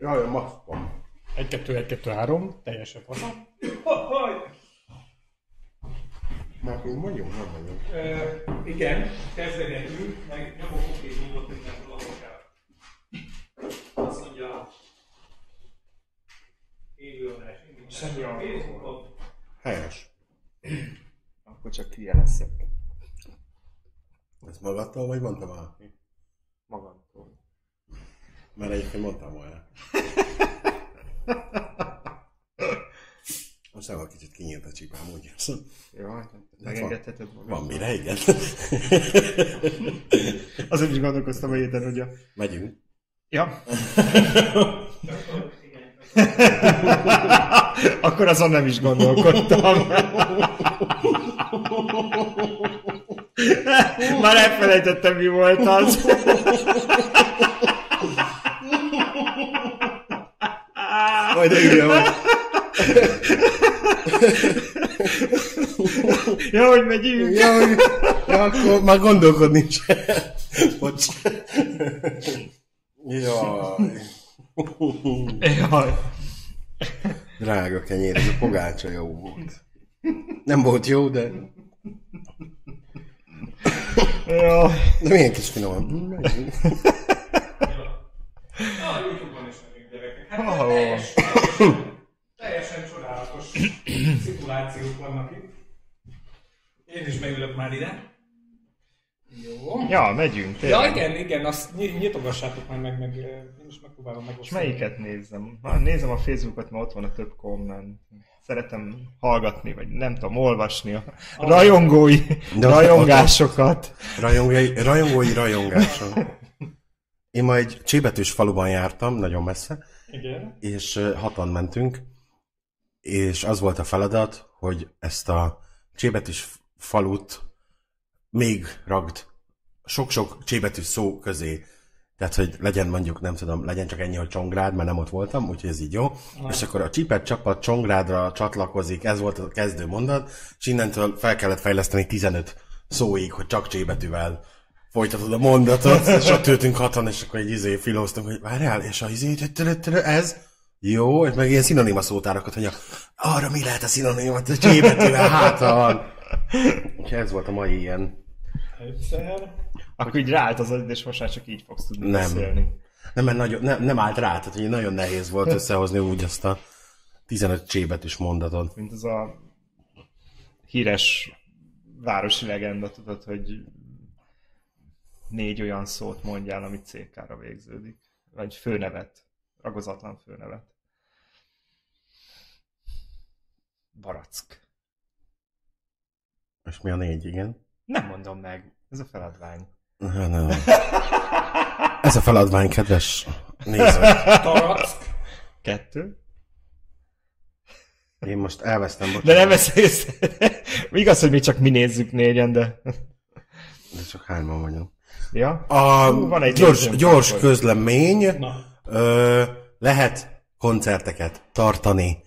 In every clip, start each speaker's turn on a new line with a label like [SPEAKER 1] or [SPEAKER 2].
[SPEAKER 1] Jaj, a maszkom.
[SPEAKER 2] 1, 2, 1, 2, 3, teljesen faszom.
[SPEAKER 1] Már én vagyok, nem vagyok.
[SPEAKER 3] Ö, igen, kezdegetül, meg nyomok oké gombot mindenhol, ahol kell. Azt mondja, élő adás, indítás.
[SPEAKER 2] Semmi arról.
[SPEAKER 3] Facebookon.
[SPEAKER 1] Helyes.
[SPEAKER 4] Akkor csak hülye leszek
[SPEAKER 1] Ez magadtól, vagy mondta valaki?
[SPEAKER 4] magamtól.
[SPEAKER 1] Mert egyébként mondtam volna. Most nem kicsit kinyílt a csipám, úgy érzem.
[SPEAKER 4] Jó, hát megengedheted magam.
[SPEAKER 1] Van mire, igen.
[SPEAKER 4] Azon is gondolkoztam a héten, hogy a...
[SPEAKER 1] Megyünk.
[SPEAKER 4] Ja,
[SPEAKER 3] Igen.
[SPEAKER 4] akkor azon nem is gondolkodtam. Már elfelejtettem, mi volt az.
[SPEAKER 1] Majd üljön, vagy.
[SPEAKER 4] Ja, hogy megyünk.
[SPEAKER 1] Ja, hogy... ja, akkor már gondolkodni is. Bocs. Jaj.
[SPEAKER 4] Jaj.
[SPEAKER 1] Drága kenyér, ez a pogácsa jó volt. Nem volt jó, de,
[SPEAKER 4] Jaj.
[SPEAKER 1] de milyen kis finom.
[SPEAKER 3] Na, a Youtube-on is vagyunk gyerekek. Hát
[SPEAKER 4] Oh.
[SPEAKER 3] teljes- teljesen- teljesen csodálatos szituációk vannak itt. Én is beülök már ide. Jó.
[SPEAKER 4] Ja, megyünk.
[SPEAKER 3] Ja,
[SPEAKER 4] Tényleg.
[SPEAKER 3] igen, igen, azt ny- nyitogassátok már meg, meg ö, én is megpróbálom
[SPEAKER 4] És
[SPEAKER 3] megosztani.
[SPEAKER 4] melyiket nézem? Már nézem a Facebookot, mert ott van a több komment. Szeretem hallgatni, vagy nem tudom, olvasni a rajongói
[SPEAKER 1] De ott-
[SPEAKER 4] rajongásokat.
[SPEAKER 1] Rajongói, rajongói rajongáson. Én ma egy csébetűs faluban jártam, nagyon messze,
[SPEAKER 3] Igen.
[SPEAKER 1] és ö, hatan mentünk, és az volt a feladat, hogy ezt a csébetűs falut még ragd sok-sok csébetűs szó közé. Tehát, hogy legyen mondjuk, nem tudom, legyen csak ennyi, hogy Csongrád, mert nem ott voltam, úgyhogy ez így jó. És akkor a csipet csapat Csongrádra csatlakozik, ez volt a kezdő mondat, és innentől fel kellett fejleszteni 15 szóig, hogy csak csébetűvel folytatod a mondatot, és ott ültünk hatan, és akkor egy izé filóztunk, hogy várjál, és a izé, ez, jó, és meg ilyen szinonima szótárakat, hogy a, arra mi lehet a szinonima, a csébetűvel hátra van. Úgyhogy ez volt a mai ilyen
[SPEAKER 3] Egyszer.
[SPEAKER 4] Akkor így ráállt az agyad, és most már csak így fogsz tudni
[SPEAKER 1] Nem.
[SPEAKER 4] beszélni.
[SPEAKER 1] Nem, mert nagyon, nem, nem állt rá, tehát hogy nagyon nehéz
[SPEAKER 4] Hm.
[SPEAKER 1] volt összehozni úgy azt a 15 csébet is mondatot.
[SPEAKER 4] Mint az a híres városi legenda, tudod, hogy négy olyan szót mondjál, ami CK-ra végződik. Vagy főnevet. Ragozatlan főnevet. Barack.
[SPEAKER 1] És mi a négy, igen?
[SPEAKER 4] Nem mondom meg. Ez a feladvány. Hát
[SPEAKER 1] Nem, nem. Ez a feladvány, kedves néző.
[SPEAKER 3] Tarack.
[SPEAKER 4] Kettő.
[SPEAKER 1] Én most elvesztem, bocsánat.
[SPEAKER 4] De nem vesz észre. Igaz, hogy mi csak mi nézzük négyen, de...
[SPEAKER 1] De csak hárman vagyunk.
[SPEAKER 4] Ja?
[SPEAKER 1] A
[SPEAKER 4] Hú, van egy
[SPEAKER 1] gyors,
[SPEAKER 4] nézőnk
[SPEAKER 1] gyors
[SPEAKER 4] akkor.
[SPEAKER 1] közlemény.
[SPEAKER 3] Na,
[SPEAKER 1] Ö, lehet koncerteket tartani.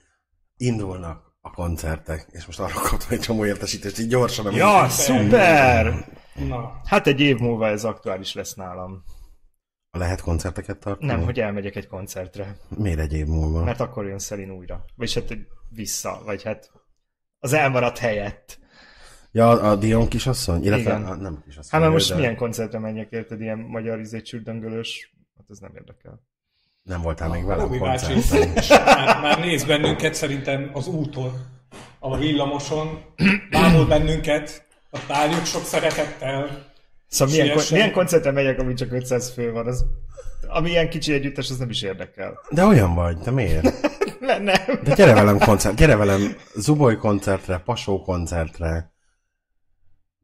[SPEAKER 1] Indulnak a koncertek. És most arra kaptam egy csomó értesítést, így gyorsan. nem-
[SPEAKER 4] Ja, szuper!
[SPEAKER 3] na.
[SPEAKER 4] Hát egy év múlva ez aktuális lesz nálam.
[SPEAKER 1] Lehet koncerteket tartani?
[SPEAKER 4] Nem, hogy elmegyek egy koncertre,
[SPEAKER 1] Miért egy év múlva?
[SPEAKER 4] mert akkor jön Szelin újra. Vagyis hát hogy vissza, vagy hát az elmaradt helyett.
[SPEAKER 1] Ja, a Dion kisasszony? Illetve
[SPEAKER 4] Igen.
[SPEAKER 1] a, nem kisasszony.
[SPEAKER 4] Hát mert
[SPEAKER 1] ő,
[SPEAKER 4] most
[SPEAKER 1] de
[SPEAKER 4] milyen koncertre menjek, érted, ilyen magyar izé csürdöngölős? Hát ez nem érdekel.
[SPEAKER 1] Nem voltál még
[SPEAKER 3] Robi
[SPEAKER 1] velem
[SPEAKER 3] bácsi
[SPEAKER 1] koncerten.
[SPEAKER 3] már, már néz bennünket szerintem az úton, a villamoson, bámul bennünket, a várjuk sok szeretettel.
[SPEAKER 4] Szóval milyen, kon-
[SPEAKER 3] Siessen.
[SPEAKER 4] milyen koncertre megyek, ami csak 500 fő van, az, ami ilyen kicsi együttes, az nem is érdekel.
[SPEAKER 1] De olyan vagy, te miért?
[SPEAKER 4] Mert nem.
[SPEAKER 1] De gyere velem koncert, gyere velem Zuboly koncertre, Pasó koncertre.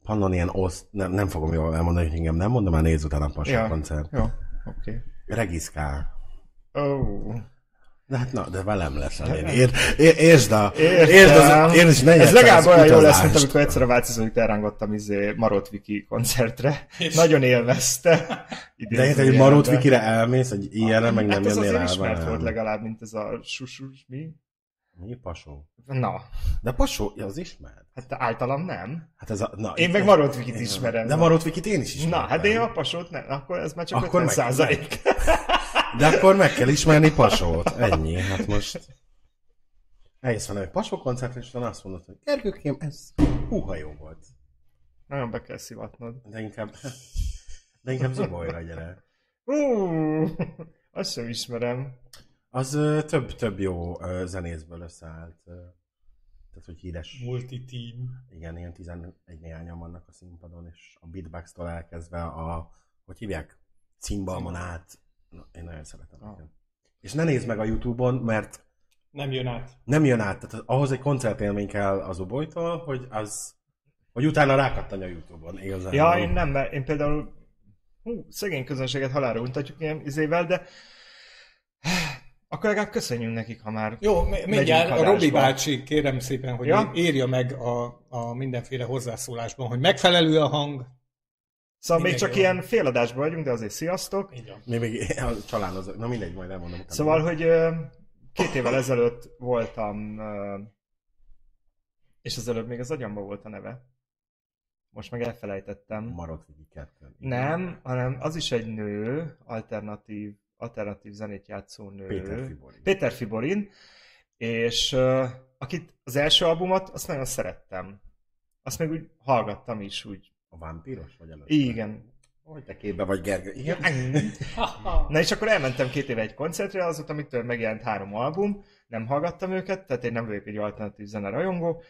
[SPEAKER 1] Pannon ilyen oszt, nem, nem fogom jól elmondani, hogy engem nem mondom, már nézz utána a Pasó ja. koncert.
[SPEAKER 4] Jó, oké.
[SPEAKER 1] Regiszkál.
[SPEAKER 4] Okay. Oh.
[SPEAKER 1] De hát na, de velem lesz én. Ér, ér, értsd a...
[SPEAKER 4] Értem.
[SPEAKER 1] Értsd az... Értsd is
[SPEAKER 4] Ez legalább olyan jó lesz, mint amikor egyszer a Vácizonyit elrángattam izé Marot Viki koncertre. És... Nagyon élvezte.
[SPEAKER 1] De érted, hogy Marót Vikire elmész, egy ilyenre meg nem
[SPEAKER 4] hát az
[SPEAKER 1] jönnél
[SPEAKER 4] azért
[SPEAKER 1] rá
[SPEAKER 4] ismert
[SPEAKER 1] velem.
[SPEAKER 4] volt legalább, mint ez a susus, mi?
[SPEAKER 1] Mi Pasó?
[SPEAKER 4] Na,
[SPEAKER 1] De Pasó, ja, az ismert.
[SPEAKER 4] hát általam nem.
[SPEAKER 1] Hát ez a, na,
[SPEAKER 4] Én
[SPEAKER 1] itt-
[SPEAKER 4] meg Marot Vikit
[SPEAKER 1] Igen.
[SPEAKER 4] ismerem. hát
[SPEAKER 1] De Marot Vikit én is ismerem.
[SPEAKER 4] Na, hát én a pasót nem, akkor ez már csak
[SPEAKER 1] Akkor
[SPEAKER 4] 50
[SPEAKER 1] meg-
[SPEAKER 4] százalék.
[SPEAKER 1] De akkor meg kell ismerni Pasót. Ennyi, hát most... Eljössz van egy Pasó koncert, és utána azt mondod, hogy Gergőkém, ez húha jó volt.
[SPEAKER 4] Nagyon be kell szivatnod.
[SPEAKER 1] De inkább... De inkább Zobolyra gyere.
[SPEAKER 4] Ú, azt sem ismerem.
[SPEAKER 1] Az ö, több, több jó ö, zenészből összeállt. ö, Tehát, hogy híres.
[SPEAKER 3] Multi-team.
[SPEAKER 1] Igen, ilyen 11 néhányan vannak a színpadon, és a beatbox-tól elkezdve a, hogy hívják, cimbalmon át. Na, én nagyon szeretem.
[SPEAKER 4] Ah.
[SPEAKER 1] Ah. És ne nézd meg a Youtube-on, mert
[SPEAKER 3] Nem jön át.
[SPEAKER 1] nem jön át. Tehát ahhoz egy koncertélmény kell az obolytól, hogy az, hogy utána rákattanja a Youtube-on. Igazán.
[SPEAKER 4] Ja, én nem, mert én például hú, szegény közönséget halálra untatjuk ilyen izével, de akkor legalább köszönjünk nekik, ha már
[SPEAKER 3] Jó, mi- mindjárt a
[SPEAKER 4] adásba.
[SPEAKER 3] Robi bácsi, kérem szépen, hogy
[SPEAKER 4] Ja?
[SPEAKER 3] ja? írja meg a, a mindenféle hozzászólásban, hogy megfelelő a hang.
[SPEAKER 4] Szóval még
[SPEAKER 3] Mindenki
[SPEAKER 4] csak
[SPEAKER 3] jó.
[SPEAKER 4] ilyen féladásban vagyunk, de azért sziasztok.
[SPEAKER 3] Így van.
[SPEAKER 1] Mi még a családozok. Na mindegy, majd elmondom. utána.
[SPEAKER 4] Szóval, hogy ö, két évvel ezelőtt voltam, ö, és az előbb még az agyamban volt a neve. Most meg elfelejtettem.
[SPEAKER 1] Marot Vigi kettő.
[SPEAKER 4] Nem, hanem az is egy nő, alternatív, alternatív zenét játszó nő.
[SPEAKER 1] Péter Fibori.
[SPEAKER 4] Péter Fiborin, és uh, akit az első albumot, azt nagyon szerettem. Azt meg úgy hallgattam is, úgy.
[SPEAKER 1] A vámpíros vagy előtt?
[SPEAKER 4] Igen.
[SPEAKER 1] Hogy te képbe vagy, Gergő? Igen.
[SPEAKER 4] Na és akkor elmentem két éve egy koncertre, azóta mitől megjelent három album, nem hallgattam őket, tehát én nem vagyok egy alternatív zene rajongó.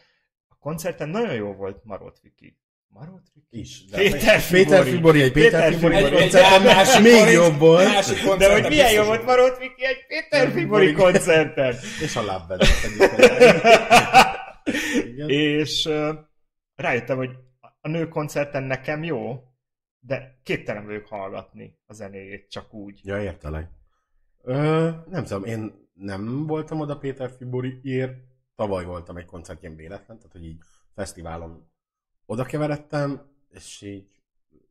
[SPEAKER 4] A koncerten nagyon jó volt Marót Viki. Marót Viki?
[SPEAKER 1] Is. de-
[SPEAKER 4] Péter Fibori.
[SPEAKER 1] Péter Fibori, egy Péter,
[SPEAKER 4] Péter
[SPEAKER 1] Fibori,
[SPEAKER 4] Fibori.
[SPEAKER 1] Fibori koncerten még jobb volt.
[SPEAKER 3] Másik
[SPEAKER 4] De
[SPEAKER 3] koncerten
[SPEAKER 4] hogy milyen jó
[SPEAKER 3] biztos,
[SPEAKER 4] volt Marót Viki egy Péter Fibori
[SPEAKER 1] Fibori.
[SPEAKER 4] koncerten.
[SPEAKER 1] És a lábbedet. egyébként. Igen.
[SPEAKER 4] És ö, rájöttem, hogy a nő koncerten nekem jó, de képtelen vagyok hallgatni a zenéjét csak úgy.
[SPEAKER 1] Ja, értelek. Ö, nem tudom, én nem voltam oda Péter Fiboriért. Tavaly voltam egy koncertjén véletlen, tehát hogy így fesztiválon oda keveredtem, és így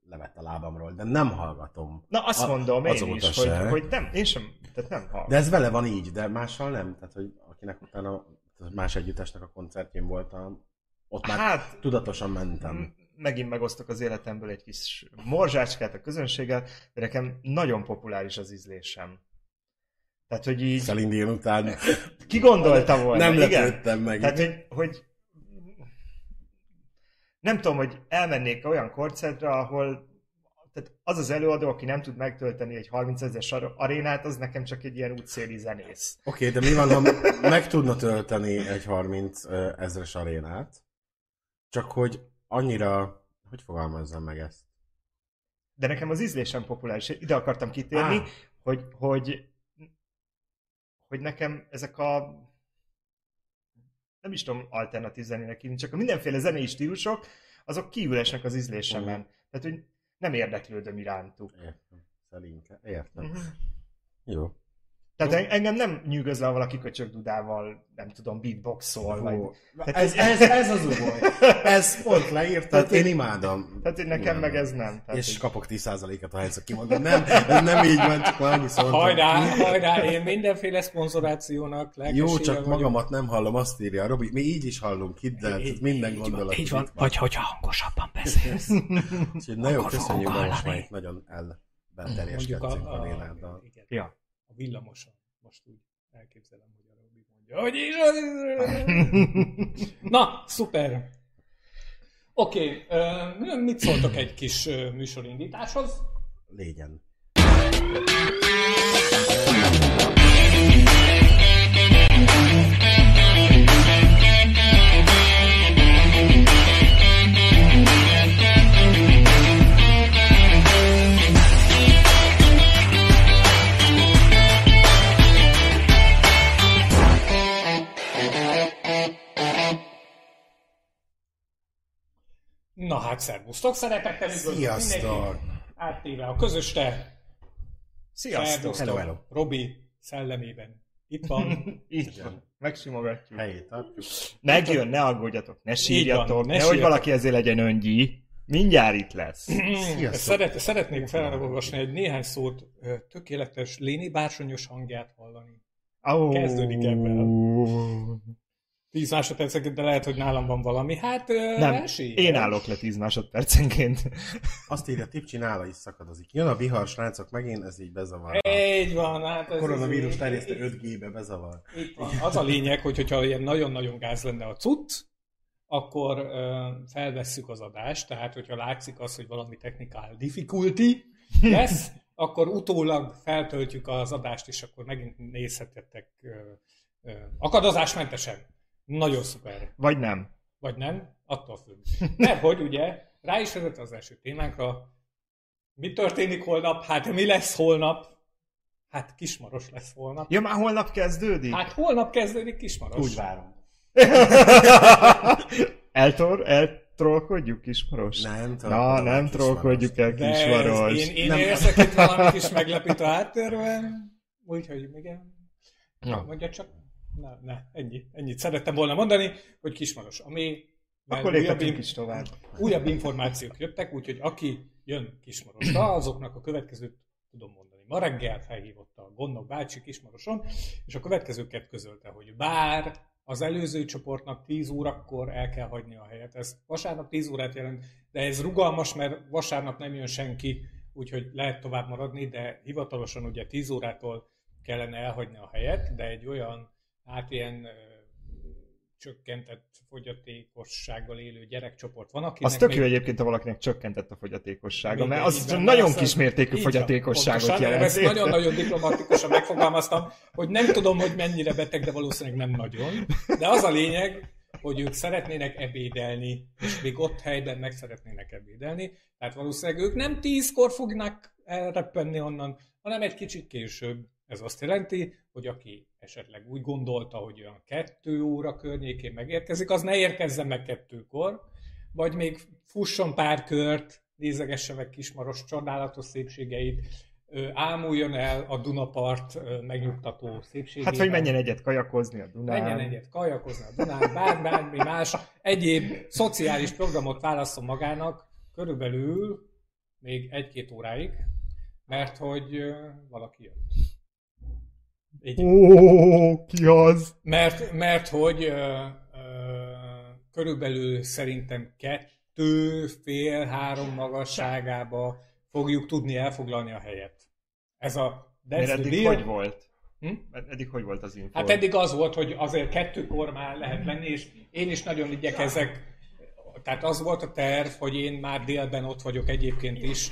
[SPEAKER 1] levett a lábamról, de nem hallgatom.
[SPEAKER 4] Na azt
[SPEAKER 1] A-
[SPEAKER 4] mondom én
[SPEAKER 1] azóta
[SPEAKER 4] is, hogy,
[SPEAKER 1] se.
[SPEAKER 4] hogy nem, én sem, tehát nem hallgatom.
[SPEAKER 1] De ez vele van így, de mással nem. Tehát, hogy akinek utána tehát más együttesnek a koncertjén voltam, ott már
[SPEAKER 4] Hát,
[SPEAKER 1] tudatosan mentem.
[SPEAKER 4] m- megint megosztok az életemből egy kis morzsácskát a közönséggel, de nekem nagyon populáris az ízlésem. Tehát, hogy így
[SPEAKER 1] Szelindén után
[SPEAKER 4] ki gondolta volna,
[SPEAKER 1] nem
[SPEAKER 4] igen? Hát-
[SPEAKER 1] lepődtem meg.
[SPEAKER 4] Tehát, hogy, hogy nem tudom, hogy elmennék -e olyan koncertre, ahol tehát az az előadó, aki nem tud megtölteni egy 30 ezer arénát, az nekem csak egy ilyen útszéli zenész.
[SPEAKER 1] Oké, de mi van, ha meg tudna tölteni egy 30 ö, ezres arénát, csak hogy annyira, hogy fogalmazzam meg ezt?
[SPEAKER 4] De nekem az ízlésem populáris. Ide akartam kitérni,
[SPEAKER 1] Á.
[SPEAKER 4] hogy, hogy, hogy nekem ezek a nem is tudom alternatív zenének hívni, csak a mindenféle zenei stílusok, azok kiülesnek az ízlésemen. Tehát, hogy nem érdeklődöm irántuk.
[SPEAKER 1] Értem. Szelinke. Értem.
[SPEAKER 4] Mhm.
[SPEAKER 1] Jó.
[SPEAKER 4] Tehát en- engem nem nyűgöz le, ha valaki köcsögdudával, nem tudom, beatboxol, vagy...
[SPEAKER 1] Hú,
[SPEAKER 4] Tehát
[SPEAKER 1] Ez, ez, ez az ubaj. Ez pont leírtad,
[SPEAKER 4] Hát- Tehát
[SPEAKER 1] tehát én
[SPEAKER 4] én-
[SPEAKER 1] imádom.
[SPEAKER 4] Tehát, hogy nekem meg ez nem. Tehát,
[SPEAKER 1] És
[SPEAKER 4] hogy-
[SPEAKER 1] kapok 10%-et, ha egyszer kimondom. Nem, ez nem így van, csak már annyiszor. mondtam.
[SPEAKER 3] Hajrá, hajrá, én mindenféle szponzorációnak
[SPEAKER 1] Jó,
[SPEAKER 3] lelkesége
[SPEAKER 1] csak
[SPEAKER 3] vagyok.
[SPEAKER 1] magamat nem hallom, azt írja a Robi. Mi így is hallunk, hidd el, tehát hát minden gondolat.
[SPEAKER 2] Így van,
[SPEAKER 1] itt
[SPEAKER 2] vagy hogyha hangosabban beszélsz.
[SPEAKER 1] Úgyhogy nagyon
[SPEAKER 2] Akkor
[SPEAKER 1] köszönjük
[SPEAKER 2] fogunk
[SPEAKER 1] Baros
[SPEAKER 2] hallani.
[SPEAKER 1] Mike, nagyon
[SPEAKER 3] Mondjuk
[SPEAKER 1] elbenterjeskedtünk
[SPEAKER 3] a,
[SPEAKER 1] a
[SPEAKER 3] a,
[SPEAKER 1] Lénáddal.
[SPEAKER 3] igen.
[SPEAKER 4] Ja.
[SPEAKER 3] a villamoson. Most úgy elképzelem, hogy a Robi mondja, hogy is az... Na, szuper! Oké, okay, mit szóltok egy kis ö, műsorindításhoz?
[SPEAKER 1] Légyen.
[SPEAKER 3] Na hát, szervusztok, szeretettel üdvözlök
[SPEAKER 1] Sziasztok!
[SPEAKER 3] mindenkit. Áttéve a közös te,
[SPEAKER 4] Sziasztok!
[SPEAKER 1] Hello, hello.
[SPEAKER 3] Robi szellemében. Itt van.
[SPEAKER 4] Itt van. Megsimogatjuk.
[SPEAKER 1] Helyét tartjuk.
[SPEAKER 4] Megjön, ne aggódjatok, ne sírjatok,
[SPEAKER 3] van, ne
[SPEAKER 4] ne nehogy
[SPEAKER 3] sírjatok.
[SPEAKER 4] valaki ezért legyen öngyi. Mindjárt itt lesz.
[SPEAKER 1] Sziasztok.
[SPEAKER 3] Szeret, szeretnénk felolvasni egy néhány szót ö, tökéletes Léni bársonyos hangját hallani.
[SPEAKER 4] Oh.
[SPEAKER 3] Kezdődik ebben. 10 másodpercenként, de lehet, hogy nálam van valami. Hát ö,
[SPEAKER 4] Nem,
[SPEAKER 3] esély.
[SPEAKER 4] én állok le 10 másodpercenként.
[SPEAKER 1] Azt írja, Tipcsi nála is szakadozik. Jön a vihar, srácok, megint ez így bezavar.
[SPEAKER 3] Így van, hát ez...
[SPEAKER 1] A koronavírus
[SPEAKER 3] ez-
[SPEAKER 1] terjesztő 5G-be bezavar.
[SPEAKER 3] Itt van. Az a lényeg, hogy hogyha ilyen nagyon-nagyon gáz lenne a cucc, akkor ö, felvesszük az adást, tehát hogyha látszik az, hogy valami technikál difficulty lesz, akkor utólag feltöltjük az adást, és akkor megint nézhetettek ö, ö, akadozásmentesen. Nagyon szuper.
[SPEAKER 4] Vagy nem.
[SPEAKER 3] Vagy nem, attól függ. Mert hogy ugye, rá is vezet az első témánkra, mi történik holnap, hát mi lesz holnap, hát kismaros lesz holnap.
[SPEAKER 4] Ja, már holnap kezdődik?
[SPEAKER 3] Hát holnap kezdődik Kismaros.
[SPEAKER 5] Úgy várom.
[SPEAKER 4] Eltor, eltrollkodjuk kismaros?
[SPEAKER 1] Nem,
[SPEAKER 4] Na, nem trollkodjuk el
[SPEAKER 3] De ez-
[SPEAKER 4] kismaros.
[SPEAKER 3] Én, én
[SPEAKER 1] Nem.
[SPEAKER 3] érzek itt valami kis meglepítő háttérben, úgyhogy igen.
[SPEAKER 4] Na.
[SPEAKER 3] Mondja csak. Na, ne, ennyi, ennyit szerettem volna mondani, hogy Kismaros a mély. mert
[SPEAKER 4] Akkor
[SPEAKER 3] újabb,
[SPEAKER 4] léphetünk
[SPEAKER 3] in-
[SPEAKER 4] is tovább.
[SPEAKER 3] újabb információk jöttek, úgyhogy aki jön Kismarosra, azoknak a következőt tudom mondani. Ma reggel felhívotta a Gondok bácsi Kismaroson, és a következőket közölte, hogy bár az előző csoportnak 10 órakor el kell hagyni a helyet. Ez vasárnap 10 órát jelent, de ez rugalmas, mert vasárnap nem jön senki, úgyhogy lehet tovább maradni, de hivatalosan ugye 10 órától kellene elhagyni a helyet, de egy olyan, hát ilyen ö, csökkentett fogyatékossággal élő gyerekcsoport van, akinek
[SPEAKER 4] Az tök
[SPEAKER 3] még-
[SPEAKER 4] jó egyébként, ha valakinek csökkentett a fogyatékossága,
[SPEAKER 3] még
[SPEAKER 4] mert
[SPEAKER 3] ennyiben
[SPEAKER 4] az nagyon
[SPEAKER 3] lesz,
[SPEAKER 4] kismértékű
[SPEAKER 3] így van,
[SPEAKER 4] fogyatékosságot
[SPEAKER 3] pontosan,
[SPEAKER 4] jelent. Hát,
[SPEAKER 3] Ezt nagyon-nagyon diplomatikusan megfogalmaztam, hogy nem tudom, hogy mennyire beteg, de valószínűleg nem nagyon. De az a lényeg, hogy ők szeretnének ebédelni, és még ott helyben meg szeretnének ebédelni. Tehát valószínűleg ők nem tízkor fognak elreppenni onnan, hanem egy kicsit később. Ez azt jelenti, hogy aki esetleg úgy gondolta, hogy olyan kettő óra környékén megérkezik, az ne érkezzen meg kettőkor, vagy még fusson pár kört, nézegesse meg Kismaros csodálatos szépségeit, ö, ámuljon el a Dunapart ö, megnyugtató szépségével.
[SPEAKER 4] Hát, hogy menjen egyet kajakozni a Dunán.
[SPEAKER 3] Menjen egyet kajakozni a Dunán, bár, bármi más, egyéb szociális programot válaszol magának körülbelül még egy-két óráig, mert hogy ö, valaki jött. Így.
[SPEAKER 4] Ó, ki az?
[SPEAKER 3] Mert, mert hogy ö, ö, körülbelül szerintem kettő, fél, három magasságába fogjuk tudni elfoglalni a helyet. Ez a
[SPEAKER 4] Mert
[SPEAKER 3] that's the
[SPEAKER 4] eddig
[SPEAKER 3] deal.
[SPEAKER 4] hogy volt?
[SPEAKER 3] Hm?
[SPEAKER 4] Mert Eddig hogy volt az info?
[SPEAKER 3] Hát eddig az volt, hogy azért kettőkor már lehet lenni, és én is nagyon igyekezek. Tehát az volt a terv, hogy én már délben ott vagyok egyébként is,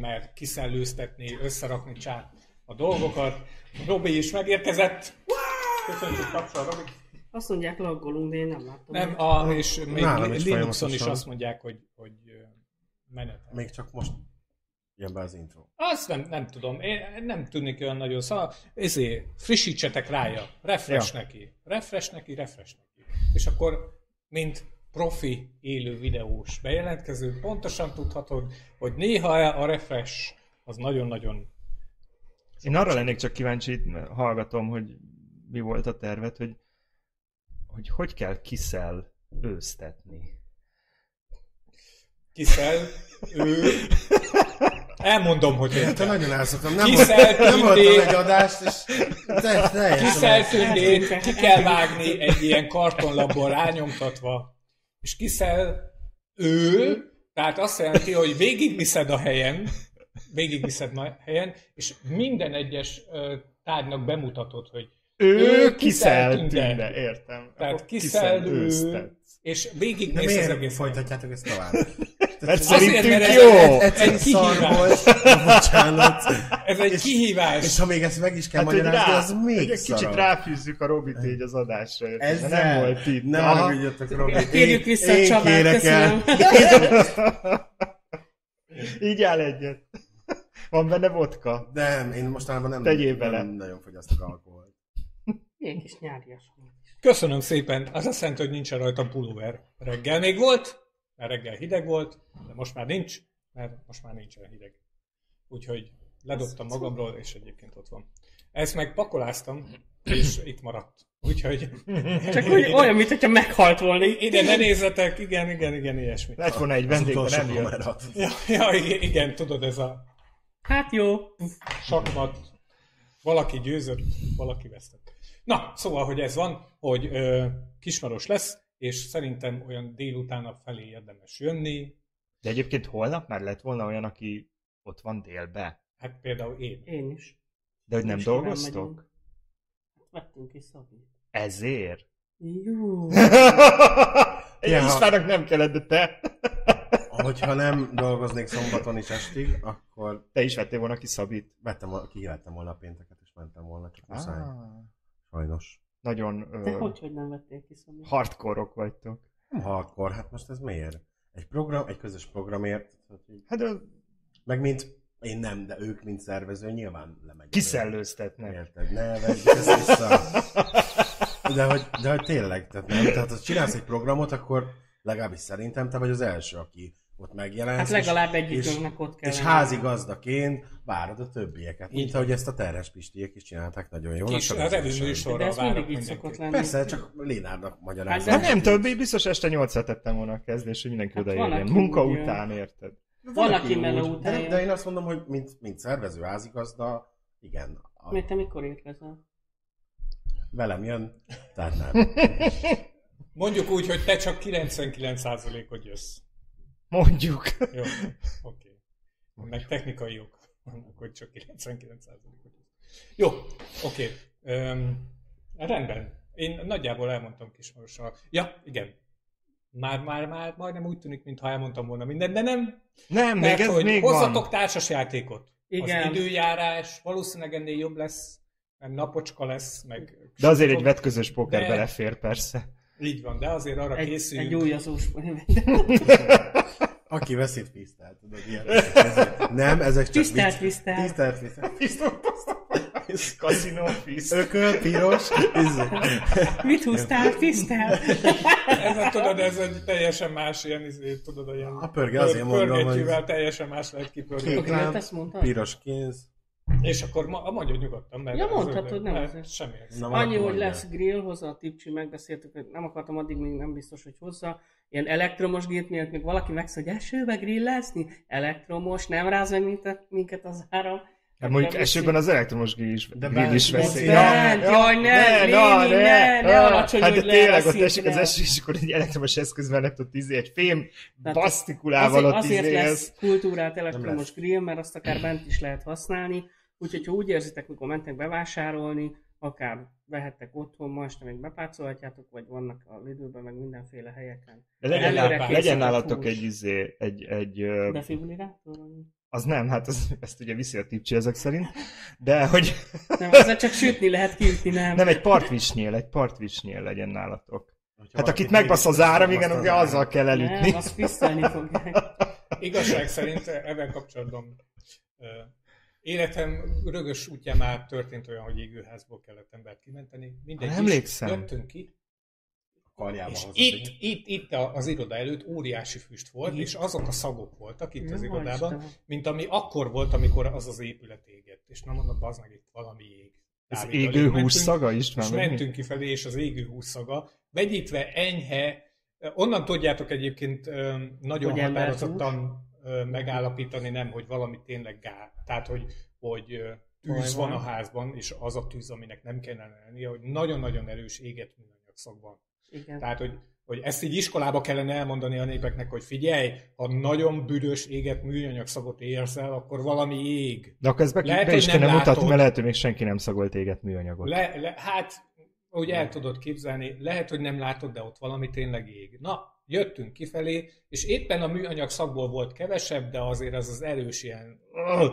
[SPEAKER 3] mert kiszellőztetni, összerakni csát a dolgokat. Robi is megérkezett. Köszönjük kapcsolat, Robi.
[SPEAKER 6] Azt mondják, laggolunk, de én nem láttam.
[SPEAKER 3] Nem, a, és még
[SPEAKER 1] Nálam
[SPEAKER 3] Li-
[SPEAKER 1] is
[SPEAKER 3] Linuxon is
[SPEAKER 1] folyamatosan.
[SPEAKER 3] azt mondják, hogy, hogy ö, menetel.
[SPEAKER 1] Még csak most jön be az intro.
[SPEAKER 3] Azt nem, nem tudom, én nem tűnik olyan nagyon szóval, ezért frissítsetek rája, refresh ja. neki, refresh neki, refresh neki. És akkor, mint profi élő videós bejelentkező, pontosan tudhatod, hogy néha a refresh az nagyon-nagyon
[SPEAKER 4] Én arra lennék csak kíváncsi, itt hallgatom, hogy mi volt a tervet, hogy hogy, hogy kell kiszel őztetni.
[SPEAKER 3] kiszel, ő... Elmondom, hogy miért.
[SPEAKER 1] Te nagyon elszoktam, nem, volt,
[SPEAKER 3] Kiszel
[SPEAKER 1] nem
[SPEAKER 3] tündér.
[SPEAKER 1] voltam egy adást, és te, teljesen el-
[SPEAKER 3] Kiszeltündét ki kell vágni egy ilyen kartonlapból rányomtatva, és kiszel ő, tehát azt jelenti, hogy végigviszed a helyen, végigviszed a helyen, és minden egyes ö, tárgynak bemutatod, hogy
[SPEAKER 4] Ő kiszel
[SPEAKER 3] Ő kiszel tünde.
[SPEAKER 4] tünde, értem.
[SPEAKER 3] Tehát
[SPEAKER 4] Akkor
[SPEAKER 3] kiszel ő.
[SPEAKER 4] őztetsz.
[SPEAKER 3] és
[SPEAKER 1] De
[SPEAKER 3] végigmész az
[SPEAKER 1] miért
[SPEAKER 3] egész
[SPEAKER 1] folytatjátok ezt tovább?
[SPEAKER 4] Mert
[SPEAKER 3] Azért,
[SPEAKER 4] szerintünk
[SPEAKER 3] mert ez-
[SPEAKER 4] jó!
[SPEAKER 3] ez-
[SPEAKER 1] Egyszerű
[SPEAKER 3] Egy
[SPEAKER 1] szar
[SPEAKER 3] kihívás.
[SPEAKER 1] volt, Na, bocsánat.
[SPEAKER 3] Ez egy kihívás.
[SPEAKER 1] És ha még ezt meg is kell
[SPEAKER 4] Hát, hogy
[SPEAKER 1] magyarázni,
[SPEAKER 4] rá-
[SPEAKER 1] az még
[SPEAKER 4] hogy egy kicsit
[SPEAKER 1] szarabb.
[SPEAKER 4] ráfűzzük a Robit így az adásra. érted?
[SPEAKER 1] Ezzel
[SPEAKER 4] nem volt itt.
[SPEAKER 1] Ne
[SPEAKER 4] Aha.
[SPEAKER 1] haragudjatok, Robi.
[SPEAKER 6] Kérjük
[SPEAKER 1] Én-
[SPEAKER 6] vissza a
[SPEAKER 1] én
[SPEAKER 6] Csabát,
[SPEAKER 1] kérek el.
[SPEAKER 6] köszönöm.
[SPEAKER 4] Így áll egyet. Van benne vodka.
[SPEAKER 1] Nem, én mostanában nem,
[SPEAKER 4] Tegyél bele.
[SPEAKER 1] nem nagyon fogyasztok alkoholt.
[SPEAKER 6] Ilyen kis nyárias volt.
[SPEAKER 3] Köszönöm szépen. Az azt jelenti, hogy nincsen rajtam pulóver. Reggel még volt, mert reggel hideg volt, de most már nincs, mert most már nincsen hideg. Úgyhogy ledobtam magamról, és egyébként ott van. Ezt meg pakoláztam, és itt maradt. Úgyhogy
[SPEAKER 6] Csak úgy, olyan, mintha meghalt volna.
[SPEAKER 3] ide ne nézzetek, igen, igen, igen, ilyesmi.
[SPEAKER 4] Lett volna egy
[SPEAKER 1] Az
[SPEAKER 4] vendég, de
[SPEAKER 1] utolsó
[SPEAKER 4] nem jött.
[SPEAKER 1] kamera.
[SPEAKER 3] Ja, ja, igen, igen, tudod, ez a
[SPEAKER 6] Hát jó.
[SPEAKER 3] sakmat. Valaki győzött, valaki vesztett. Na, szóval, hogy ez van, hogy ö, kismaros lesz, és szerintem olyan délután a felé érdemes jönni.
[SPEAKER 4] De egyébként holnap már lett volna olyan, aki ott van délbe.
[SPEAKER 3] Hát például én.
[SPEAKER 6] Én is.
[SPEAKER 4] De hogy nem
[SPEAKER 6] Most
[SPEAKER 4] dolgoztok?
[SPEAKER 6] megyünk. Hát Vettünk is szabít.
[SPEAKER 4] Ezért?
[SPEAKER 6] Jó.
[SPEAKER 4] Ja. Istvánnak nem kellett, de te.
[SPEAKER 1] Hogyha nem dolgoznék szombaton is estig, akkor
[SPEAKER 4] Te is vettél volna ki Szabit.
[SPEAKER 1] vettem, vol- kihihettem volna a pénteket, és mentem volna, csak muszáj.
[SPEAKER 4] Ah.
[SPEAKER 1] Sajnos.
[SPEAKER 4] Nagyon
[SPEAKER 6] De
[SPEAKER 4] ö,
[SPEAKER 6] hogy, hogy nem vettél ki szabít?
[SPEAKER 4] hardcore-ok vagytok.
[SPEAKER 1] Nem hardcore, hát most ez miért? Egy program, egy közös programért,
[SPEAKER 4] Hát ö,
[SPEAKER 1] meg mint én nem, de ők, mint szervező, nyilván lemegyek.
[SPEAKER 4] kiszellőztetnek.
[SPEAKER 1] Érted? Ne vedd ezt vissza. De hogy, de hogy tényleg, tehát nem? Tehát ha csinálsz egy programot, akkor legalábbis szerintem te vagy az első, aki ott megjelensz.
[SPEAKER 6] Hát legalább
[SPEAKER 1] és-
[SPEAKER 6] egyikünknek ott kell.
[SPEAKER 1] És házigazdaként várod a többieket, mint ahogy ezt a terhes pistiek is csinálták nagyon jól.
[SPEAKER 3] Kis, a revű
[SPEAKER 6] De
[SPEAKER 3] műsorra
[SPEAKER 6] ez mindig
[SPEAKER 3] várok
[SPEAKER 6] így szokott
[SPEAKER 3] mindenkit.
[SPEAKER 6] lenni.
[SPEAKER 1] Persze, csak Lénárnak
[SPEAKER 6] Hát
[SPEAKER 1] magyarázom.
[SPEAKER 6] de-
[SPEAKER 4] Hát nem tudom, mi- biztos este 8 tettem volna a kezdés, hogy mindenki
[SPEAKER 6] Hát
[SPEAKER 4] hát
[SPEAKER 6] van,
[SPEAKER 4] odaérjen.
[SPEAKER 6] aki
[SPEAKER 4] Munka
[SPEAKER 6] úgy jön.
[SPEAKER 4] után, érted?
[SPEAKER 6] Van, aki meló után
[SPEAKER 1] de,
[SPEAKER 6] jön.
[SPEAKER 1] de, én azt mondom, hogy mint, mint szervező házigazda, igen, a,
[SPEAKER 6] Mert te mikor érkezel?
[SPEAKER 1] velem jön, tehát nem.
[SPEAKER 3] Mondjuk úgy, hogy te csak 99%-ot jössz.
[SPEAKER 4] Mondjuk.
[SPEAKER 3] Jó, oké. Okay. Meg technikai ok, annak, hogy csak 99%-ot. Jó, oké. Okay. Um, rendben. Én nagyjából elmondtam kismarosan. Ja, igen. Már, már, már majdnem úgy tűnik, mintha elmondtam volna mindent, de nem.
[SPEAKER 4] Nem, még
[SPEAKER 3] Mert,
[SPEAKER 4] ez
[SPEAKER 3] hogy
[SPEAKER 4] még
[SPEAKER 3] hozzatok
[SPEAKER 4] van.
[SPEAKER 3] társasjátékot.
[SPEAKER 6] Igen.
[SPEAKER 3] Az időjárás valószínűleg ennél jobb lesz, mert napocska lesz, meg...
[SPEAKER 4] De azért egy vetközös póker
[SPEAKER 3] De-
[SPEAKER 4] belefér, persze.
[SPEAKER 3] Így van, de azért arra egy,
[SPEAKER 6] Egy,
[SPEAKER 3] készüljünk.
[SPEAKER 6] egy új azós.
[SPEAKER 1] Aki veszít pisztelt, tudod, ilyen. Ezek- nem, ezek csak
[SPEAKER 6] Tisztelt
[SPEAKER 1] vicc-
[SPEAKER 6] visztelt.
[SPEAKER 1] Tisztelt visztelt.
[SPEAKER 4] Kaszinó fiszt.
[SPEAKER 1] Ököl, piros, izé.
[SPEAKER 6] Mit húztál? Tisztelt.
[SPEAKER 3] Ez a, tudod, ez egy teljesen más ilyen, izé, tudod, olyan
[SPEAKER 1] A pörge, azért mondom, hogy-
[SPEAKER 3] pörgetjűvel teljesen más lehet kipörgetni.
[SPEAKER 1] Kék
[SPEAKER 6] Oké,
[SPEAKER 1] lám,
[SPEAKER 6] hát ezt mondtad?
[SPEAKER 1] piros kéz.
[SPEAKER 3] És akkor ma, mondja nyugodtan, mert...
[SPEAKER 6] Ja,
[SPEAKER 3] az-
[SPEAKER 6] mondhatod, nem
[SPEAKER 3] mert
[SPEAKER 6] azért.
[SPEAKER 3] Semmi ez.
[SPEAKER 1] Na,
[SPEAKER 6] Annyi,
[SPEAKER 1] akkor
[SPEAKER 6] hogy
[SPEAKER 1] mondjál.
[SPEAKER 6] lesz grill, hozzá a tipcsi, megbeszéltük, hogy nem akartam addig, még nem biztos, hogy hozzá. Ilyen elektromos grillt miatt még valaki megsz, hogy esőbe grillezni? Elektromos, nem ráz meg minket, minket az áram.
[SPEAKER 4] Hát mondjuk esőben az elektromos grill is,
[SPEAKER 1] De
[SPEAKER 4] grill is
[SPEAKER 1] bár-
[SPEAKER 4] veszély.
[SPEAKER 1] Ja,
[SPEAKER 6] Bent, jaj, ne, Léni, ne, ne
[SPEAKER 4] Ah,
[SPEAKER 6] alacsony,
[SPEAKER 4] Hát de
[SPEAKER 6] hogy le
[SPEAKER 4] tényleg
[SPEAKER 6] a
[SPEAKER 4] ott esik az
[SPEAKER 6] szintre.
[SPEAKER 4] eső, és akkor egy elektromos eszköz mellett ott izé, egy fém
[SPEAKER 6] Tehát
[SPEAKER 4] basztikulával
[SPEAKER 6] Hát
[SPEAKER 4] ott
[SPEAKER 6] Azért, azért
[SPEAKER 4] izé. ez.
[SPEAKER 6] lesz kultúrát
[SPEAKER 1] Nem
[SPEAKER 6] elektromos
[SPEAKER 1] lesz.
[SPEAKER 6] grill, mert azt akár bent is lehet használni. Úgyhogy, ha úgy érzitek, mikor mentek bevásárolni, akár vehettek otthon, ma este még bepácolhatjátok, vagy vannak a időben, meg mindenféle helyeken.
[SPEAKER 4] De Legyen,
[SPEAKER 3] Előre
[SPEAKER 4] nál- legyen
[SPEAKER 6] készített
[SPEAKER 4] nálatok
[SPEAKER 6] hús.
[SPEAKER 4] egy izé, egy, egy ö,
[SPEAKER 6] Defibrillátor? vagy?
[SPEAKER 4] az nem, hát az, ezt ugye viszi a tipcsi ezek szerint, de hogy
[SPEAKER 6] Nem, ezzel csak sütni lehet, kiütni nem.
[SPEAKER 4] nem, egy partvisnyél, egy partvisnyél legyen nálatok.
[SPEAKER 1] Hogyha
[SPEAKER 4] Hát
[SPEAKER 1] valaki
[SPEAKER 4] akit megbasz az áram, igen, ugye
[SPEAKER 1] áram.
[SPEAKER 4] azzal kell
[SPEAKER 6] nem,
[SPEAKER 4] elütni.
[SPEAKER 6] azt visszelni fogják.
[SPEAKER 3] Igazság szerint ebben kapcsolatban ö, életem rögös útján már történt olyan, hogy égőházból kellett embert kimenteni. Mindegy
[SPEAKER 4] Hát
[SPEAKER 3] is,
[SPEAKER 4] emlékszem.
[SPEAKER 3] Jöttünk ki,
[SPEAKER 1] Karjába
[SPEAKER 3] és
[SPEAKER 1] hozott egy-
[SPEAKER 3] itt, itt, itt a- az iroda előtt óriási füst volt, és azok a szagok voltak itt az
[SPEAKER 6] Jó,
[SPEAKER 3] irodában,
[SPEAKER 6] Istenem.
[SPEAKER 3] mint ami akkor volt, amikor az az épület égett. És nem mondom, bazd meg, itt valami ég.
[SPEAKER 4] Az
[SPEAKER 3] Dáviddal
[SPEAKER 4] égő
[SPEAKER 3] így
[SPEAKER 4] hús
[SPEAKER 3] mentünk,
[SPEAKER 4] szaga
[SPEAKER 3] és
[SPEAKER 4] István, vagy mi?
[SPEAKER 3] mentünk kifelé, és az égő húszaga, vegyítve enyhe, onnan tudjátok egyébként ö, nagyon
[SPEAKER 6] Hogy
[SPEAKER 3] hogy
[SPEAKER 6] ember
[SPEAKER 3] határozottan ö, megállapítani, nem, hogy valami tényleg gá. Tehát, hogy, hogy ö, tűz
[SPEAKER 6] Olyan.
[SPEAKER 3] van a házban, és az a tűz, aminek nem kellene lennie, hogy nagyon-nagyon erős éget műanyag szag van.
[SPEAKER 6] Igen.
[SPEAKER 3] Tehát, hogy, hogy ezt így iskolába kellene elmondani a népeknek, hogy figyelj, ha nagyon büdös éget műanyag szagot érzel, akkor valami ég.
[SPEAKER 4] De akkor ezt be,
[SPEAKER 3] Lehet,
[SPEAKER 4] be is
[SPEAKER 3] hogy nem
[SPEAKER 4] kéne mutatni,
[SPEAKER 3] látod.
[SPEAKER 4] mert lehet, hogy még senki nem szagolt éget műanyagot.
[SPEAKER 3] Le, le, hát, ahogy el tudod képzelni, lehet, hogy nem látod, de ott valami tényleg ég. Na, jöttünk kifelé, és éppen a műanyag szagból volt kevesebb, de azért az az erős ilyen öh,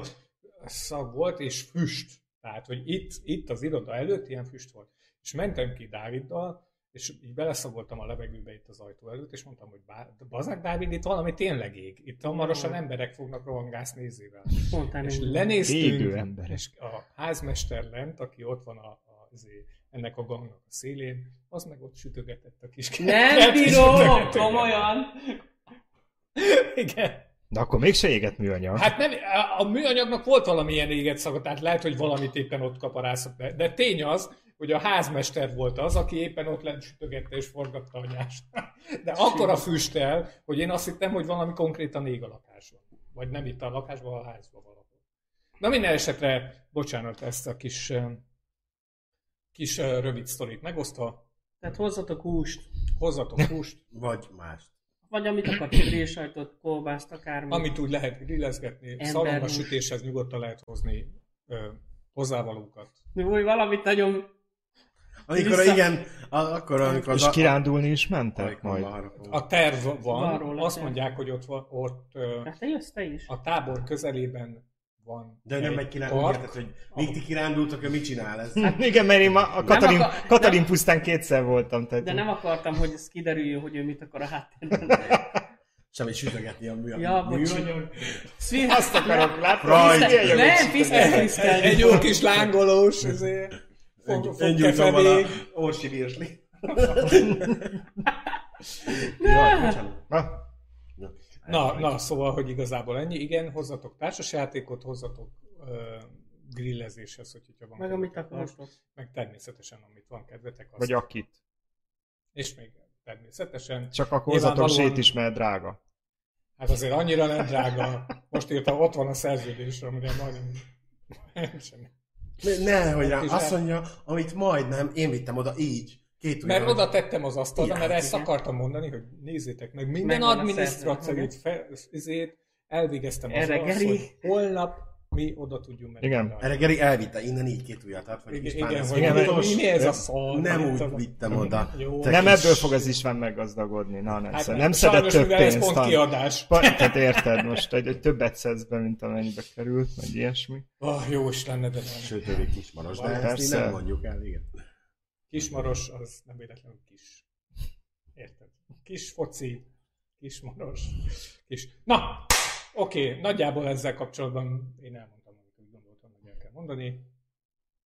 [SPEAKER 3] szag volt, és füst. Tehát, hogy itt, itt az iroda előtt ilyen füst volt. És mentem ki Dáviddal, és így beleszagoltam a levegőbe itt az ajtó előtt, és mondtam, hogy bá- bazák Dávid, itt valami tényleg ég. Itt hamarosan emberek fognak rohangászni nézével.
[SPEAKER 6] Spontán
[SPEAKER 3] És
[SPEAKER 6] indul.
[SPEAKER 4] Égő
[SPEAKER 3] lenéztünk,
[SPEAKER 4] emberek.
[SPEAKER 3] és a házmester lent, aki ott van a, a, azé, ennek a gangnak a szélén, az meg ott sütögetett a kis
[SPEAKER 6] Nem
[SPEAKER 3] kertet,
[SPEAKER 6] bírom,
[SPEAKER 3] sütögetett.
[SPEAKER 6] komolyan.
[SPEAKER 3] Igen.
[SPEAKER 4] De akkor mégse éget műanyag.
[SPEAKER 3] Hát nem, a- a műanyagnak volt valamilyen éget szaga, tehát lehet, hogy valamit éppen ott kaparászott be. De tény az, hogy a házmester volt az, aki éppen ott lent sütögette és forgatta a nyást. De akkor a füstel, hogy én azt hittem, hogy valami konkrétan ég a lakásban. Vagy nem itt a lakásban, a házban valahol. Na minden esetre, bocsánat, ezt a kis eh, kis ö, rövid sztorit megosztva,
[SPEAKER 6] Tehát hozzatok húst,
[SPEAKER 3] hozzatok húst,
[SPEAKER 1] Vagy más.
[SPEAKER 6] vagy amit akartok, grillsajtot, kolbászt, akármit.
[SPEAKER 3] amit úgy lehet grillezgetni,
[SPEAKER 6] Emberhús.
[SPEAKER 3] szalonna sütéshez nyugodtan lehet hozni ö, hozzávalókat.
[SPEAKER 6] Úgy valamit nagyon...
[SPEAKER 1] Amikor
[SPEAKER 6] Vissza-
[SPEAKER 1] Vissza... igen, a- akkor, amikor...
[SPEAKER 4] És kirándulni is mentek
[SPEAKER 1] Ajkon
[SPEAKER 4] majd.
[SPEAKER 1] balra fog.
[SPEAKER 3] A terv van,
[SPEAKER 6] Van róla
[SPEAKER 3] azt
[SPEAKER 6] terv.
[SPEAKER 3] mondják, hogy ott, van, ott ö,
[SPEAKER 6] Hát te jössz te is.
[SPEAKER 3] a tábor közelében van
[SPEAKER 1] De nem megy kirándulni,
[SPEAKER 3] park.
[SPEAKER 1] tehát, hogy még ti kirándultok, ő mit csinál ez?
[SPEAKER 6] Hát-
[SPEAKER 4] Hát Igen, mert én ma a Katalin,
[SPEAKER 6] akar-
[SPEAKER 4] Katalin pusztán kétszer voltam. Tehát
[SPEAKER 6] De nem akartam, hogy ez kiderüljön, hogy ő mit akar a háttérben.
[SPEAKER 1] Semmi sütögetni a műanyag.
[SPEAKER 6] Ja, bocs.
[SPEAKER 1] műanyag.
[SPEAKER 6] Szvi-
[SPEAKER 4] Azt akarok, látod?
[SPEAKER 1] Rajt.
[SPEAKER 4] Milyen jó
[SPEAKER 6] Nem,
[SPEAKER 4] kicsit.
[SPEAKER 6] fiszkel, fiszkel.
[SPEAKER 3] Egy jó kis lángolós, ezért fog,
[SPEAKER 1] Egy-
[SPEAKER 3] fog
[SPEAKER 1] Egyújtó van a
[SPEAKER 3] kefenék.
[SPEAKER 1] Orsi Virsli.
[SPEAKER 4] Na,
[SPEAKER 3] Na, na, szóval, hogy igazából ennyi. Igen, hozzatok társasjátékot, hozzatok ö, grillezéshez, hogy- hogyha van.
[SPEAKER 6] Meg amit
[SPEAKER 3] kedvetek.
[SPEAKER 6] akartok.
[SPEAKER 3] Meg természetesen, amit van kedvetek. Azt.
[SPEAKER 4] Vagy akit.
[SPEAKER 3] És még természetesen.
[SPEAKER 4] Csak akkor hozzatok
[SPEAKER 3] Nyilvánvalóan-
[SPEAKER 4] sét is, mert drága.
[SPEAKER 3] Hát azért annyira nem drága. Most írta, ott van a szerződés, amire majdnem semmi.
[SPEAKER 1] Ne, hogy rá,
[SPEAKER 3] Ott is
[SPEAKER 1] azt
[SPEAKER 3] el-
[SPEAKER 1] mondja, amit majdnem, én vittem oda így, két
[SPEAKER 3] Mert
[SPEAKER 1] ujjammal.
[SPEAKER 3] oda tettem az asztalra,
[SPEAKER 1] Igen,
[SPEAKER 3] mert ezt
[SPEAKER 6] igen.
[SPEAKER 3] akartam mondani, hogy nézzétek meg, minden
[SPEAKER 6] Megvan a
[SPEAKER 3] adminisztraciót,
[SPEAKER 6] szerződés.
[SPEAKER 3] fe- izét elvégeztem az
[SPEAKER 6] Erre,
[SPEAKER 3] azt,
[SPEAKER 6] Geri.
[SPEAKER 3] hogy holnap mi oda tudjunk menni.
[SPEAKER 4] Igen.
[SPEAKER 1] Erre Geri elvitte innen így két ujját át, vagy
[SPEAKER 3] Igen,
[SPEAKER 1] István,
[SPEAKER 3] igen,
[SPEAKER 1] ez
[SPEAKER 3] hogy
[SPEAKER 4] igen,
[SPEAKER 1] fontos.
[SPEAKER 4] mert-
[SPEAKER 3] mi, mi ez a szar?
[SPEAKER 1] Nem
[SPEAKER 3] Mit tudom.
[SPEAKER 1] úgy vittem oda.
[SPEAKER 3] Jó.
[SPEAKER 1] Te
[SPEAKER 4] nem
[SPEAKER 1] kis-
[SPEAKER 4] ebből fog az István meggazdagodni. Na, nem, hát,
[SPEAKER 3] mert
[SPEAKER 4] nem szedett
[SPEAKER 3] sajnos,
[SPEAKER 4] több
[SPEAKER 3] mivel ez
[SPEAKER 4] pénzt.
[SPEAKER 3] pont
[SPEAKER 4] hanem-
[SPEAKER 3] kiadás.
[SPEAKER 4] Pa- Tehát érted most, egy, egy többet szedsz be, mint amennyibe került, vagy ilyesmi.
[SPEAKER 3] Ah, jó is lenne, de nem.
[SPEAKER 1] Sőt, ő kismaros, de ezt így
[SPEAKER 4] Persze.
[SPEAKER 1] nem mondjuk el, igen.
[SPEAKER 3] Kismaros az nem véletlenül kis. Érted? Kis foci, kismaros, kis... Na, oké, okay, nagyjából ezzel kapcsolatban én elmondtam, amit úgy gondoltam, hogy el kell mondani.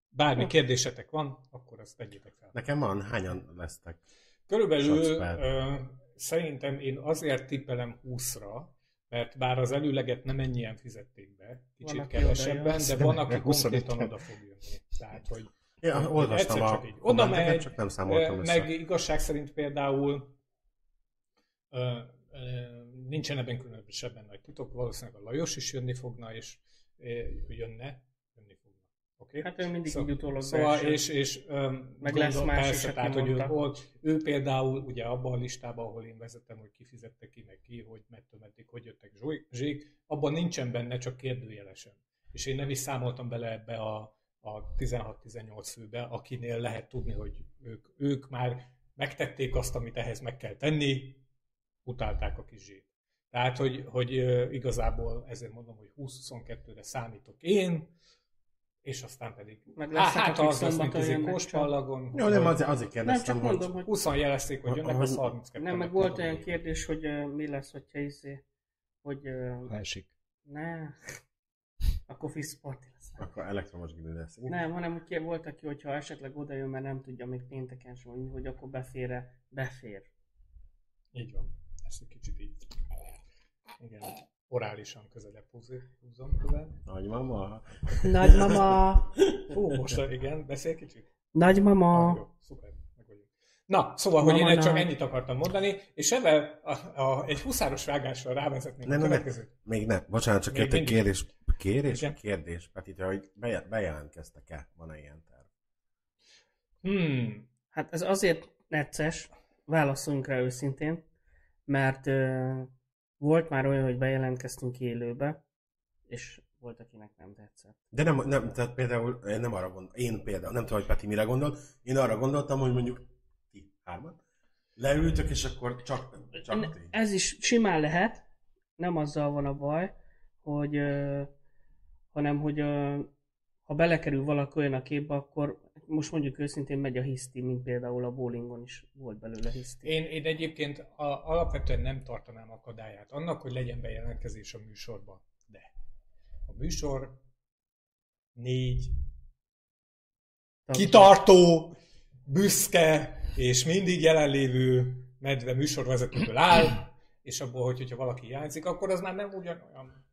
[SPEAKER 3] Bármi kérdésetek van, akkor azt tegyétek fel.
[SPEAKER 1] Nekem van, hányan lesztek?
[SPEAKER 3] Körülbelül
[SPEAKER 1] Shots fired.
[SPEAKER 3] ö, szerintem én azért tippelem 20-ra, mert bár az előleget nem ennyien fizették be, kicsit
[SPEAKER 6] Van, aki oda
[SPEAKER 3] kevesebben,
[SPEAKER 6] jön.
[SPEAKER 3] de van, aki
[SPEAKER 4] 25.
[SPEAKER 3] konkrétan oda fog jönni. Tehát, hogy
[SPEAKER 1] Én
[SPEAKER 3] Egyszer
[SPEAKER 1] olvastam a
[SPEAKER 3] csak így. Oda
[SPEAKER 1] kommenteket,
[SPEAKER 3] megy,
[SPEAKER 1] csak nem számoltam
[SPEAKER 3] Ö,
[SPEAKER 1] össze.
[SPEAKER 3] Meg igazság szerint például ö, ö, nincsen ebben különösebben nagy titok, valószínűleg a Lajos is jönni fogna, és ö, jönne, jönni fogna. Oké?
[SPEAKER 6] Hát ő mindig
[SPEAKER 3] Szó-
[SPEAKER 6] így utólag
[SPEAKER 3] Szóval,
[SPEAKER 6] belső.
[SPEAKER 3] és, és öm,
[SPEAKER 6] Meg lesz
[SPEAKER 3] gondol-
[SPEAKER 6] más is,
[SPEAKER 3] persze,
[SPEAKER 6] aki
[SPEAKER 3] tehát, hogy ő,
[SPEAKER 6] mondta.
[SPEAKER 3] hol, ő például ugye abban a listában, ahol én vezetem, hogy kifizette ki meg ki, hogy mettől meddig, hogy jöttek zsúly- zsék, abban nincsen benne, csak kérdőjelesen. És én nem is számoltam bele ebbe a, a 16-18 főbe, akinél lehet tudni, hogy ők, ők már megtették azt, amit ehhez meg kell tenni, utálták a kis zsét. Tehát, hogy, hogy ö, igazából ezért mondom, hogy 20-22-re számítok én, és aztán pedig
[SPEAKER 6] Meg
[SPEAKER 3] Há-
[SPEAKER 6] lesznek,
[SPEAKER 3] hát
[SPEAKER 6] akik
[SPEAKER 3] az lesz, mint
[SPEAKER 6] szombaton
[SPEAKER 3] izé
[SPEAKER 6] jönnek
[SPEAKER 3] Kóspallagon.
[SPEAKER 1] Jó, nem, azért, azért
[SPEAKER 6] Nem,
[SPEAKER 1] kérdeztem,
[SPEAKER 6] csak
[SPEAKER 1] hogy-
[SPEAKER 6] mondom, hogy
[SPEAKER 3] 20 jelezték, hogy jönnek,
[SPEAKER 1] Hogy-
[SPEAKER 3] az 32
[SPEAKER 6] Nem, meg
[SPEAKER 3] lett
[SPEAKER 6] volt
[SPEAKER 3] oda
[SPEAKER 6] olyan
[SPEAKER 3] még.
[SPEAKER 6] kérdés, hogy ö, mi lesz, hogyha izé, hogy ö,
[SPEAKER 4] Ha esik.
[SPEAKER 6] ne, akkor fisz party lesz. Nem.
[SPEAKER 1] Akkor elektromos grill lesz. igen.
[SPEAKER 6] Nem, hanem hogy ki- volt, aki, hogyha esetleg oda jön, mert nem tudja még pénteken sem, hogy, hogy akkor befér-e, befér.
[SPEAKER 3] Így van. Ezt egy kicsit így. Igen. Orálisan közelebb húz- húzom közel.
[SPEAKER 1] Nagymama.
[SPEAKER 6] Nagymama!
[SPEAKER 3] Fú, most igen, beszél kicsit. Ah,
[SPEAKER 6] Nagymama!
[SPEAKER 3] jó, szuper. meg vagyunk. Na, szóval, hogy
[SPEAKER 6] Mama,
[SPEAKER 3] én csak
[SPEAKER 6] na.
[SPEAKER 3] ennyit akartam mondani, és ebben a, a, egy huszáros vágással
[SPEAKER 1] Nem,
[SPEAKER 3] rávezetnénk a
[SPEAKER 1] nem, nem.
[SPEAKER 3] következőt.
[SPEAKER 1] Még nem. Bocsánat, csak
[SPEAKER 3] Még
[SPEAKER 1] jött egy
[SPEAKER 3] mindig.
[SPEAKER 1] kérdés. Kérés?
[SPEAKER 3] Igen.
[SPEAKER 1] Kérdés, Peti, te, hogy beje- bejelentkeztek-e? Van-e ilyen terv?
[SPEAKER 3] Hmm.
[SPEAKER 6] Hát ez azért necces, válaszoljunk rá őszintén, mert ö, volt már olyan, hogy bejelentkeztünk élőbe, és volt, akinek nem tetszett.
[SPEAKER 1] De nem, nem, tehát például én nem arra gondoltam, én például, nem tudom, hogy Peti mire gondol, én arra gondoltam, hogy mondjuk ti hárman leültök, és akkor csak, csak ti.
[SPEAKER 6] Ez is simán lehet, nem azzal van a baj, hogy ö, hanem, hogy ö, ha belekerül valaki olyan a képbe, akkor most mondjuk őszintén megy a hiszti, mint például a bowlingon is volt belőle hiszti.
[SPEAKER 3] Én, én egyébként a, alapvetően nem tartanám akadályát annak, hogy legyen bejelentkezés a műsorban. De a műsor négy kitartó, büszke és mindig jelenlévő medve műsorvezetőből áll, és abból, hogy, hogyha valaki hiányzik, akkor az már nem ugyanolyan.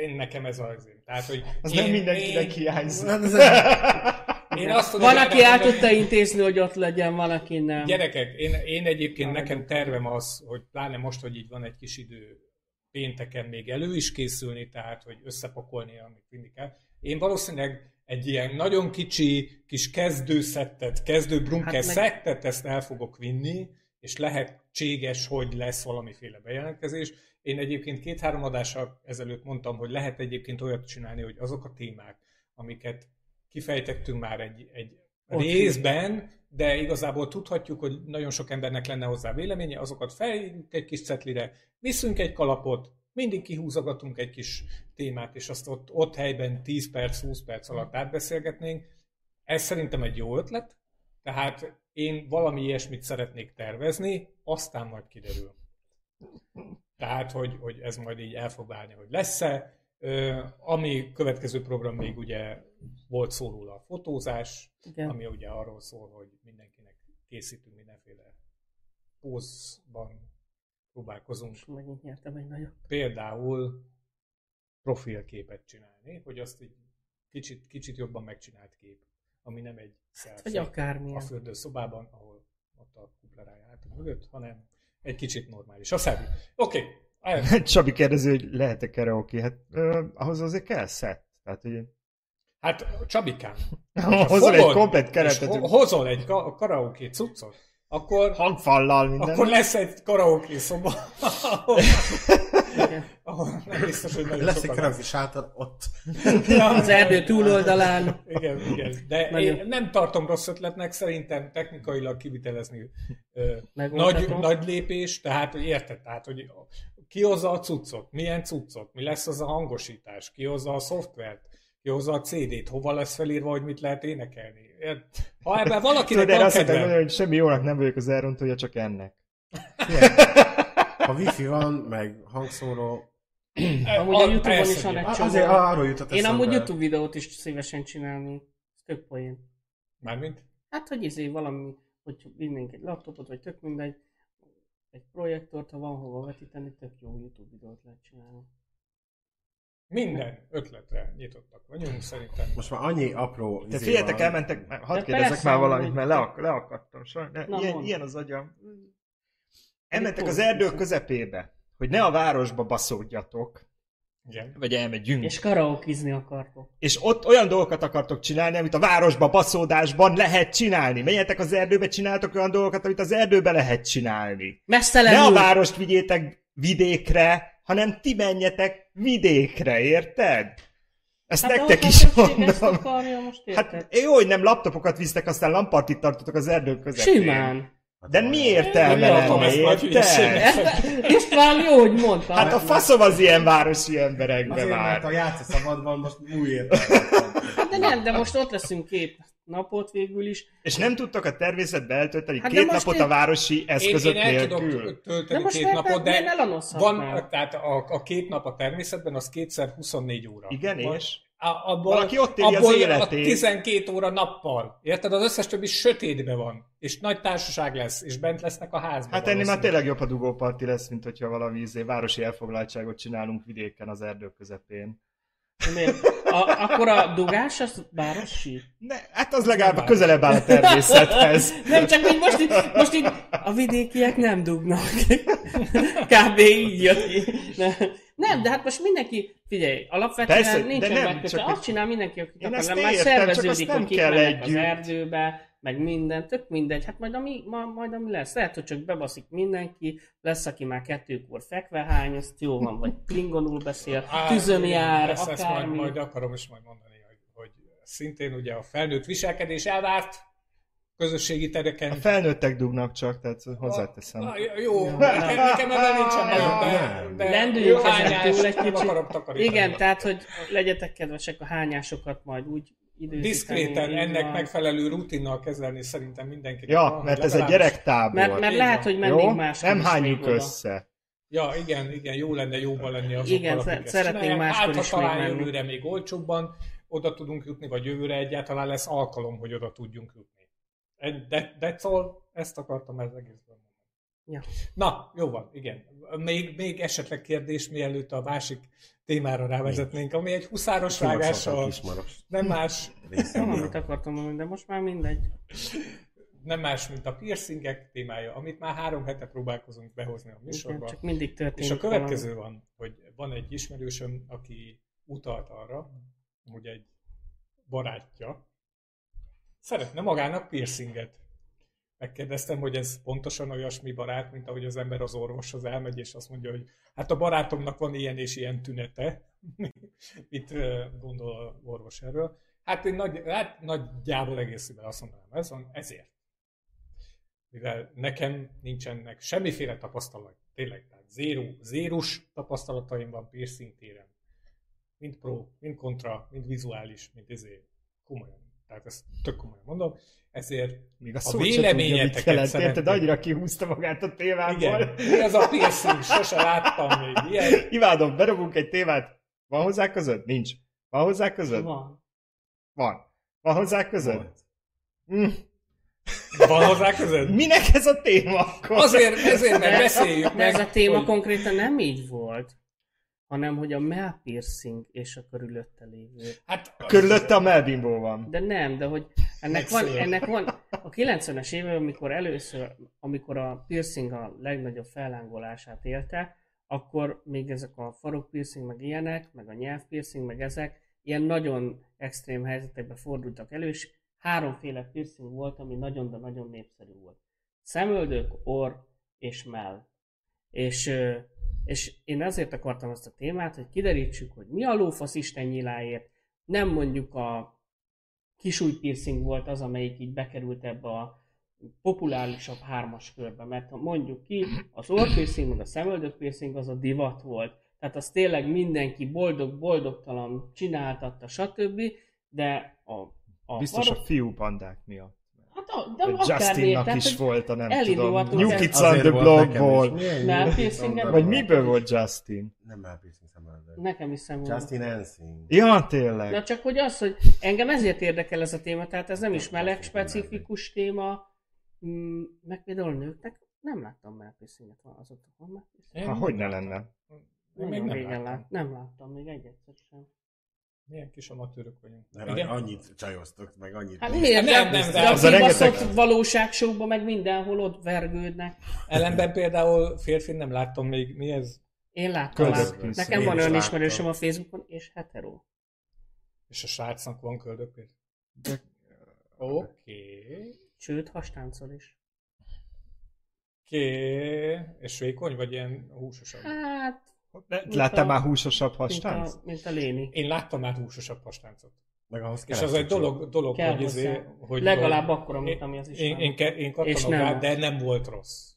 [SPEAKER 3] Én nekem ez az én. Tehát, hogy
[SPEAKER 4] Az
[SPEAKER 3] én,
[SPEAKER 4] nem mindenkinek
[SPEAKER 3] én,
[SPEAKER 4] hiányzik.
[SPEAKER 1] Hát ez-
[SPEAKER 3] én azt tudom,
[SPEAKER 6] Van, aki el
[SPEAKER 3] elmondani-
[SPEAKER 6] tudta intézni, hogy ott legyen, van, aki nem.
[SPEAKER 3] Gyerekek, én, én egyébként nekem tervem az, hogy pláne most, hogy így van egy kis idő pénteken még elő is készülni, tehát hogy összepakolni, amit vinni kell. Én valószínűleg egy ilyen nagyon kicsi kis kezdőszettet, kezdő brunker hát
[SPEAKER 6] Hát
[SPEAKER 3] meg...
[SPEAKER 6] meg-
[SPEAKER 3] szettet, ezt el fogok vinni, és lehetséges, hogy lesz valamiféle bejelentkezés. Én egyébként két-három adással ezelőtt mondtam, hogy lehet egyébként olyat csinálni, hogy azok a témák, amiket kifejtettünk már egy, egy
[SPEAKER 6] Ott
[SPEAKER 3] részben, de igazából tudhatjuk, hogy nagyon sok embernek lenne hozzá véleménye, azokat fejünk egy kis cetlire, viszünk egy kalapot, mindig kihúzogatunk egy kis témát, és azt ott, ott helyben 10 perc, 20 perc alatt átbeszélgetnénk. Ez szerintem egy jó ötlet, tehát én valami ilyesmit szeretnék tervezni, aztán majd kiderül. Tehát, hogy, hogy ez majd így el fog válni, hogy lesz-e. Ö, ami következő program még ugye volt szó róla a fotózás,
[SPEAKER 6] Igen.
[SPEAKER 3] ami ugye arról szól, hogy mindenkinek készítünk mindenféle pózban próbálkozunk
[SPEAKER 6] Most megint nyertem egy nagyot.
[SPEAKER 3] például profilképet csinálni, hogy azt egy kicsit, kicsit jobban megcsinált kép, ami nem egy
[SPEAKER 6] Vagy
[SPEAKER 3] selfie a
[SPEAKER 6] akármilyen.
[SPEAKER 3] fürdőszobában, ahol ott a kuplerája át mögött, hanem egy kicsit normális. A szervi. Oké, okay.
[SPEAKER 4] Csabi kérdezi, hogy lehet-e karaoke? Hát ö, ahhoz azért kell szett. Tehát, hogy
[SPEAKER 3] hát Csabikám, ha
[SPEAKER 4] hozzá egy
[SPEAKER 3] fogod,
[SPEAKER 4] komplet
[SPEAKER 3] és ho-
[SPEAKER 4] keretet,
[SPEAKER 3] hozol egy ka- karaoke cuccot, akkor,
[SPEAKER 4] hangfallal minden.
[SPEAKER 3] akkor lesz egy karaoke szoba, ahol,
[SPEAKER 6] Igen.
[SPEAKER 3] ahol nem biztos, hogy nagyon
[SPEAKER 1] Lesz egy
[SPEAKER 3] sokan
[SPEAKER 1] karaoke sátor ott.
[SPEAKER 6] Az erdő túloldalán.
[SPEAKER 3] Igen, igen. De
[SPEAKER 6] Nagyon.
[SPEAKER 3] én nem tartom rossz ötletnek, szerintem technikailag kivitelezni ö, nagy,
[SPEAKER 6] Megoldható.
[SPEAKER 3] nagy lépés, tehát érted, tehát, hogy ki hozza a cuccot, milyen cuccot, mi lesz az a hangosítás, ki hozza a szoftvert, ki hozza a CD-t, hova lesz felírva, hogy mit lehet énekelni. Ért? Ha ebben valakinek
[SPEAKER 4] Tudod, erre
[SPEAKER 3] van
[SPEAKER 4] azt hittem,
[SPEAKER 3] kedve,
[SPEAKER 4] mondani, hogy semmi jónak nem vagyok az elrontója, csak ennek.
[SPEAKER 1] Ha wifi van, meg hangszóró...
[SPEAKER 6] Amúgy a Youtube-on is van egy
[SPEAKER 1] Á,
[SPEAKER 6] csomó.
[SPEAKER 1] Azért arról jutott
[SPEAKER 6] Én
[SPEAKER 1] eszembe.
[SPEAKER 6] amúgy Youtube videót is szívesen csinálni. Ez tök poén.
[SPEAKER 3] Mármint?
[SPEAKER 6] Hát, hogy izé valami, hogy vinnénk egy laptopot, vagy tök mindegy, egy projektort, ha van hova vetíteni, tök jó Youtube videót lehet csinálni.
[SPEAKER 3] Minden ötletre nyitottak vagyunk, szerintem.
[SPEAKER 1] Most már annyi apró...
[SPEAKER 4] Te
[SPEAKER 1] izé
[SPEAKER 4] figyeljetek,
[SPEAKER 1] van.
[SPEAKER 4] elmentek, már- hadd
[SPEAKER 6] De
[SPEAKER 4] kérdezek
[SPEAKER 6] persze,
[SPEAKER 4] már valamit,
[SPEAKER 6] amúgy.
[SPEAKER 4] mert leak, leakadtam. Sajnos,
[SPEAKER 6] Na,
[SPEAKER 4] ilyen,
[SPEAKER 6] mondd.
[SPEAKER 4] ilyen az agyam. Elmentek
[SPEAKER 6] Mit
[SPEAKER 4] az
[SPEAKER 6] tudsz?
[SPEAKER 4] erdők közepébe, hogy ne a városba baszódjatok,
[SPEAKER 3] Igen.
[SPEAKER 4] vagy elmegyünk. És,
[SPEAKER 6] És karaokizni akartok.
[SPEAKER 4] és ott olyan dolgokat akartok csinálni, amit a városba baszódásban lehet csinálni. Menjetek az erdőbe, csináltok olyan dolgokat, amit az erdőbe lehet csinálni. Ne a
[SPEAKER 6] Messzelenül!
[SPEAKER 4] várost vigyétek vidékre, hanem ti menjetek vidékre, érted? Ezt
[SPEAKER 6] de
[SPEAKER 4] nektek
[SPEAKER 6] ott a
[SPEAKER 4] is
[SPEAKER 6] község Ezt
[SPEAKER 4] mondom.
[SPEAKER 6] akarja, most érted?
[SPEAKER 4] Hát jó, hogy nem laptopokat visztek, aztán lampartit tartotok az erdők közepén.
[SPEAKER 6] Simán.
[SPEAKER 4] De
[SPEAKER 1] Hát,
[SPEAKER 4] mi értelme
[SPEAKER 3] Nem tartom
[SPEAKER 4] lenne,
[SPEAKER 3] ezt nagy hülyeségnek.
[SPEAKER 4] érted?
[SPEAKER 6] Ezt- István, jó, hogy mondtam.
[SPEAKER 4] Hát a faszom az ilyen városi emberekbe
[SPEAKER 1] Azért, mert a
[SPEAKER 4] már.
[SPEAKER 1] játsza szabadban most új értelme.
[SPEAKER 6] Hát de nem, de most ott leszünk két napot végül is.
[SPEAKER 4] És nem tudtok a természetbe eltölteni
[SPEAKER 6] Hát de
[SPEAKER 4] két
[SPEAKER 6] most
[SPEAKER 4] napot
[SPEAKER 6] én-
[SPEAKER 4] a városi
[SPEAKER 3] Én,
[SPEAKER 4] eszközök
[SPEAKER 3] én el tudok
[SPEAKER 4] nélkül.
[SPEAKER 6] De
[SPEAKER 3] tölteni
[SPEAKER 6] most
[SPEAKER 3] két
[SPEAKER 6] miért
[SPEAKER 3] napot,
[SPEAKER 6] nem- miért
[SPEAKER 3] de
[SPEAKER 6] ne lanozhatnál?
[SPEAKER 3] Van, tehát a, a két nap a természetben, az kétszer 24 óra.
[SPEAKER 4] Igen,
[SPEAKER 3] Abban-
[SPEAKER 4] és?
[SPEAKER 3] A, abból,
[SPEAKER 4] Valaki ott éli az
[SPEAKER 3] a
[SPEAKER 4] életét.
[SPEAKER 3] 12 óra nappal. Érted? Az összes többi sötétben van. És nagy társaság lesz, és bent lesznek a házban.
[SPEAKER 4] Hát ennél már
[SPEAKER 3] valószínűleg.
[SPEAKER 4] tényleg jobb a dugóparti lesz, mint hogyha valami izé, városi elfoglaltságot csinálunk vidéken az erdők közepén.
[SPEAKER 6] Miért? A, akkor a dugás, az városi.
[SPEAKER 4] Ne, hát az legalább közelebb áll a természethez.
[SPEAKER 6] Nem csak, hogy most itt, most itt a vidékiek nem dugnak. Kb. így jött ki. Nem, de hát most mindenki, figyelj, alapvetően
[SPEAKER 4] Persze, de
[SPEAKER 6] Persze, nincsen
[SPEAKER 4] nem,
[SPEAKER 6] nem, megkötve.
[SPEAKER 4] csak
[SPEAKER 6] Azt
[SPEAKER 4] hogy-
[SPEAKER 6] csinál mindenki, aki
[SPEAKER 4] Én
[SPEAKER 6] akar,
[SPEAKER 4] ezt
[SPEAKER 6] mert már
[SPEAKER 4] értem, csak azt
[SPEAKER 6] szerveződik,
[SPEAKER 4] nem
[SPEAKER 6] hogy kik
[SPEAKER 4] kell
[SPEAKER 6] mennek az
[SPEAKER 4] együtt.
[SPEAKER 6] erdőbe, meg minden, tök mindegy. Hát majd ami, ma, majd ami lesz, lehet, hogy csak bebaszik mindenki, lesz, aki már kettőkor fekve hány, azt jó van, vagy klingonul beszél,
[SPEAKER 3] Á,
[SPEAKER 6] tüzön
[SPEAKER 3] igen,
[SPEAKER 6] jár,
[SPEAKER 3] ezt, ezt majd,
[SPEAKER 6] akármi.
[SPEAKER 3] majd akarom is majd mondani, hogy, hogy szintén ugye a felnőtt viselkedés elvárt közösségi
[SPEAKER 4] A
[SPEAKER 3] tereken.
[SPEAKER 4] felnőttek dugnak csak, tehát hozzáteszem.
[SPEAKER 3] Na, Ah, jó,
[SPEAKER 6] Ja.
[SPEAKER 3] nekem, nekem ebben nincsen bajom, de,
[SPEAKER 1] Nem.
[SPEAKER 3] de
[SPEAKER 6] Lendüljünk ezen
[SPEAKER 3] hányást
[SPEAKER 6] túl egy
[SPEAKER 3] nem
[SPEAKER 6] kicsit.
[SPEAKER 3] akarok takarítani.
[SPEAKER 6] Igen, tehát, hogy legyetek kedvesek a hányásokat majd úgy időzíteni.
[SPEAKER 3] diszkréten
[SPEAKER 6] így
[SPEAKER 3] ennek
[SPEAKER 6] van.
[SPEAKER 3] megfelelő rutinnal kezelni szerintem mindenkinek.
[SPEAKER 4] Ja,
[SPEAKER 3] van,
[SPEAKER 4] mert ez egy
[SPEAKER 3] legalábbis-
[SPEAKER 4] gyerektábor.
[SPEAKER 6] Mert, mert
[SPEAKER 3] Így van.
[SPEAKER 6] lehet, hogy mennénk
[SPEAKER 4] Jó?
[SPEAKER 6] máskor
[SPEAKER 4] Nem
[SPEAKER 6] is
[SPEAKER 4] hányjuk
[SPEAKER 6] még oda.
[SPEAKER 4] össze.
[SPEAKER 3] Ja, igen, igen, jó lenne jóban lenni azokkal,
[SPEAKER 6] Igen,
[SPEAKER 3] akik
[SPEAKER 6] sze-
[SPEAKER 3] ezt
[SPEAKER 6] szeretnénk
[SPEAKER 3] csinálják.
[SPEAKER 6] máskor
[SPEAKER 3] hát, ha
[SPEAKER 6] is
[SPEAKER 3] talán
[SPEAKER 6] megmenni.
[SPEAKER 3] jövőre még olcsóbban oda tudunk jutni, vagy jövőre egyáltalán lesz alkalom, hogy oda tudjunk jutni. Egy- De, de szól, ezt akartam ez egészben mondani.
[SPEAKER 6] Ja.
[SPEAKER 3] Na, jó van, igen. Még, még esetleg kérdés, mielőtt a másik témára rávezetnénk, ami egy huszáros vágással,
[SPEAKER 1] Kismaros
[SPEAKER 3] nem más,
[SPEAKER 6] Nem, amit
[SPEAKER 1] részemről.
[SPEAKER 6] akartam mondani, de most már mindegy.
[SPEAKER 3] nem más, mint a piercingek témája, amit már három hete próbálkozunk behozni a
[SPEAKER 6] Igen,
[SPEAKER 3] műsorba.
[SPEAKER 6] csak mindig történik
[SPEAKER 3] És a következő van, hogy van egy ismerősöm, aki utalt arra, hogy egy barátja szeretne magának piercinget. Megkérdeztem, hogy ez pontosan olyasmi barát, mint ahogy az ember az orvoshoz elmegy, és azt mondja, hogy hát a barátomnak van ilyen és ilyen tünete. Mit ö, gondol a orvos erről? Hát én nagy, hát nagyjából egészében azt mondanám, ez van, ezért. Mivel nekem nincsenek semmiféle tapasztalat, tényleg, tehát zéró, zérus tapasztalataim van piercing téren. Mind pro, mind kontra, mind vizuális, mind ezért. Komolyan. Tehát ezt tök komolyan mondom. Ezért
[SPEAKER 4] Még a,
[SPEAKER 3] A
[SPEAKER 4] szót se
[SPEAKER 3] véleményeteket
[SPEAKER 4] tudja, mit jelent, érted?
[SPEAKER 3] szeretném.
[SPEAKER 4] Annyira kihúzta magát a
[SPEAKER 3] igen,
[SPEAKER 4] témából.
[SPEAKER 3] mi az a piercing? Sose láttam még ilyen.
[SPEAKER 4] Imádom, berobunk egy témát. Van hozzá között? Nincs. Van hozzá között?
[SPEAKER 6] Van.
[SPEAKER 4] Van. Van hozzá között? Mm.
[SPEAKER 3] Van hozzá között?
[SPEAKER 4] Minek ez a téma akkor?
[SPEAKER 3] Azért, ezért, mert beszéljük
[SPEAKER 6] De
[SPEAKER 3] meg,
[SPEAKER 6] ez a téma
[SPEAKER 3] hogy-
[SPEAKER 6] konkrétan nem így volt, hanem hogy a mell piercing és a körülötte lévő.
[SPEAKER 3] Hát,
[SPEAKER 4] Körülötte a melbimbó van.
[SPEAKER 6] De nem, de hogy ennek van,
[SPEAKER 3] Megszél.
[SPEAKER 6] ennek van a 90-es években, amikor először, amikor a piercing a legnagyobb fellángolását élte, akkor még ezek a farok piercing, meg ilyenek, meg a nyelv piercing, meg ezek, ilyen nagyon extrém helyzetekbe fordultak elő, és háromféle piercing volt, ami nagyon, de nagyon népszerű volt. Szemöldök, orr és mell. És, ö, és én azért akartam ezt a témát, hogy kiderítsük, hogy mi a lófasz Isten nyiláért, nem mondjuk a kisúj piercing volt az, amelyik így bekerült ebbe a populárisabb hármas körbe, mert ha mondjuk ki, az orrpiercing, meg a szemöldök piercing az a divat volt. Tehát az tényleg mindenki boldog-boldogtalan csináltatta, stb. De a, a
[SPEAKER 4] Biztos a
[SPEAKER 6] farok-
[SPEAKER 4] fiú bandák miatt.
[SPEAKER 6] Hát a, de
[SPEAKER 4] Hogy
[SPEAKER 6] akármi,
[SPEAKER 4] Justinnak
[SPEAKER 6] tehát,
[SPEAKER 4] is
[SPEAKER 6] hogy
[SPEAKER 4] volt a nem tudom.
[SPEAKER 6] elindulhatunk
[SPEAKER 4] New
[SPEAKER 6] ez-
[SPEAKER 4] Kids on the Blockból. Vagy miből volt Justin?
[SPEAKER 1] Nem már piercing szemöldök.
[SPEAKER 6] nekem is szemöldök.
[SPEAKER 1] Justin Hansing.
[SPEAKER 4] Ja, tényleg.
[SPEAKER 6] Na csak hogy az, hogy engem ezért érdekel ez a téma, tehát ez nem is meleg specifikus téma, Mm, meg például a nőknek nem láttam melpiercinget van azóta, van melpiercing.
[SPEAKER 4] Ha, hogy ne lenne?
[SPEAKER 3] Én még
[SPEAKER 6] Nagyon
[SPEAKER 3] nem
[SPEAKER 6] régen
[SPEAKER 3] láttam.
[SPEAKER 6] lát, nem láttam még egy egyszer sem.
[SPEAKER 3] Milyen kis amatőrök vagyunk.
[SPEAKER 1] Nem, Annyit csajoztok, meg annyit.
[SPEAKER 6] Hát miért
[SPEAKER 3] nem,
[SPEAKER 6] nem?
[SPEAKER 3] nem,
[SPEAKER 6] de
[SPEAKER 3] nem.
[SPEAKER 6] a
[SPEAKER 4] Az a rengeteg-
[SPEAKER 6] kibaszott valóságsókban meg mindenhol ott vergődnek.
[SPEAKER 3] Ellenben például férfin nem láttam még, mi ez?
[SPEAKER 6] Én láttam
[SPEAKER 4] Köldök
[SPEAKER 6] már.
[SPEAKER 4] piercing.
[SPEAKER 6] Nekem
[SPEAKER 1] Én
[SPEAKER 6] van
[SPEAKER 1] is
[SPEAKER 6] olyan
[SPEAKER 1] láttam.
[SPEAKER 6] ismerősöm a Facebookon, és hetero.
[SPEAKER 3] És a srácnak van köldökért.
[SPEAKER 4] De-
[SPEAKER 3] Oké.
[SPEAKER 6] Sőt, hastáncol is.
[SPEAKER 3] Oké. És vékony, vagy ilyen húsosabb?
[SPEAKER 6] Hát,
[SPEAKER 4] Láttam már húsosabb
[SPEAKER 6] mint a,
[SPEAKER 4] hastánc?
[SPEAKER 6] mint a léni.
[SPEAKER 3] Én láttam már húsosabb hastáncot.
[SPEAKER 1] Meg ahhoz
[SPEAKER 3] És az egy dolog, dolog
[SPEAKER 6] Kell
[SPEAKER 3] hogy, izé,
[SPEAKER 6] hozzá.
[SPEAKER 3] hogy...
[SPEAKER 6] Legalább
[SPEAKER 3] hogy-
[SPEAKER 6] akkora, mint ami az
[SPEAKER 3] Én,
[SPEAKER 6] István.
[SPEAKER 3] én, ke- én kaptam
[SPEAKER 6] És
[SPEAKER 3] és
[SPEAKER 6] nem
[SPEAKER 3] nem. Rá,
[SPEAKER 6] volt.
[SPEAKER 3] de nem volt rossz.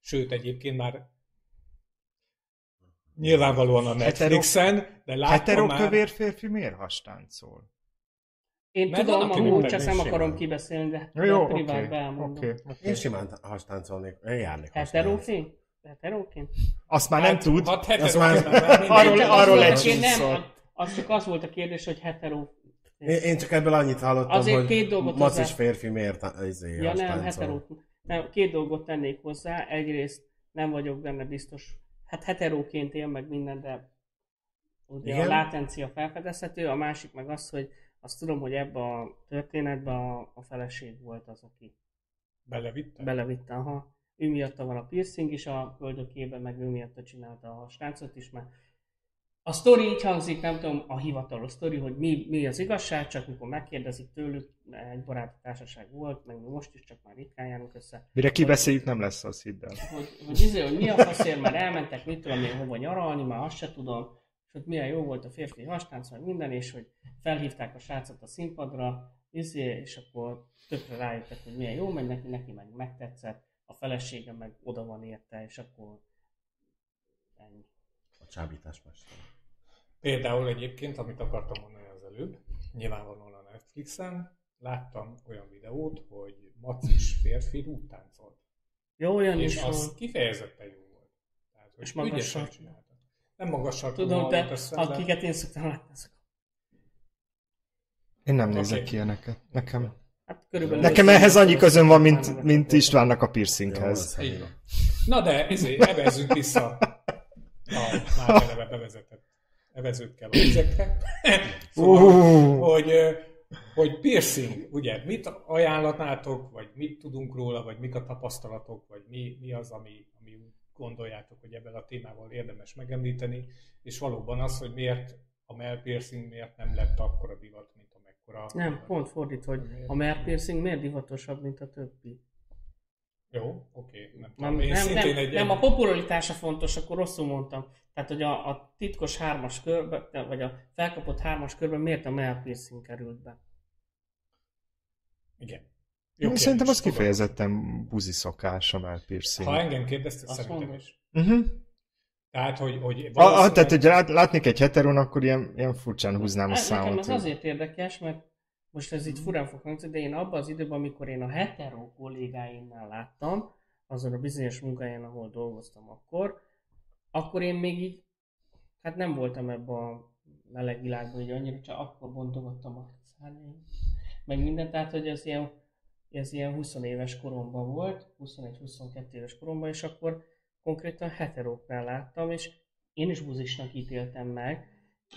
[SPEAKER 3] Sőt, egyébként már nyilvánvalóan a
[SPEAKER 4] Hetero-
[SPEAKER 3] Netflixen, de láttam már...
[SPEAKER 4] Heterokövér férfi miért hastáncol?
[SPEAKER 6] Én
[SPEAKER 3] Mert
[SPEAKER 6] tudom,
[SPEAKER 3] vannak
[SPEAKER 6] a
[SPEAKER 3] ilyen
[SPEAKER 6] múlt,
[SPEAKER 3] emberek,
[SPEAKER 6] csak nem
[SPEAKER 1] simán.
[SPEAKER 6] akarom kibeszélni, de
[SPEAKER 4] Jó, jó,
[SPEAKER 6] de
[SPEAKER 4] oké.
[SPEAKER 6] privátban elmondom.
[SPEAKER 4] oké, oké.
[SPEAKER 1] Én simán hastáncolnék, én járnék
[SPEAKER 6] Hát Heteróként? Heteróként?
[SPEAKER 4] Azt már nem
[SPEAKER 3] Hát,
[SPEAKER 4] tud.
[SPEAKER 3] Hát
[SPEAKER 4] Azt
[SPEAKER 3] hetero,
[SPEAKER 4] már-
[SPEAKER 6] Én
[SPEAKER 4] Arról,
[SPEAKER 6] csak azt
[SPEAKER 4] arról
[SPEAKER 6] mondom,
[SPEAKER 4] egy
[SPEAKER 6] hogy
[SPEAKER 4] szó.
[SPEAKER 6] nem, Az csak az volt a kérdés, hogy heteró.
[SPEAKER 1] Én, én csak ebből annyit hallottam,
[SPEAKER 6] Azért
[SPEAKER 1] hogy
[SPEAKER 6] két dolgot
[SPEAKER 1] macis
[SPEAKER 6] hozzá-
[SPEAKER 1] férfi miért tá- izé,
[SPEAKER 6] Ja nem, hát
[SPEAKER 1] hastáncol.
[SPEAKER 6] heteró. Nem, két dolgot tennék hozzá. Egyrészt nem vagyok benne biztos. Hát heteróként él meg minden, de ugye
[SPEAKER 1] Igen?
[SPEAKER 6] a látencia felfedezhető. A másik meg az, hogy azt tudom, hogy ebbe a történetben a, a feleség volt az, aki
[SPEAKER 3] Belevittem.
[SPEAKER 6] belevitte, aha. Ő miatta van a piercing is a köldökében, meg ő miatta csinálta a srácot is, mert a sztori így hangzik, nem tudom, a hivatalos sztori, hogy mi, mi az igazság, csak mikor megkérdezik tőlük, egy baráti társaság volt, meg mi most is, csak már ritkán járunk össze,
[SPEAKER 4] Mire kibeszéljük, nem lesz az hidd el.
[SPEAKER 6] hogy, hogy, izé, hogy mi a faszért, mert elmentek, mit tudom én, hova nyaralni, már azt se tudom, és hogy milyen jó volt a férfi hastánc, meg minden, és hogy felhívták a srácot a színpadra, izé, és akkor tökre rájöttek, hogy milyen jó megy neki, neki meg megtetszett, a felesége meg oda van érte, és akkor ennyi.
[SPEAKER 1] A csábítás mester.
[SPEAKER 3] Például egyébként, amit akartam mondani az előbb, nyilvánvalóan a Netflixen, láttam olyan videót, hogy macis férfi rúttáncolt.
[SPEAKER 6] Jó, olyan
[SPEAKER 3] És
[SPEAKER 6] is
[SPEAKER 3] az
[SPEAKER 6] az...
[SPEAKER 3] kifejezetten jó volt. Tehát, hogy
[SPEAKER 6] És
[SPEAKER 3] és
[SPEAKER 6] magasan.
[SPEAKER 3] magasan csinálta. Nem magasan
[SPEAKER 6] Tudom,
[SPEAKER 3] te,
[SPEAKER 6] te, akiket én szoktam látni, azok.
[SPEAKER 4] Én nem
[SPEAKER 3] Oké.
[SPEAKER 4] nézek ki ilyeneket. Nekem,
[SPEAKER 6] Hát körülbelül...
[SPEAKER 4] nekem
[SPEAKER 6] össze-
[SPEAKER 4] ehhez annyi közön van, mint,
[SPEAKER 6] Már
[SPEAKER 4] mint
[SPEAKER 6] nem-
[SPEAKER 4] Istvánnak a
[SPEAKER 1] Jó,
[SPEAKER 4] piercinghez.
[SPEAKER 1] ez
[SPEAKER 3] Így
[SPEAKER 1] helyes.
[SPEAKER 3] van. Na de, ezért evezzünk vissza a már eleve bevezetett evezőkkel a vizekre. szóval,
[SPEAKER 4] Uh,
[SPEAKER 3] hogy, ö, hogy piercing, ugye, mit ajánlatnátok, vagy mit tudunk róla, vagy mik a tapasztalatok, vagy mi, mi az, ami, ami úgy gondoljátok, hogy ebben a témával érdemes megemlíteni, és valóban az, hogy miért a mell piercing miért nem lett akkora divat, mint a meg ekkora...
[SPEAKER 6] Nem, pont fordít, hogy a mer piercing miért divatosabb, mint a többi.
[SPEAKER 3] Jó, oké. Okay, nem,
[SPEAKER 6] Nem,
[SPEAKER 3] tudom, én
[SPEAKER 6] nem,
[SPEAKER 3] szintén
[SPEAKER 6] nem,
[SPEAKER 3] egy
[SPEAKER 6] nem, a popularitása fontos, akkor rosszul mondtam. Tehát, hogy a, a titkos hármas körben, vagy a felkapott hármas körben miért a male piercing került be?
[SPEAKER 3] Igen.
[SPEAKER 4] Jó,
[SPEAKER 3] kérdés,
[SPEAKER 4] Szerintem az
[SPEAKER 3] tudom.
[SPEAKER 4] kifejezetten buzi szokás a már piercing.
[SPEAKER 3] Ha engem kérdezted,
[SPEAKER 6] Azt
[SPEAKER 3] szerintem
[SPEAKER 6] mondod.
[SPEAKER 3] is.
[SPEAKER 4] Uh-huh.
[SPEAKER 3] Tehát, hogy... hogy
[SPEAKER 4] A, a,
[SPEAKER 3] valószínűleg-
[SPEAKER 4] tehát, hogyha lát, látnék egy heterón, akkor ilyen, ilyen furcsán húznám a
[SPEAKER 6] Ez Hát nekem
[SPEAKER 4] számot.
[SPEAKER 6] ez azért érdekes, mert most ez itt furán fog hangzani, de én abban az időben, amikor én a hetero kollégáimnál láttam, azon a bizonyos munkahelyen, ahol dolgoztam akkor, akkor én még így, hát nem voltam ebben a meleg világban, így annyira csak akkor bontogattam a szárnyaim, meg mindent, tehát hogy ez ilyen, ez ilyen 20 éves koromban volt, 21-22 éves koromban, és akkor konkrétan heteróknál láttam, és én is buzisnak ítéltem meg,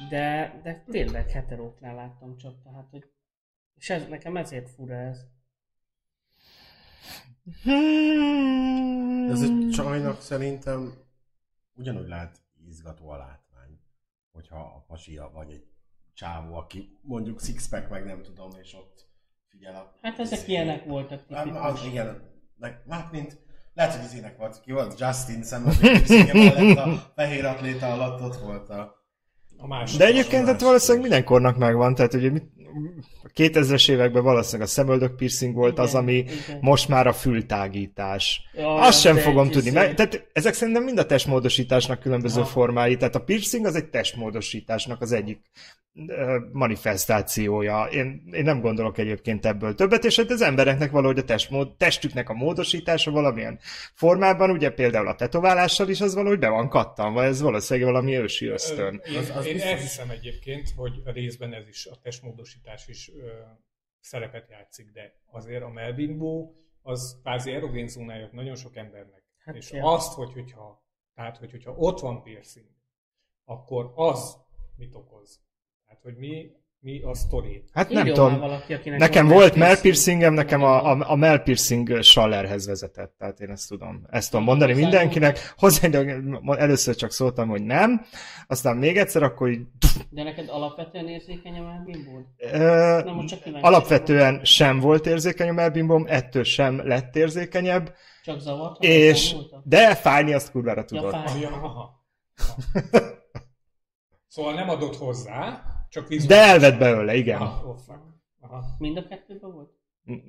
[SPEAKER 6] de, de tényleg heteróknál láttam csak, tehát hogy és ez, nekem ezért fura ez.
[SPEAKER 1] Ez
[SPEAKER 4] Hmm.
[SPEAKER 1] egy csajnak szerintem ugyanúgy lehet izgató a látvány, hogyha a pasia vagy egy csávó, aki mondjuk sixpack meg nem tudom, és ott figyel a...
[SPEAKER 6] Hát ezek
[SPEAKER 1] izé-
[SPEAKER 6] ilyenek voltak
[SPEAKER 1] Nem, az,
[SPEAKER 6] tipikus.
[SPEAKER 1] igen, ne- hát mint lehet, hogy izének volt, ki volt Justin szemben, mellett a fehér atléta alatt ott volt a...
[SPEAKER 3] A másik.
[SPEAKER 4] De
[SPEAKER 1] egy-
[SPEAKER 4] egyébként tehát valószínűleg mindenkornak megvan, tehát ugye mit, a 2000-es években valószínűleg a szemöldök piercing volt az,
[SPEAKER 6] Igen,
[SPEAKER 4] ami
[SPEAKER 6] igen.
[SPEAKER 4] most már a fültágítás.
[SPEAKER 6] Jaj,
[SPEAKER 4] Azt sem
[SPEAKER 6] de
[SPEAKER 4] fogom
[SPEAKER 6] egy
[SPEAKER 4] tudni.
[SPEAKER 6] izé-
[SPEAKER 4] Meg, tehát ezek szerintem mind a testmódosításnak különböző
[SPEAKER 6] Ha.
[SPEAKER 4] formái. Tehát a piercing az egy testmódosításnak az egyik ö, manifestációja. Én, én nem gondolok egyébként ebből többet, és hát az embereknek valahogy a testmód, testüknek a módosítása valamilyen formában, ugye például a tetoválással is az valahogy be van kattanva, ez valószínűleg valami ősi ösztön.
[SPEAKER 3] Én,
[SPEAKER 1] Az- az
[SPEAKER 3] én
[SPEAKER 1] biztos.
[SPEAKER 3] elhiszem egyébként, hogy a részben ez is, a testmódosítás is ö, szerepet játszik, de azért a melbimbó az kvázi erogén zónája nagyon sok embernek.
[SPEAKER 6] Hát
[SPEAKER 3] és
[SPEAKER 6] igen.
[SPEAKER 3] azt, hogy hogyha, tehát, hogy hogyha ott van piercing, akkor az mit okoz? Tehát, hogy mi, mi a sztori?
[SPEAKER 4] Hát nem
[SPEAKER 6] Írjon
[SPEAKER 4] tudom.
[SPEAKER 6] már Valaki, akinek
[SPEAKER 4] Nekem volt
[SPEAKER 6] male
[SPEAKER 4] mel piercingem, nekem a, a, a mel piercing Schallerhez vezetett, tehát én ezt tudom. Ezt tudom mondani
[SPEAKER 6] Hozzá
[SPEAKER 4] mindenkinek. Hozzá, először csak szóltam, hogy nem, aztán még egyszer, akkor így,
[SPEAKER 6] De neked alapvetően érzékeny a melbimbód?
[SPEAKER 4] ö,
[SPEAKER 6] Na most csak kíváncsi.
[SPEAKER 4] alapvetően sem volt érzékeny a melbimbom, ettől sem lett érzékenyebb,
[SPEAKER 6] Csak zavart?
[SPEAKER 4] és de fájni azt kurvára
[SPEAKER 6] tudod.
[SPEAKER 4] tudod.
[SPEAKER 6] Ja, fáj.
[SPEAKER 3] Ja, aha. Szóval nem adott hozzá, csak
[SPEAKER 4] De
[SPEAKER 3] vizuális.
[SPEAKER 4] elvett belőle, igen.
[SPEAKER 3] Ah, oh, fuck. Aha.
[SPEAKER 6] Mind a kettőben volt?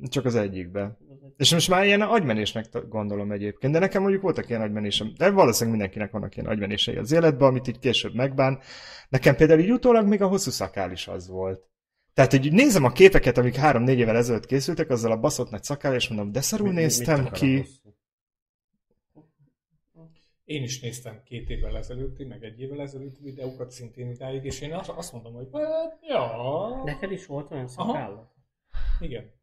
[SPEAKER 4] Csak az egyikbe.
[SPEAKER 6] Tudod, ez-
[SPEAKER 4] És most már ilyen agymenésnek t- gondolom egyébként, de nekem mondjuk voltak ilyen agymenésem, de valószínűleg mindenkinek vannak ilyen agymenései az életben, amit így később megbán. Nekem például így utólag még a hosszú szakál is az volt. Tehát, hogy így nézem a képeket, amik három-négy évvel ezelőtt készültek, azzal a baszott nagy szakáll, és mondom, de szarul
[SPEAKER 1] Mi- mi- mit
[SPEAKER 4] néztem
[SPEAKER 1] akar a
[SPEAKER 4] ki.
[SPEAKER 1] hosszú?
[SPEAKER 3] Én is néztem két évvel ezelőtti, meg egy évvel ezelőtti videókat szintén idáig, és én azt- azt mondom, hogy hát, ja,
[SPEAKER 6] Neked is volt olyan szakállod?
[SPEAKER 3] igen.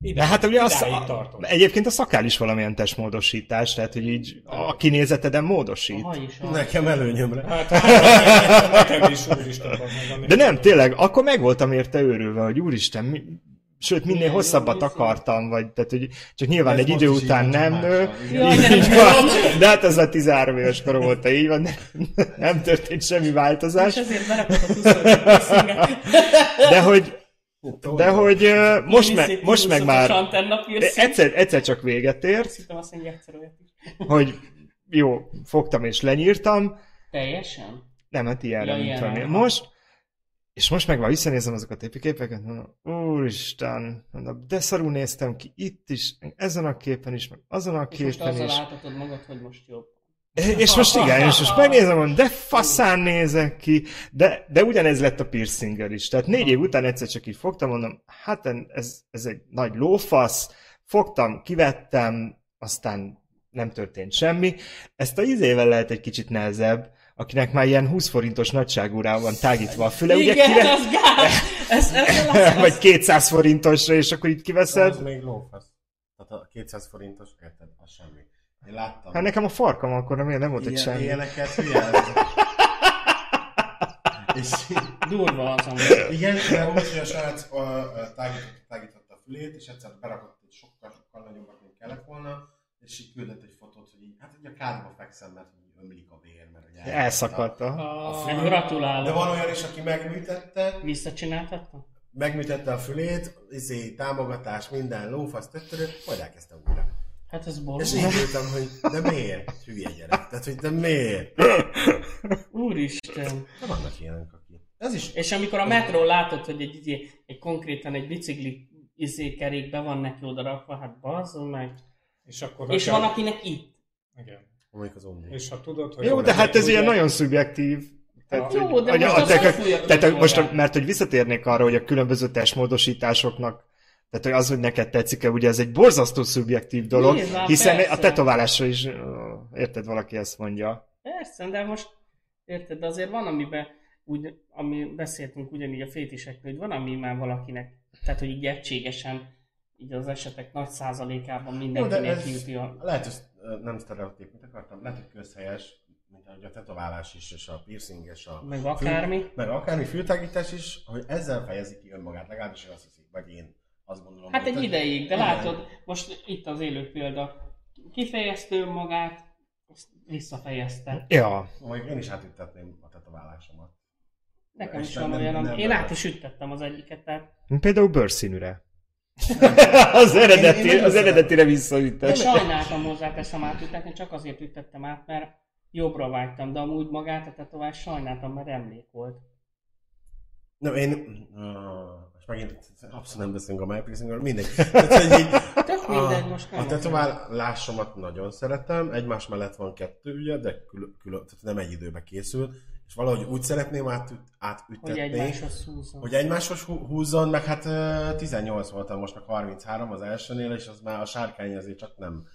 [SPEAKER 3] Ide,
[SPEAKER 4] De hát ugye az,
[SPEAKER 3] idáig
[SPEAKER 4] a,
[SPEAKER 3] tartom.
[SPEAKER 4] egyébként a szakál is valamilyen testmódosítás, tehát, hogy így a kinézeteden
[SPEAKER 6] A
[SPEAKER 4] módosít.
[SPEAKER 6] haj is az.
[SPEAKER 1] Nekem előnyömre.
[SPEAKER 3] Hát, hát nekem is úristen van meg. ami-
[SPEAKER 4] De nem, tényleg, akkor meg voltam érte őrülve, hogy úristen, mi... sőt, minél
[SPEAKER 6] Milyen jó
[SPEAKER 4] hosszabbat
[SPEAKER 6] viszont.
[SPEAKER 4] akartam, vagy, tehát, hogy csak nyilván
[SPEAKER 1] Ez
[SPEAKER 4] egy
[SPEAKER 1] most
[SPEAKER 4] idő
[SPEAKER 1] is így
[SPEAKER 4] után
[SPEAKER 1] van, csak
[SPEAKER 4] nem nő,
[SPEAKER 1] mással.
[SPEAKER 6] Jaj,
[SPEAKER 1] Igen.
[SPEAKER 6] de-
[SPEAKER 4] így van, de hát ez a 13 éves korom óta így van, nem történt semmi
[SPEAKER 6] És
[SPEAKER 4] változás,
[SPEAKER 6] ezért berakott a 25 piercinget.
[SPEAKER 4] de hogy, de hogy ö, most, me,
[SPEAKER 6] Kiviszik
[SPEAKER 4] most meg
[SPEAKER 6] 25-ös
[SPEAKER 4] már
[SPEAKER 6] antenna piercing.
[SPEAKER 4] egyszer, egyszer csak véget ért,
[SPEAKER 6] Azt hittem azt mondja egyszer olyat is.
[SPEAKER 4] hogy jó, fogtam és lenyírtam,
[SPEAKER 6] Teljesen?
[SPEAKER 4] nem, hát ilyenre,
[SPEAKER 6] Ja,
[SPEAKER 4] ja, mint
[SPEAKER 6] ilyenre,
[SPEAKER 4] valami.
[SPEAKER 6] aha.
[SPEAKER 4] Most, és most meg már visszanézem azokat a képeket, mondom, úristen, mondom, de szarul néztem ki itt is, meg ezen a képen is, meg azon a
[SPEAKER 6] És most
[SPEAKER 4] képen
[SPEAKER 6] azzal
[SPEAKER 4] is.
[SPEAKER 6] láthatod magad, hogy most jobb.
[SPEAKER 4] És most igen, és most megnézem, mondom, de faszán nézek ki, de, de ugyanez lett a piercinger is. Tehát négy év után egyszer csak így fogtam, mondom, hát en- ez, ez egy nagy lófasz, fogtam, kivettem, aztán nem történt semmi. Ezt a izével lehet egy kicsit nehezebb, akinek már ilyen 20 forintos nagyságúrá van tágítva a füle, ugye
[SPEAKER 6] Igen,
[SPEAKER 4] kive...
[SPEAKER 6] az gáz! Ez, ez
[SPEAKER 4] vagy 200 forintosra, és akkor így
[SPEAKER 1] Az
[SPEAKER 4] kiveszed.
[SPEAKER 1] még lófasz. Tehát a 200 forintos, érted, az semmi. Én láttam.
[SPEAKER 4] Hát nekem a farkam akkor nem, nem volt egy
[SPEAKER 1] Ilyen-
[SPEAKER 4] semmi.
[SPEAKER 1] Ilyeneket hiányzik. És
[SPEAKER 6] durva az, ami.
[SPEAKER 1] igen, de úgy, hogy a srác ö, ö, tágított, tágította a fülét, és egyszer berakott egy sokkal-sokkal nagyobbat, mint kellett volna, és így küldött egy fotót, hogy így, hát ugye a kádba fekszem, mert így ömlik a vér, mert ugye
[SPEAKER 4] Elszakadt. aha.
[SPEAKER 1] a- a fül.
[SPEAKER 3] hát,
[SPEAKER 6] Gratulálok.
[SPEAKER 1] De van olyan is, aki megműtette,
[SPEAKER 6] Visszacsináltatta?
[SPEAKER 1] megműtette a fülét, izé, támogatás, minden, lófasz, tettörő, majd elkezdte újra.
[SPEAKER 6] Hát ez
[SPEAKER 1] És
[SPEAKER 6] borzalmas.
[SPEAKER 1] én ültem, hogy de miért? Hülye gyerek. Tehát, hogy de miért?
[SPEAKER 6] Úristen.
[SPEAKER 1] De vannak ilyenek, aki. Ez is
[SPEAKER 6] És amikor a metró látod, hogy egy, izé, egy konkrétan egy bicikli izé kerékbe van neki oda rakva, hát bazzon meg.
[SPEAKER 3] És akkor...
[SPEAKER 6] És
[SPEAKER 3] hogyha-
[SPEAKER 6] van, akinek itt.
[SPEAKER 3] Igen.
[SPEAKER 1] amik az omni.
[SPEAKER 3] És ha tudod, hogy...
[SPEAKER 4] Jó, de hát ez ilyen nagyon szubjektív. Tehát,
[SPEAKER 6] Hát Jó,
[SPEAKER 4] hogy-
[SPEAKER 6] de
[SPEAKER 4] hogy
[SPEAKER 6] most
[SPEAKER 4] a-
[SPEAKER 6] az
[SPEAKER 4] tehát-
[SPEAKER 6] nem fújja
[SPEAKER 4] tehát
[SPEAKER 6] ki
[SPEAKER 4] most, a-
[SPEAKER 6] magát.
[SPEAKER 4] mert hogy visszatérnék arra, hogy a különböző testmódosításoknak, tehát hogy az, hogy neked tetszik-e, ugye ez egy borzasztó szubjektív dolog,
[SPEAKER 6] Nyilván,
[SPEAKER 4] hiszen
[SPEAKER 6] persze.
[SPEAKER 4] a tetoválásra is, ö, érted, valaki ezt mondja.
[SPEAKER 6] Persze, de most érted, de azért van, amiben úgy, ami beszéltünk ugyanígy a fétiseknél, hogy van, ami már valakinek, tehát hogy így egységesen, így az esetek nagy százalékában mindenkinek
[SPEAKER 1] ez-
[SPEAKER 6] juti a...
[SPEAKER 1] Lehet, hogy ezt, ö, nem sztereotíp, mit akartam, lehet, hogy közhelyes, mint ahogy a tetoválás is, és a piercing, és a...
[SPEAKER 6] Meg akármi.
[SPEAKER 1] Fül, meg akármi fültágítás is, hogy ezzel fejezi ki önmagát, legalábbis én azt hiszik, vagy én azt gondolom.
[SPEAKER 6] Hát
[SPEAKER 1] hogy-
[SPEAKER 6] egy ideig, de
[SPEAKER 1] Igen.
[SPEAKER 6] látod, most itt az élő példa. Kifejezte önmagát, azt visszafejezte.
[SPEAKER 4] Ja,
[SPEAKER 1] Mondjuk én is átüttetném a tetoválásomat.
[SPEAKER 6] Nekem
[SPEAKER 1] Ez
[SPEAKER 6] is van
[SPEAKER 1] nem-
[SPEAKER 6] olyan,
[SPEAKER 1] nem
[SPEAKER 6] ami- én
[SPEAKER 1] lehet.
[SPEAKER 6] át is üttettem az egyiket, tehát
[SPEAKER 4] például bőrszínűre. az, eredeti,
[SPEAKER 1] Én- én nagyon
[SPEAKER 4] az eredetire
[SPEAKER 1] szeretem.
[SPEAKER 6] de
[SPEAKER 4] visszaütés.
[SPEAKER 6] sajnáltam hozzáteszem átüttetni, csak azért üttettem át, mert jobbra vágytam, de amúgy magát a tetovást sajnáltam, mert emlék volt.
[SPEAKER 1] Nem, én... Uh, és megint abszolút nem beszélünk a májpiercingről, mindegy. Tehát, hogy így,
[SPEAKER 6] Tök mindegy, most nem
[SPEAKER 1] Ah, a tetoválásomat nagyon szeretem, egymás mellett van kettő, ugye, de külön, külön, tehát nem egy időbe készül, és valahogy úgy szeretném át, átüttetni,
[SPEAKER 6] hogy egymáshoz húzom.
[SPEAKER 1] hogy egymáshoz hú- húzzon, meg hát ö, 18 voltam most, meg 33 az elsőnél, és az már a sárkány azért csak nem,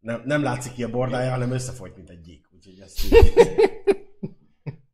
[SPEAKER 1] nem, nem látszik ki a bordája, hanem összefolyt, mint egy gyík. Úgyhogy ezt így,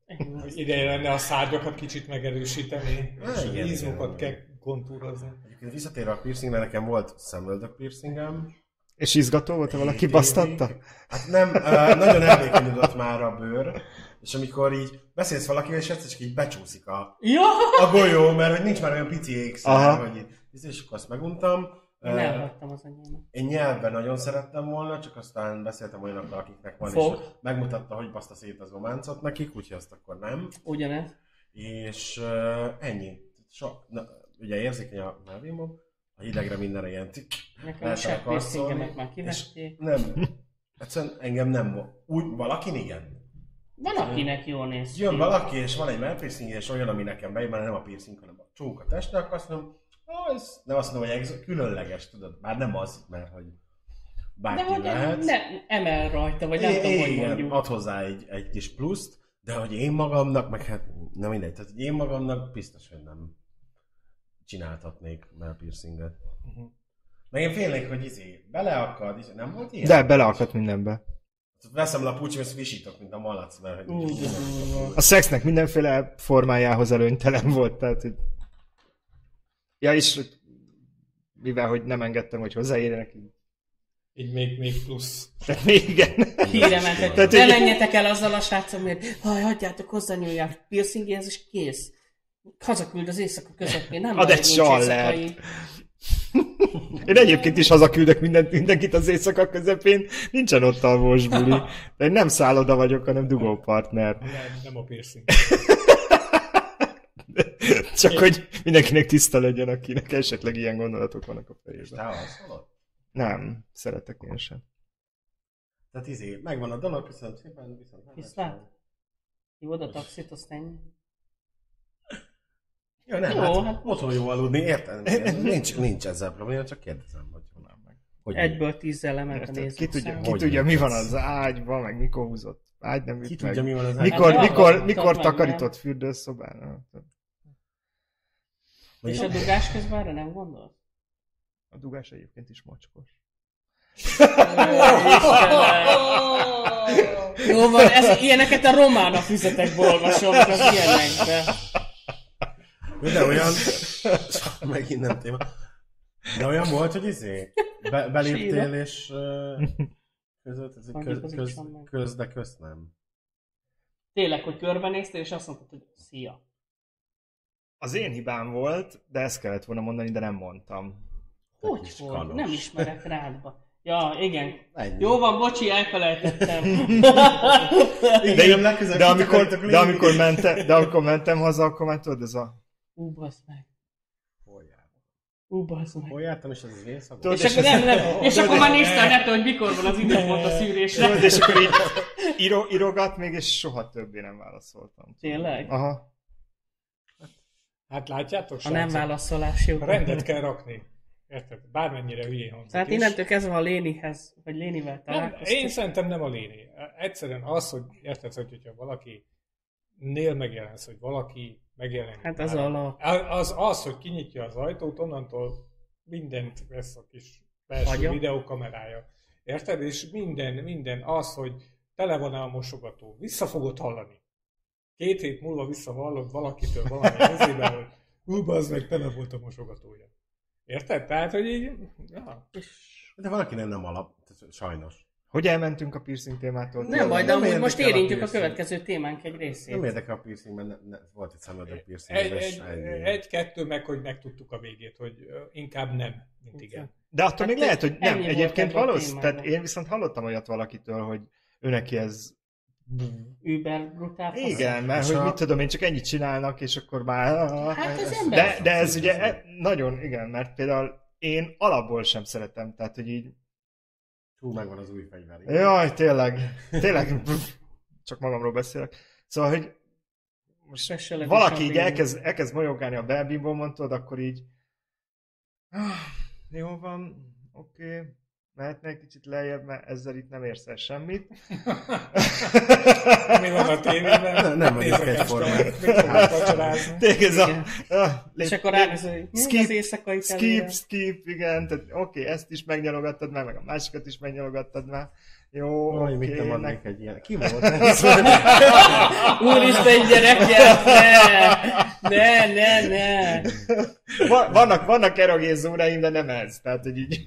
[SPEAKER 6] Ennyi.
[SPEAKER 3] Hogy Ideje lenne a szágyakat kicsit megerősíteni,
[SPEAKER 1] Há,
[SPEAKER 3] és
[SPEAKER 1] igen,
[SPEAKER 3] izmokat
[SPEAKER 1] igen,
[SPEAKER 3] kell
[SPEAKER 1] igen.
[SPEAKER 3] kontúrozni.
[SPEAKER 1] Egyébként visszatérve a piercingre, nekem volt szemöldök piercingem.
[SPEAKER 4] És izgató volt, ha valaki basztatta?
[SPEAKER 1] Hát nem, ö, nagyon elvékenyedett már a bőr, és amikor így beszélsz valakivel, és egyszer csak így becsúszik a,
[SPEAKER 6] Ja!
[SPEAKER 1] a golyó, mert hogy nincs már olyan pici ékszár,
[SPEAKER 4] Aha.
[SPEAKER 1] hogy így, és akkor azt meguntam.
[SPEAKER 6] Én
[SPEAKER 1] Ö,
[SPEAKER 6] elhagytam az enyémet.
[SPEAKER 1] Én nyelvben nagyon szerettem volna, csak aztán beszéltem olyanokkal, akiknek van,
[SPEAKER 6] Fog.
[SPEAKER 1] és megmutatta, hogy baszta szét az ománcot nekik, úgyhogy azt akkor nem.
[SPEAKER 6] Ugyanez.
[SPEAKER 1] És uh, ennyi. Sok, na, ugye érzékeny a melvémom, a hidegre mindenre ilyen tik.
[SPEAKER 6] Nekem a
[SPEAKER 1] Lehet
[SPEAKER 6] sebb
[SPEAKER 1] akarsz
[SPEAKER 6] piercingemet
[SPEAKER 1] szólni,
[SPEAKER 6] már kivették.
[SPEAKER 1] Nem. Egyszerűen engem nem. Úgy, valakin igen.
[SPEAKER 6] Van, akinek jól néz ki.
[SPEAKER 1] Jön valaki, és van egy melpiercing, és olyan, ami nekem bejön, mert nem a piercing, hanem a csók a testnek, akkor azt mondom, "Ah, ez nem azt mondom, hogy egzo- különleges, tudod, bár nem az, mert hogy bárki
[SPEAKER 6] De hogy
[SPEAKER 1] lehet.
[SPEAKER 6] ne, emel rajta, vagy nem
[SPEAKER 1] I-
[SPEAKER 6] tudom, hogy
[SPEAKER 1] igen,
[SPEAKER 6] mondjuk.
[SPEAKER 1] ad hozzá egy, egy kis pluszt, de hogy én magamnak, meg hát nem mindegy, tehát hogy én magamnak biztos, hogy nem csináltatnék már piercinget.
[SPEAKER 3] Mhm.
[SPEAKER 1] Meg én félnék, hogy izé, beleakad, izé, nem volt ilyen?
[SPEAKER 4] De beleakadt mindenbe.
[SPEAKER 1] Veszem le a pulcsim, és visítok, mint a malac, mert hogy...
[SPEAKER 6] Ú, de durva.
[SPEAKER 4] A szexnek mindenféle formájához előnytelen volt, tehát hogy... Ja, és hogy mivel, hogy nem engedtem, hogy hozzáérjenek, így-
[SPEAKER 3] Így még, még plusz.
[SPEAKER 4] tehát még igen.
[SPEAKER 6] Híre mentek.
[SPEAKER 4] Tehát
[SPEAKER 6] Ne
[SPEAKER 4] így-
[SPEAKER 6] menjetek el azzal a srácomért. Haj, hagyjátok hozzá nyúlják piercingéhez, és kész. Hazaküld az éjszaka közepén. Nem
[SPEAKER 4] Ad
[SPEAKER 6] baj,
[SPEAKER 4] egy
[SPEAKER 6] nincs
[SPEAKER 4] sallert.
[SPEAKER 6] éjszakai.
[SPEAKER 4] Én egyébként is hazaküldök mindent, mindenkit az éjszaka közepén, nincsen ott alvós buli. De én nem szálloda vagyok, hanem dugópartner.
[SPEAKER 3] Nem, nem a piercing.
[SPEAKER 4] Csak hogy mindenkinek tiszta legyen, akinek esetleg ilyen gondolatok vannak a
[SPEAKER 1] És
[SPEAKER 4] fejében.
[SPEAKER 1] te alszolod?
[SPEAKER 4] Nem, szeretek én sem.
[SPEAKER 1] Tehát izé, megvan a dolog, köszönöm szépen, viszont...
[SPEAKER 6] Viszlát. Hívod a taxit, azt ennyi.
[SPEAKER 1] Jó, nem,
[SPEAKER 6] Jó,
[SPEAKER 1] jó, hát,
[SPEAKER 6] hát-
[SPEAKER 1] hát otthon jó aludni, érted? Igen, Nincs, nincs ezzel probléma, csak kérdezem, hogy honnan meg. Hogy
[SPEAKER 6] Egyből tízzel lement a
[SPEAKER 4] Érted? Ki
[SPEAKER 6] nézők
[SPEAKER 4] tudja,
[SPEAKER 6] száma.
[SPEAKER 4] ki
[SPEAKER 1] Hogy
[SPEAKER 4] tudja mi van
[SPEAKER 1] működsz?
[SPEAKER 4] az ágyban, meg mikor húzott ágy, nem
[SPEAKER 1] Ki
[SPEAKER 4] üt meg.
[SPEAKER 1] tudja, mi van az
[SPEAKER 4] Mikor,
[SPEAKER 6] Hát,
[SPEAKER 4] mikor,
[SPEAKER 6] nem,
[SPEAKER 4] mikor
[SPEAKER 6] tudod,
[SPEAKER 4] takarított fürdőszobán?
[SPEAKER 6] És a dugás közben erre nem gondol?
[SPEAKER 4] A dugás egyébként is mocskos.
[SPEAKER 6] Jó van, ez, ilyeneket a román a füzetekből olvasom, az ilyenekbe.
[SPEAKER 1] De olyan, megint nem téma. De olyan volt, hogy izé, be, beléptél és ö, között, ez köz,
[SPEAKER 6] Mondjuk az
[SPEAKER 1] köz,
[SPEAKER 6] itt van meg.
[SPEAKER 1] köz, de köz nem.
[SPEAKER 6] Tényleg, hogy körbenéztél, és azt mondtad, hogy szia.
[SPEAKER 4] Az én hibám volt, de ezt kellett volna mondani, de nem mondtam.
[SPEAKER 6] Hogy
[SPEAKER 1] kis
[SPEAKER 6] volt?
[SPEAKER 1] kalos.
[SPEAKER 6] Nem ismerek rádba. Ja, igen.
[SPEAKER 1] Ennyi.
[SPEAKER 6] Jó van, bocsi, elfelejtettem.
[SPEAKER 1] Igen,
[SPEAKER 4] így-
[SPEAKER 1] legközelebb
[SPEAKER 4] de
[SPEAKER 1] ki
[SPEAKER 4] amikor,
[SPEAKER 1] akartok
[SPEAKER 4] de,
[SPEAKER 1] lépni.
[SPEAKER 4] amikor mentem, de amikor mentem haza, akkor már tudod, ez a...
[SPEAKER 6] Ú, basz meg. Hú, bazd meg.
[SPEAKER 1] Hol jártam, és ez az izé, én szagom?
[SPEAKER 4] Tudod,
[SPEAKER 6] És akkor nem, nem. És akkor már néztem nettó, hogy mikor van az időpont a
[SPEAKER 4] Tudod,
[SPEAKER 6] szűrésre.
[SPEAKER 4] és akkor így iro, irogat még, és soha többé nem válaszoltam.
[SPEAKER 6] Tényleg?
[SPEAKER 4] Aha.
[SPEAKER 3] Hát látjátok,
[SPEAKER 6] A nem
[SPEAKER 3] srácok?
[SPEAKER 6] válaszolás jó.
[SPEAKER 3] Rendet kell rakni. Érted? Bármennyire hülyén hangzik
[SPEAKER 6] Tehát
[SPEAKER 3] is.
[SPEAKER 6] innentől kezdve ha a Lénihez, vagy Lénivel
[SPEAKER 3] Nem, én
[SPEAKER 6] találkoztunk.
[SPEAKER 3] szerintem nem a léni. Egyszerűen az, hogy érted, hogy, hogyha valaki nél megjelensz, hogy valaki megjelenik.
[SPEAKER 6] Hát az
[SPEAKER 3] nála.
[SPEAKER 6] ala.
[SPEAKER 3] Az, az, hogy kinyitja az ajtót, onnantól mindent vesz a kis belső
[SPEAKER 6] Agya.
[SPEAKER 3] videókamerája. Érted? És minden, minden az, hogy tele van a mosogató. Vissza fogod hallani. Két hét múlva visszahallod valakitől valami kezében, hogy hú, az meg tele volt a mosogatója. Érted? Tehát, hogy így... Ja.
[SPEAKER 1] De valakinek nem alap, sajnos.
[SPEAKER 4] Hogy elmentünk a piercing témától?
[SPEAKER 6] Nem baj, de
[SPEAKER 1] Nem
[SPEAKER 6] amúgy
[SPEAKER 1] érdekel
[SPEAKER 6] most
[SPEAKER 1] a
[SPEAKER 6] érintjük a
[SPEAKER 1] piercing.
[SPEAKER 6] következő témánk egy részét.
[SPEAKER 1] Nem érdekel a piercing, mert ne, ne, volt egy szemöldök piercing.
[SPEAKER 3] Egy,
[SPEAKER 1] és
[SPEAKER 3] egy,
[SPEAKER 1] ennyi.
[SPEAKER 3] egy-kettő meg, hogy megtudtuk a végét, hogy ö, inkább nem, mint igen.
[SPEAKER 4] De attól még
[SPEAKER 6] Hát
[SPEAKER 4] lehet, hogy nem.
[SPEAKER 6] ennyi volt
[SPEAKER 4] Egyébként
[SPEAKER 6] ebben a
[SPEAKER 4] valószínű.
[SPEAKER 6] témában.
[SPEAKER 4] Tehát én viszont hallottam olyat valakitől, hogy ő neki ez
[SPEAKER 6] Über brutál. fasz.
[SPEAKER 4] Igen, mert
[SPEAKER 1] És
[SPEAKER 4] hogy
[SPEAKER 1] a-
[SPEAKER 4] mit tudom én, csak ennyit csinálnak, és akkor már...
[SPEAKER 6] Hát ez
[SPEAKER 4] De,
[SPEAKER 6] ember.
[SPEAKER 4] de ez ugye e- nagyon, igen, mert például én alapból sem szeretem, tehát hogy így,
[SPEAKER 1] Hú, megvan az új fegyver.
[SPEAKER 4] jaj, tényleg, tényleg, csak magamról beszélek. Szóval, hogy most
[SPEAKER 6] Special
[SPEAKER 4] valaki
[SPEAKER 6] edition
[SPEAKER 4] így
[SPEAKER 6] film.
[SPEAKER 4] elkezd, elkezd molyogálni a belbimbomon, tudod, akkor így "Ah, jó van, oké, okay. mehetnél kicsit lejjebb, mert ezzel itt nem érsz el semmit.
[SPEAKER 3] Mi van a tévében?
[SPEAKER 1] Nem, nem vagyunk
[SPEAKER 3] Nézek
[SPEAKER 1] egyformák.
[SPEAKER 3] este, Mit fogunk vacsorázni?
[SPEAKER 4] Tényleg ez a...
[SPEAKER 6] Igen.
[SPEAKER 4] Ah, lép-
[SPEAKER 6] És akkor
[SPEAKER 4] lép-
[SPEAKER 6] ránézel, hogy mi az
[SPEAKER 4] skip,
[SPEAKER 6] éjszakai
[SPEAKER 4] skip,
[SPEAKER 6] tevéje?
[SPEAKER 4] skip, igen, tehát oké, okay, ezt is megnyalogattad már, meg a másikat is megnyalogattad már. Jó,
[SPEAKER 1] Valami még
[SPEAKER 4] oké,
[SPEAKER 1] nem
[SPEAKER 4] okay,
[SPEAKER 1] adnék
[SPEAKER 4] nek-
[SPEAKER 1] egy ilyen. Ki volt?
[SPEAKER 6] Úristen, gyerekek, ne! Ne, ne, ne!
[SPEAKER 4] Va- vannak, vannak erogéz óráim, de nem ez, tehát hogy így.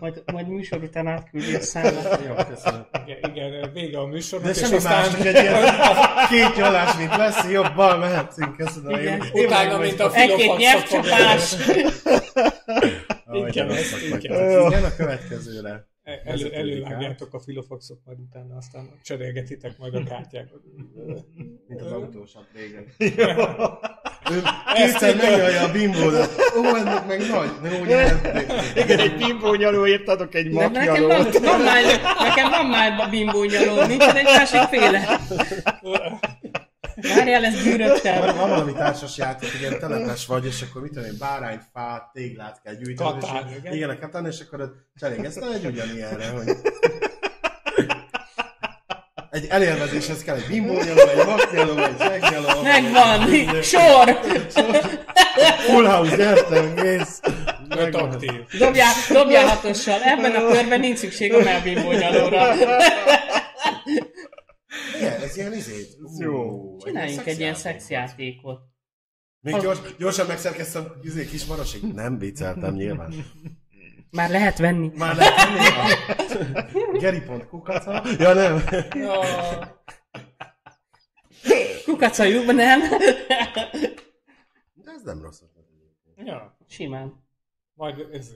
[SPEAKER 6] Majd, majd műsor után átküldi a számát.
[SPEAKER 1] Jó, köszönöm.
[SPEAKER 3] Igen, igen, vége a műsornak,
[SPEAKER 1] De
[SPEAKER 3] és
[SPEAKER 1] semmi más,
[SPEAKER 3] aztán
[SPEAKER 1] mint egy ilyen két nyalás, mint lesz, jobb bal mehetünk, köszönöm.
[SPEAKER 6] Igen.
[SPEAKER 1] Én- én
[SPEAKER 3] utána,
[SPEAKER 1] meg
[SPEAKER 3] mint a
[SPEAKER 1] vagyok.
[SPEAKER 6] Egy-két
[SPEAKER 3] filofaxot
[SPEAKER 6] nyelvcsapás!
[SPEAKER 1] Ahogy
[SPEAKER 3] inkább
[SPEAKER 1] nem
[SPEAKER 3] ezt,
[SPEAKER 1] szoktak
[SPEAKER 3] inkább
[SPEAKER 1] megtenni.
[SPEAKER 4] ezt.
[SPEAKER 1] Igen, a következőre.
[SPEAKER 3] elő, elővágjátok a filofaxot, majd utána aztán cserélgetitek majd a kártyákat.
[SPEAKER 1] Mint az autósat régen.
[SPEAKER 4] Jó.
[SPEAKER 1] Ő
[SPEAKER 3] Ezt
[SPEAKER 1] kétszer
[SPEAKER 3] tudom.
[SPEAKER 1] megnyalja a bimbódat. Ó, ennek meg nagy. De úgy nem.
[SPEAKER 4] Igen, egy pimpó nyalóért adok egy
[SPEAKER 6] De nekem van,
[SPEAKER 4] maknyalót.
[SPEAKER 6] van már, nekem van már bimbó nyalom, nincsen egy másik féle. Várjál, ez
[SPEAKER 1] Van,
[SPEAKER 6] gyűröttel.
[SPEAKER 1] van valami társas játék, igen, telepes vagy, és akkor mit tudom én, bárányt, fát, téglát kell gyűjteni.
[SPEAKER 3] Katán,
[SPEAKER 1] és,
[SPEAKER 3] igen.
[SPEAKER 1] igen. igen. a katán, és akkor ott cserélgetsz, de egy ugyanilyenre, hogy... Egy elélvezéshez kell egy bimbónyaló, egy vaknyaló, egy zegnyaló.
[SPEAKER 6] Megvan! Sor!
[SPEAKER 1] Full house, gyertem, kész.
[SPEAKER 3] Öt
[SPEAKER 1] Megvan.
[SPEAKER 3] aktív.
[SPEAKER 6] Dobjál, dobjál hatossal. Ebben a körben nincs szükség a melbimbó nyalóra.
[SPEAKER 1] Igen, ez ilyen izé.
[SPEAKER 4] Ez jó.
[SPEAKER 1] Ú,
[SPEAKER 6] Csináljunk egy ilyen
[SPEAKER 1] szexjáték.
[SPEAKER 6] szexjátékot.
[SPEAKER 1] Még gyors, gyorsan megszerkeztem, izé kis marosig. Nem vicceltem nyilván.
[SPEAKER 6] Már lehet venni.
[SPEAKER 1] Már lehet tenni a geri.kukaca. Ja nem.
[SPEAKER 3] Ja,
[SPEAKER 6] Kukacajukban nem.
[SPEAKER 1] De ez nem rossz.
[SPEAKER 3] ja.
[SPEAKER 6] Simán.
[SPEAKER 3] Majd ez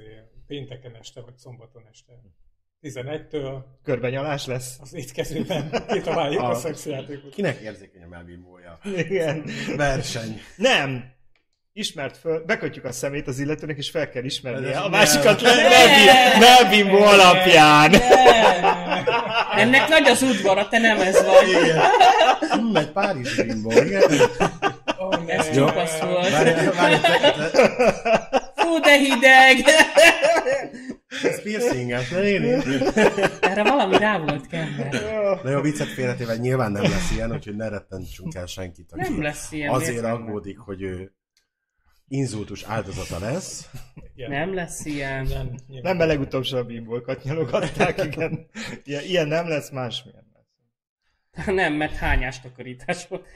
[SPEAKER 3] pénteken este, vagy szombaton este. 11-től
[SPEAKER 4] Körbenyalás lesz.
[SPEAKER 3] az étkezőben kitaláljuk a
[SPEAKER 1] A-
[SPEAKER 3] szexjátékot.
[SPEAKER 1] Kinek érzékeny a melbimbója?
[SPEAKER 4] Igen.
[SPEAKER 1] Verseny.
[SPEAKER 4] Nem. Ismert föl, bekötjük a szemét az illetőnek, és fel kell ismernie
[SPEAKER 1] Ez
[SPEAKER 4] a
[SPEAKER 1] nem.
[SPEAKER 4] másikat le- melbi- melbimbó alapján.
[SPEAKER 6] Ennek nagy az udvara, te nem ez vagy.
[SPEAKER 1] Igen. Hm, egy Párizsi bimbó, igen.
[SPEAKER 3] Oh, ne.
[SPEAKER 6] Ez csupasz volt.
[SPEAKER 1] Várj, várj, te- te-
[SPEAKER 6] Fú, de hideg!
[SPEAKER 1] ez piercinget, de én is.
[SPEAKER 6] Erre valami rá volt kell.
[SPEAKER 1] Na jó, viccet félretéve nyilván nem lesz ilyen, úgyhogy ne rettentsünk el senkit, aki
[SPEAKER 6] Nem lesz ilyen.
[SPEAKER 1] azért
[SPEAKER 6] miért nem?
[SPEAKER 1] aggódik, hogy ő inzultus áldozata lesz.
[SPEAKER 3] Igen.
[SPEAKER 6] Nem lesz ilyen.
[SPEAKER 3] Nem,
[SPEAKER 4] Nem,
[SPEAKER 3] nyilván.
[SPEAKER 4] mert legutóbb sem a bimbókat nyalogatták, igen. Ilyen, ilyen nem lesz, másmilyen lesz.
[SPEAKER 6] Nem, mert hányás takarítás volt.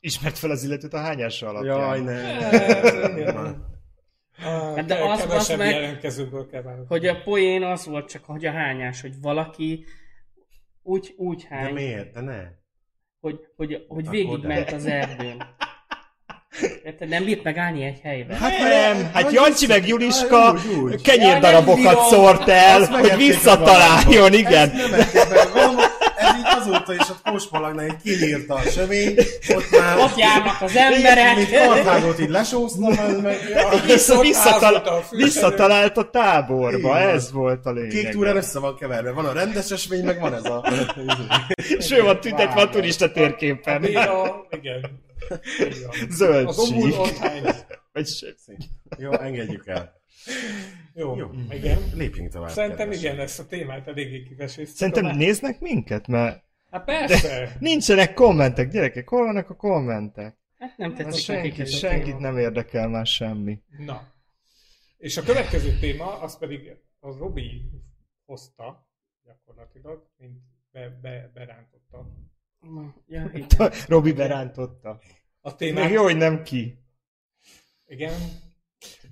[SPEAKER 4] Ismert fel az illetőt a hányása alapján.
[SPEAKER 1] Jaj, ne.
[SPEAKER 3] Ah,
[SPEAKER 6] Hát de
[SPEAKER 3] kell-
[SPEAKER 6] az- az
[SPEAKER 3] Ah, kevesebb
[SPEAKER 6] meg-
[SPEAKER 3] jelentkezőből kell választani.
[SPEAKER 6] Hogy a poén az volt csak, hogy a hányás, hogy valaki úgy, úgy
[SPEAKER 1] De
[SPEAKER 6] hány,
[SPEAKER 1] miért? De ne.
[SPEAKER 6] hogy, hogy, hogy
[SPEAKER 1] Akkor
[SPEAKER 6] végigment az erdőn. Érted? Nem bírt meg állni egy helyben.
[SPEAKER 4] Hát nem, hát
[SPEAKER 1] hogy
[SPEAKER 4] Jancsi meg
[SPEAKER 1] vissza-
[SPEAKER 4] Juliska
[SPEAKER 1] Úgy, úgy.
[SPEAKER 6] Ja, nem
[SPEAKER 4] kenyérdarabokat
[SPEAKER 6] bírom.
[SPEAKER 4] szórt el,
[SPEAKER 1] Azt
[SPEAKER 4] hogy
[SPEAKER 1] megérték
[SPEAKER 4] visszataláljon,
[SPEAKER 1] magából.
[SPEAKER 4] igen.
[SPEAKER 1] Ezt nem vették be, gondolom, ez így azóta is a kóspalagnál egy kinyírta a sömény, ott már...
[SPEAKER 6] Ott járnak az emberek.
[SPEAKER 1] Még kartágot így lesóztam, az meg...
[SPEAKER 4] Vissza,
[SPEAKER 3] ott
[SPEAKER 4] visszatala-
[SPEAKER 3] ázult a fűszerelő.
[SPEAKER 4] visszatalált a táborba,
[SPEAKER 1] Igen.
[SPEAKER 4] ez volt a
[SPEAKER 1] Kék
[SPEAKER 4] lényeg.
[SPEAKER 1] túrán össze van keverve. Van a rendes esmény, meg van ez a...
[SPEAKER 4] És ő van tüntetve a turista térképen.
[SPEAKER 3] Béla, Hát igen. Így van.
[SPEAKER 4] Zöld
[SPEAKER 3] Az obul
[SPEAKER 4] sík.
[SPEAKER 3] ott helyez.
[SPEAKER 4] Vagy se-
[SPEAKER 1] Jó, engedjük el.
[SPEAKER 3] Jó,
[SPEAKER 1] Jó.
[SPEAKER 3] igen.
[SPEAKER 1] Lépjünk tovább.
[SPEAKER 3] Szerintem
[SPEAKER 1] kedves.
[SPEAKER 3] igen, ezt a témát eléggé kiveséztük.
[SPEAKER 4] Szerintem
[SPEAKER 3] Már-
[SPEAKER 4] néznek minket, mert
[SPEAKER 3] Hát persze.
[SPEAKER 4] nincsenek kommentek, gyerekek, hol vannak a kommentek?
[SPEAKER 6] Hát nem
[SPEAKER 4] Na,
[SPEAKER 6] tetszik nekik
[SPEAKER 4] senkit,
[SPEAKER 6] ez a
[SPEAKER 4] senkit
[SPEAKER 6] téma.
[SPEAKER 4] nem érdekel már semmi.
[SPEAKER 3] Na. És a következő téma, az pedig a Robi hozta gyakorlatilag, mint be, be, berántotta
[SPEAKER 6] Ja, igen.
[SPEAKER 4] Robi berántotta.
[SPEAKER 3] a
[SPEAKER 4] Még
[SPEAKER 3] témát.
[SPEAKER 4] jó, hogy nem ki.
[SPEAKER 3] Igen.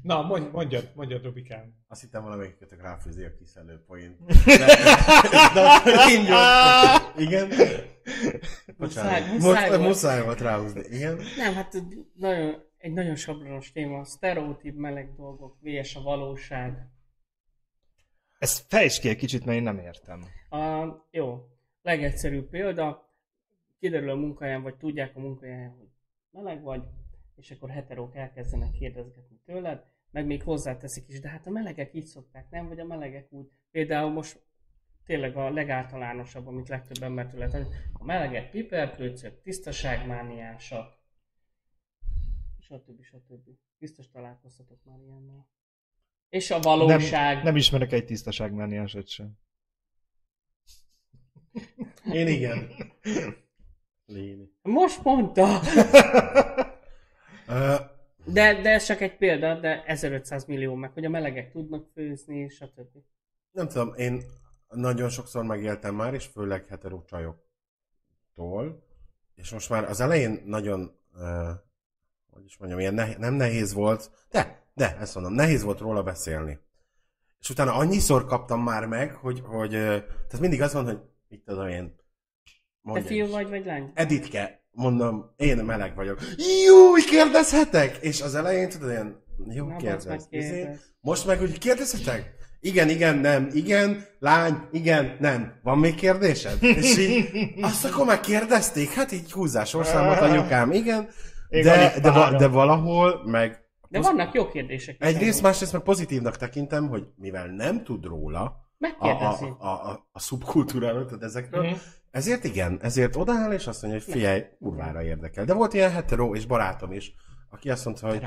[SPEAKER 3] Na, mondj, mondjad, mondjad, Robikám.
[SPEAKER 1] Azt hittem valamelyikötök ráfűzi a kiszelő poént. De, de akkor így volt. Igen? Bocsánat.
[SPEAKER 6] Muszáj-
[SPEAKER 1] Muszáj,
[SPEAKER 6] muszáj
[SPEAKER 1] muszáj,
[SPEAKER 6] volt.
[SPEAKER 1] volt ráhúzni. Igen?
[SPEAKER 6] Nem, hát egy nagyon, egy nagyon sablonos téma, sztereotíp meleg dolgok, vs. a valóság.
[SPEAKER 4] Ezt fejtsd ki egy kicsit, mert én nem értem.
[SPEAKER 6] A, jó, legegyszerűbb példa, kiderül a munkahelyen, vagy tudják a munkahelyen, hogy meleg vagy, és akkor heterók elkezdenek kérdezgetni tőled, meg még hozzáteszik is, de hát a melegek így szokták, nem? Vagy a melegek úgy. Például most tényleg a legáltalánosabb, amit legtöbb embertől lehet, hogy a melegek piperkőcök, tisztaságmániásak, stb. stb. Biztos találkoztatok már ilyennel. És a valóság.
[SPEAKER 4] Nem, nem ismerek egy tisztaságmániásat sem.
[SPEAKER 1] Én igen. Léni.
[SPEAKER 6] Most mondta!
[SPEAKER 1] Ö,
[SPEAKER 6] De, de ez csak egy példa, de 1500 millió meg, hogy a melegek tudnak főzni, stb.
[SPEAKER 1] nem tudom, én nagyon sokszor megéltem már, és főleg hetero csajoktól, és most már az elején nagyon, uh, hogy is mondjam, ilyen nehéz, nem nehéz volt, de, de, ezt mondom, nehéz volt róla beszélni. És utána annyiszor kaptam már meg, hogy, hogy uh, tehát mindig azt mondom, hogy mit tudom én,
[SPEAKER 6] Te
[SPEAKER 1] mondja
[SPEAKER 6] fiú
[SPEAKER 1] is.
[SPEAKER 6] vagy, vagy lány?
[SPEAKER 1] Editke, mondom, én meleg vagyok. Júj, kérdezhetek? És az elején tudod, ilyen, jó,
[SPEAKER 6] Na,
[SPEAKER 1] Na,
[SPEAKER 6] bazd
[SPEAKER 1] kérdez.
[SPEAKER 6] meg,
[SPEAKER 1] izé.
[SPEAKER 6] kérdez.
[SPEAKER 1] Most meg úgy kérdezhetek? Igen, igen, nem, igen, lány, igen, nem. Van még kérdésed? És így, azt akkor már kérdezték, hát így húzás orszámot anyukám, igen.
[SPEAKER 4] Még
[SPEAKER 1] De,
[SPEAKER 4] alig
[SPEAKER 1] de, va-
[SPEAKER 4] várom.
[SPEAKER 1] de valahol meg
[SPEAKER 6] De vannak jó kérdések. is
[SPEAKER 1] Egyrészt,
[SPEAKER 6] ahhoz.
[SPEAKER 1] másrészt meg pozitívnak tekintem, hogy mivel nem tud róla a, a,
[SPEAKER 6] Megkérdezi.
[SPEAKER 1] a, a, a szubkultúráról, tehát ezekről, uh-huh. ezért igen, ezért odaáll és azt mondja, hogy figyelj, kurvára érdekel. De volt ilyen hetero és barátom is, aki azt mondta, hogy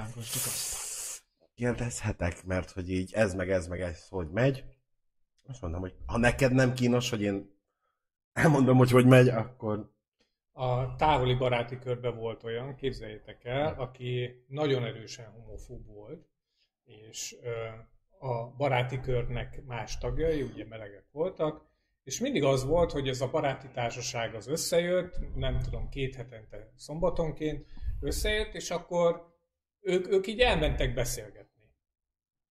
[SPEAKER 1] kérdezhetek, mert hogy így ez meg ez meg ez hogy megy. Azt mondom, hogy ha neked nem kínos, hogy én elmondom, hogy hogy megy, akkor
[SPEAKER 3] A távoli baráti körben volt olyan, képzeljétek el, aki nagyon erősen homofób volt, és ö, a baráti körnek más tagjai, ugye melegek voltak, és mindig az volt, hogy ez a baráti társaság az összejött, nem tudom, két hetente szombatonként összejött, és akkor ők, ők így elmentek beszélgetni.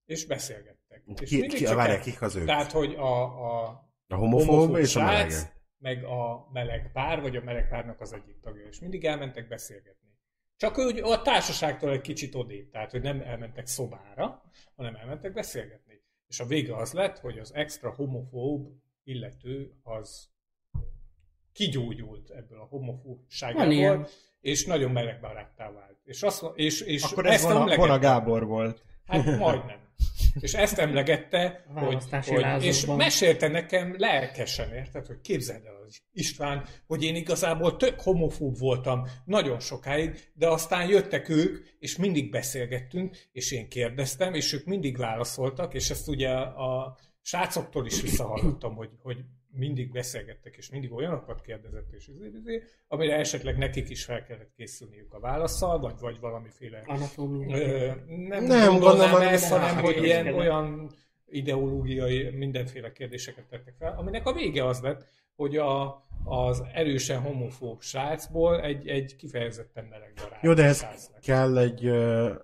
[SPEAKER 3] És beszélgettek. És
[SPEAKER 1] ki,
[SPEAKER 3] mindig
[SPEAKER 1] ki,
[SPEAKER 3] csak
[SPEAKER 1] várják,
[SPEAKER 3] el-
[SPEAKER 1] kik az ők.
[SPEAKER 3] Tehát, hogy a, a
[SPEAKER 1] a homofób és a
[SPEAKER 3] srác,
[SPEAKER 1] melegek.
[SPEAKER 3] meg a meleg pár, vagy a meleg párnak az egyik tagja, és mindig elmentek beszélgetni. Csak úgy a társaságtól egy kicsit odébb, tehát hogy nem elmentek szobára, hanem elmentek beszélgetni. És a vége az lett, hogy az extra homofób illető az kigyógyult ebből a
[SPEAKER 6] Van
[SPEAKER 3] homofóbságából,
[SPEAKER 6] ilyen.
[SPEAKER 3] és nagyon meleg baráttá vált. És, azt, mo- és, és
[SPEAKER 4] Akkor ez
[SPEAKER 3] ezt
[SPEAKER 4] Vona, Vona
[SPEAKER 3] emlegette.
[SPEAKER 4] Gábor volt.
[SPEAKER 3] Hát majdnem. És ezt emlegette, hogy,
[SPEAKER 6] Választási
[SPEAKER 3] hogy, és
[SPEAKER 6] lázadban.
[SPEAKER 3] mesélte nekem lelkesen, érted, hogy képzeld el az István, hogy én igazából tök homofób voltam nagyon sokáig, de aztán jöttek ők, és mindig beszélgettünk, és én kérdeztem, és ők mindig válaszoltak, és ezt ugye a srácoktól is visszahallottam, hogy, hogy mindig beszélgettek, és mindig olyanokat kérdezett, és ezért, ezért, amire esetleg nekik is fel kellett készülniük a válaszsal, vagy, vagy valamiféle
[SPEAKER 6] Anatómia.
[SPEAKER 3] Ö, nem,
[SPEAKER 1] Nem,
[SPEAKER 3] nem
[SPEAKER 1] gondolom,
[SPEAKER 3] gondolnám ezt,
[SPEAKER 1] nem.
[SPEAKER 3] hanem
[SPEAKER 1] Hát,
[SPEAKER 3] hogy
[SPEAKER 1] igen,
[SPEAKER 3] ilyen
[SPEAKER 6] igen.
[SPEAKER 3] olyan ideológiai mindenféle kérdéseket tettek fel, aminek a vége az lett, hogy a, az erősen homofób srácból egy, egy kifejezetten meleg barát.
[SPEAKER 1] Jó, de ez
[SPEAKER 3] srác lett.
[SPEAKER 1] kell egy, ö,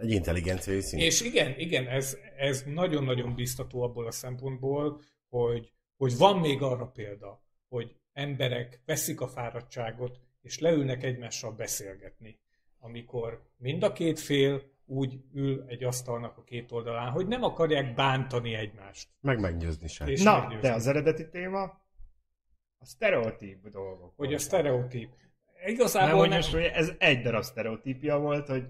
[SPEAKER 1] egy intelligenciai szint.
[SPEAKER 3] És igen, igen, ez, ez nagyon-nagyon biztató abból a szempontból, hogy, hogy van még arra példa, hogy emberek veszik a fáradtságot, és leülnek egymással beszélgetni, amikor mind a két fél úgy ül egy asztalnak a két oldalán, hogy nem akarják bántani egymást.
[SPEAKER 1] Meg meggyőzni sem.
[SPEAKER 3] És
[SPEAKER 4] Na,
[SPEAKER 3] meggyőzni.
[SPEAKER 4] de az eredeti téma? A sztereotíp dolgok.
[SPEAKER 3] hogy a
[SPEAKER 4] voltak.
[SPEAKER 3] sztereotíp.
[SPEAKER 4] Nem,
[SPEAKER 3] Igazából
[SPEAKER 4] hogy
[SPEAKER 3] nem,
[SPEAKER 4] most, hogy ez egy darab sztereotípia volt, hogy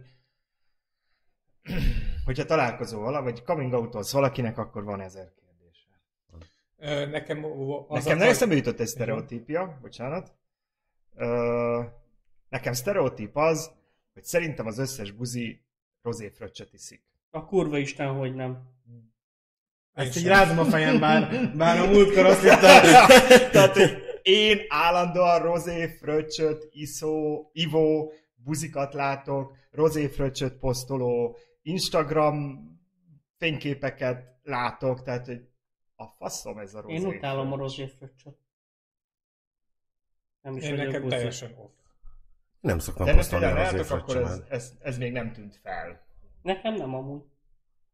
[SPEAKER 4] hogyha találkozol vala, vagy coming out valakinek, akkor van ezer kérdése.
[SPEAKER 3] Ö, nekem o- az
[SPEAKER 4] Az nekem
[SPEAKER 3] a-
[SPEAKER 4] nem eszembe jutott egy sztereotípia, bocsánat. Ö, nekem sztereotíp az, hogy szerintem az összes buzi rozéfröccset iszik.
[SPEAKER 6] A kurva Isten, hogy nem.
[SPEAKER 1] Ezt így rázom a fejem, bár, bár a múltkor azt hittem,
[SPEAKER 4] Tehát, hogy én állandóan rozéfröccsöt iszó, ivó, buzikat látok, rozéfröccsöt posztoló, Instagram fényképeket látok, tehát, hogy a faszom ez a rozé.
[SPEAKER 6] Én utálom a rozéfröccsöt. Nem is
[SPEAKER 3] Én
[SPEAKER 6] vagyok
[SPEAKER 3] nekem
[SPEAKER 6] buzi.
[SPEAKER 3] teljesen off.
[SPEAKER 1] Nem szoktam
[SPEAKER 4] De
[SPEAKER 1] posztolni
[SPEAKER 4] például
[SPEAKER 1] az
[SPEAKER 4] látok, akkor ez,
[SPEAKER 1] évfröccsömmel.
[SPEAKER 4] ez, ez, még nem tűnt fel.
[SPEAKER 6] Nekem nem amúgy.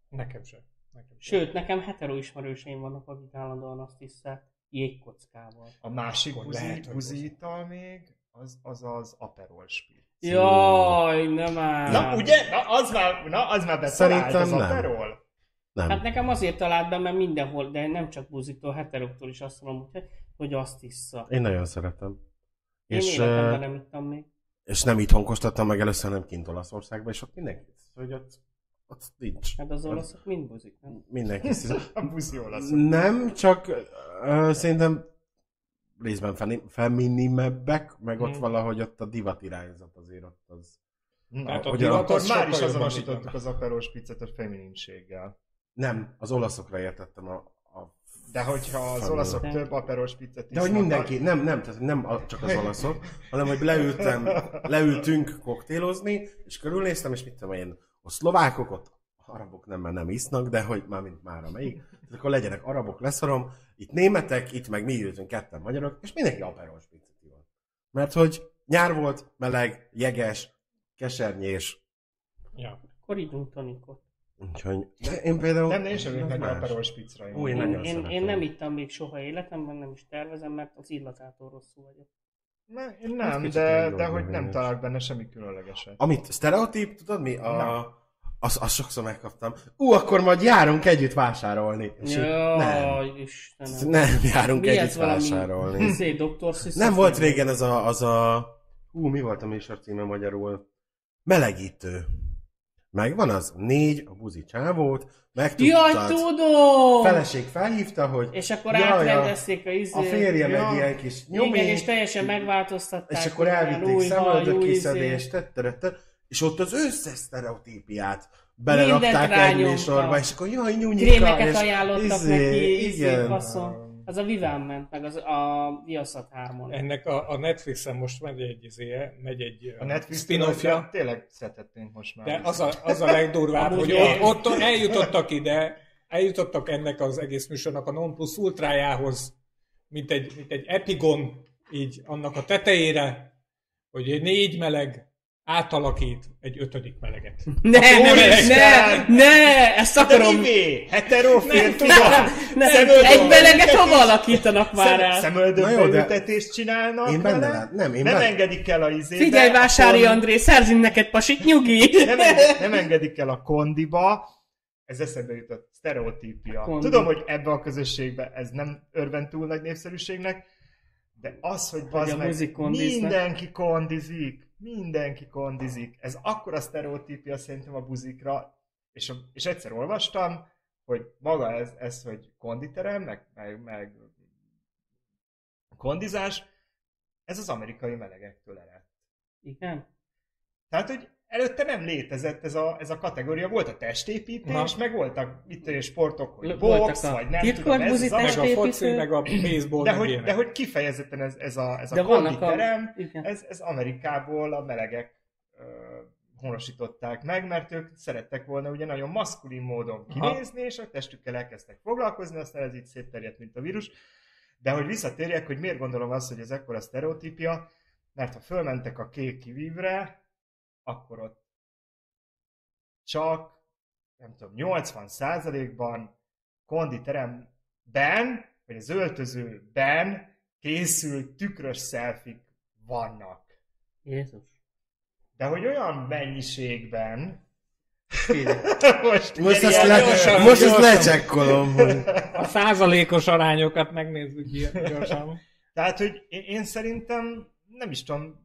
[SPEAKER 3] Nekem sem. Nekem sem.
[SPEAKER 6] Sőt, nekem hetero ismerőseim vannak, akik állandóan azt hiszek jégkockával.
[SPEAKER 4] A másik
[SPEAKER 3] Akkor
[SPEAKER 4] buzi,
[SPEAKER 3] lehet, hogy
[SPEAKER 4] buzi
[SPEAKER 3] rozé.
[SPEAKER 4] ital még, az az, az aperol spritz.
[SPEAKER 6] Jaj, nem már.
[SPEAKER 4] Na, ugye? Na, az már, na, az már betalált az
[SPEAKER 1] Szerintem nem.
[SPEAKER 4] aperol.
[SPEAKER 1] Nem.
[SPEAKER 6] Hát nekem azért talált be, mert mindenhol, de nem csak buziktól, heteroktól is azt mondom, hogy, hogy azt issza.
[SPEAKER 1] Én nagyon szeretem.
[SPEAKER 6] Én
[SPEAKER 1] És,
[SPEAKER 6] és,
[SPEAKER 1] eh,
[SPEAKER 6] életemben nem ittam még.
[SPEAKER 1] és nem itthon kóstoltam meg először, nem kint Olaszországban, és ott mindenki, hogy ott, ott nincs.
[SPEAKER 6] Hát az olaszok mind buzik, nem?
[SPEAKER 1] Mindenki szíze.
[SPEAKER 4] A buzi olasz.
[SPEAKER 1] Nem, csak ö, szerintem részben feni- feminimebbek, meg ott
[SPEAKER 3] Mm.
[SPEAKER 1] valahogy ott a divat irányzat azért ott az.
[SPEAKER 4] Na,
[SPEAKER 3] Tehát Hm, a
[SPEAKER 1] Hogy
[SPEAKER 4] Jó,
[SPEAKER 3] divat
[SPEAKER 4] akkor
[SPEAKER 3] az
[SPEAKER 4] már is
[SPEAKER 3] sokkal jobban itt
[SPEAKER 4] azonosítottuk
[SPEAKER 3] van.
[SPEAKER 4] az aperós pizzát a femininséggel.
[SPEAKER 1] Nem, az olaszokra értettem a, a
[SPEAKER 4] De hogyha az
[SPEAKER 1] Femi-
[SPEAKER 4] olaszok
[SPEAKER 6] Nem.
[SPEAKER 4] több aperós pizzát
[SPEAKER 1] De hogy
[SPEAKER 4] isznak,
[SPEAKER 1] mindenki, nem, nem, tehát nem a- csak az olaszok, hanem hogy leültem, leültünk koktélozni, és körülnéztem, és mit tudom én, a szlovákok ott arabok nem, mert nem isznak, de hogy már mint már amelyik, tehát akkor legyenek arabok, leszorom, itt németek, itt meg mi ültünk ketten magyarok, és mindenki aperós pizzát ivott. Mert hogy nyár volt, meleg, jeges, kesernyés,
[SPEAKER 3] Ja.
[SPEAKER 6] Akkor ígyunk tonikot.
[SPEAKER 1] úgyhogy de én például...
[SPEAKER 4] Nem, én sem ülök
[SPEAKER 1] Más.
[SPEAKER 4] aperós pizzra.
[SPEAKER 1] Új, Én
[SPEAKER 6] Én,
[SPEAKER 1] nagyon
[SPEAKER 6] én, én,
[SPEAKER 1] szeretem.
[SPEAKER 6] nem ittam még soha életemben, nem is tervezem, mert az illatától rosszul vagyok.
[SPEAKER 4] Na, én
[SPEAKER 1] Ez
[SPEAKER 4] nem,
[SPEAKER 1] kicsit
[SPEAKER 4] de,
[SPEAKER 1] nagyon
[SPEAKER 4] de hogy nem
[SPEAKER 1] véleményes.
[SPEAKER 4] találok benne semmi különlegeset.
[SPEAKER 1] Amit sztereotíp, tudod mi?
[SPEAKER 4] Nem.
[SPEAKER 1] A... Azt, azt sokszor megkaptam. Ú, akkor majd járunk együtt vásárolni. És így, nem.
[SPEAKER 6] Jaj, Istenem.
[SPEAKER 1] Nem járunk
[SPEAKER 6] Mi
[SPEAKER 1] együtt
[SPEAKER 6] ez valami-
[SPEAKER 1] vásárolni.
[SPEAKER 6] Izé, doktor Sissi
[SPEAKER 1] nem volt régen ez a, az a... Hú, mi volt a műsor címe magyarul? Melegítő. Megvan az négy, a buzi csávót, megtudtad.
[SPEAKER 6] Jaj, tudom!
[SPEAKER 1] Feleség felhívta, hogy
[SPEAKER 6] És akkor
[SPEAKER 1] Jaj, a-
[SPEAKER 6] átrendezték a izé.
[SPEAKER 1] a férjem
[SPEAKER 4] Ja.
[SPEAKER 1] egy ilyen kis nyomi.
[SPEAKER 6] Igen, és teljesen megváltoztatták.
[SPEAKER 1] és akkor
[SPEAKER 6] minden
[SPEAKER 1] elvitték
[SPEAKER 6] új haj, új izé.
[SPEAKER 1] szemöldökiszedést, tetterettet, és ott az összes sztereotípiát belerakták
[SPEAKER 6] Mindent
[SPEAKER 1] egy
[SPEAKER 6] rányomtak.
[SPEAKER 1] műsorba, és akkor jaj, nyújnyika, és
[SPEAKER 6] Krémeket ajánlottak
[SPEAKER 1] izé,
[SPEAKER 6] neki, izé,
[SPEAKER 1] igen.
[SPEAKER 6] faszom. Az a Viván ment, meg az a Viaszat 3
[SPEAKER 3] Ennek a, a Netflixen most megy egy izéje, megy egy
[SPEAKER 4] A Netflix
[SPEAKER 3] spin-offja,
[SPEAKER 4] tényleg szetettünk most már.
[SPEAKER 3] de az a, az a legdurvább,
[SPEAKER 6] Amúgy
[SPEAKER 3] hogy
[SPEAKER 6] igen.
[SPEAKER 3] ott, ott eljutottak ide, eljutottak ennek az egész műsornak a non plus ultrájához, mint egy, mint egy epigon, így annak a tetejére, hogy négy meleg átalakít egy ötödik meleget.
[SPEAKER 6] Ne, ne, ne,
[SPEAKER 4] Úristen!
[SPEAKER 6] ne, ezt
[SPEAKER 4] De
[SPEAKER 6] akarom.
[SPEAKER 4] mivé? Hetero férfi
[SPEAKER 6] Ne, ne,
[SPEAKER 4] Szemöldök
[SPEAKER 6] Egy beleget hova
[SPEAKER 4] ültetés-
[SPEAKER 6] alakítanak már
[SPEAKER 4] Szem,
[SPEAKER 6] el?
[SPEAKER 1] Na jó, de-
[SPEAKER 4] szemöldökbeültetést csinálnak
[SPEAKER 1] Én benne
[SPEAKER 4] vele?
[SPEAKER 1] lát- nem, én
[SPEAKER 4] nem
[SPEAKER 1] benne-
[SPEAKER 4] engedik el a izébe.
[SPEAKER 6] Figyelj,
[SPEAKER 4] a
[SPEAKER 6] Vásári
[SPEAKER 4] kon-
[SPEAKER 6] André, szerzünk neked pasit, nyugi!
[SPEAKER 4] nem, en- nem engedik el a kondiba. Ez eszembe jutott. Sztereotípia.
[SPEAKER 6] Kondi.
[SPEAKER 4] Tudom, hogy ebbe a közösségbe ez nem örvend túl nagy népszerűségnek, de az, hogy
[SPEAKER 6] a
[SPEAKER 4] bazd
[SPEAKER 6] buzik
[SPEAKER 4] meg,
[SPEAKER 6] kondiznak.
[SPEAKER 4] mindenki kondizik, mindenki kondizik. Ez akkora sztereotípia szerintem a buzikra, és, a, és egyszer olvastam, hogy maga ez, ez hogy konditerem, meg, meg, meg kondizás, ez az amerikai melegektől ered.
[SPEAKER 6] Igen.
[SPEAKER 4] Tehát, hogy előtte nem létezett ez a, ez a kategória. Volt a testépítés,
[SPEAKER 3] Aha.
[SPEAKER 4] meg voltak itt olyan sportok, hogy
[SPEAKER 6] L-
[SPEAKER 4] box,
[SPEAKER 6] voltak a
[SPEAKER 4] vagy nem
[SPEAKER 6] titkolt
[SPEAKER 4] tudom, ez
[SPEAKER 6] buzi
[SPEAKER 4] az
[SPEAKER 3] Meg
[SPEAKER 4] amerikai-
[SPEAKER 3] a foci, meg a baseball,
[SPEAKER 4] de
[SPEAKER 3] meg
[SPEAKER 4] hogy,
[SPEAKER 3] ilyenek.
[SPEAKER 4] de hogy kifejezetten ez, ez a, ez
[SPEAKER 6] De
[SPEAKER 4] a
[SPEAKER 6] vannak a...
[SPEAKER 4] konditerem,
[SPEAKER 6] Igen.
[SPEAKER 4] ez, ez Amerikából a melegek ö, honosították meg, mert ők szerettek volna ugye nagyon maszkulin módon
[SPEAKER 3] Aha.
[SPEAKER 4] kinézni, és a testükkel elkezdtek foglalkozni, aztán ez így szétterjedt, mint a vírus. De hogy visszatérjek, hogy miért gondolom azt, hogy ez ekkora sztereotípia, mert ha fölmentek a kék kivívre, akkor ott csak, nem tudom, 80%-ban konditeremben, vagy az öltözőben készült tükrös szelfik vannak.
[SPEAKER 6] Jézus.
[SPEAKER 4] De hogy olyan mennyiségben...
[SPEAKER 6] Tényleg.
[SPEAKER 4] most
[SPEAKER 1] Most ezt,
[SPEAKER 4] igen, ilyen
[SPEAKER 1] le,
[SPEAKER 4] hát gyorsan-
[SPEAKER 1] most ezt
[SPEAKER 4] gyorsan-
[SPEAKER 1] lecsekkolom. hogy-
[SPEAKER 3] A százalékos arányokat megnézzük ilyen gyorsan.
[SPEAKER 4] Tehát, hogy én, én szerintem nem is tudom,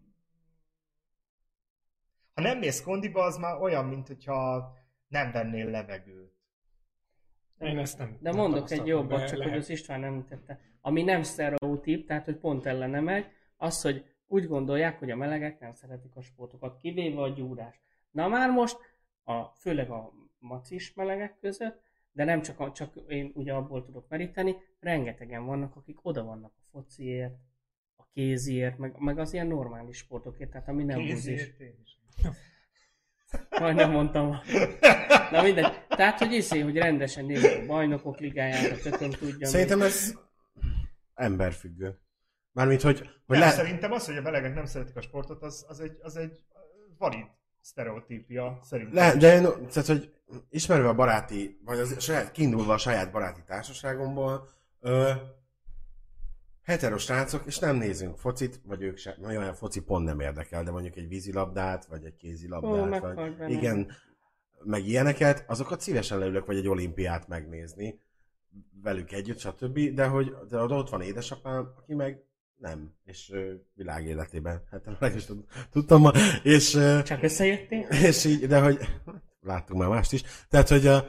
[SPEAKER 4] ha nem mész kondiba, az már olyan, mint hogyha nem vennél levegőt.
[SPEAKER 3] Én ezt nem.
[SPEAKER 6] De
[SPEAKER 3] nem
[SPEAKER 6] mondok egy
[SPEAKER 3] tapasztaltam,
[SPEAKER 6] jobbat,
[SPEAKER 3] de
[SPEAKER 6] csak
[SPEAKER 3] lehet.
[SPEAKER 6] hogy az István említette. Ami nem sztereotíp, tehát hogy pont ellene megy, az, hogy úgy gondolják, hogy a melegek nem szeretik a sportokat, kivéve a gyúrás. Na már most, a, főleg a macis melegek között, de nem csak, a- csak én ugye abból tudok meríteni, rengetegen vannak, akik oda vannak a fociért, a kéziért, meg, meg az ilyen normális sportokért, tehát ami nem buzis.
[SPEAKER 4] Kézért én is.
[SPEAKER 6] Majdnem mondtam. Na mindegy. Tehát, hogy iszé, hogy rendesen nézik a bajnokok ligáját, a tököm tudja. mi.
[SPEAKER 1] Szerintem ez emberfüggő. Mármint, hogy, hogy
[SPEAKER 4] Nem, le...
[SPEAKER 1] lehet,
[SPEAKER 4] Szerintem az, hogy a belegek nem szeretik a sportot, az, az, egy, az egy valid sztereotípia szerintem.
[SPEAKER 1] Le, de én, tehát, hogy ismerve a baráti, vagy az saját, kiindulva a saját baráti társaságomból, ö, heteros srácok, és nem nézünk focit, vagy ők sem, nagyon olyan foci pont nem érdekel, de mondjuk egy vízilabdát, vagy egy
[SPEAKER 6] Ó,
[SPEAKER 1] kézilabdát, vagy
[SPEAKER 6] meghalt benne.
[SPEAKER 1] igen, meg ilyeneket, azokat szívesen leülök, vagy egy olimpiát megnézni velük együtt, stb. De hogy de ott van édesapám, aki meg nem, és ö, világ életében, hát meg is tud- tudtam ma, és ö,
[SPEAKER 6] Csak összejöttél?
[SPEAKER 1] és így, de hogy láttunk már mást is. Tehát, hogy a,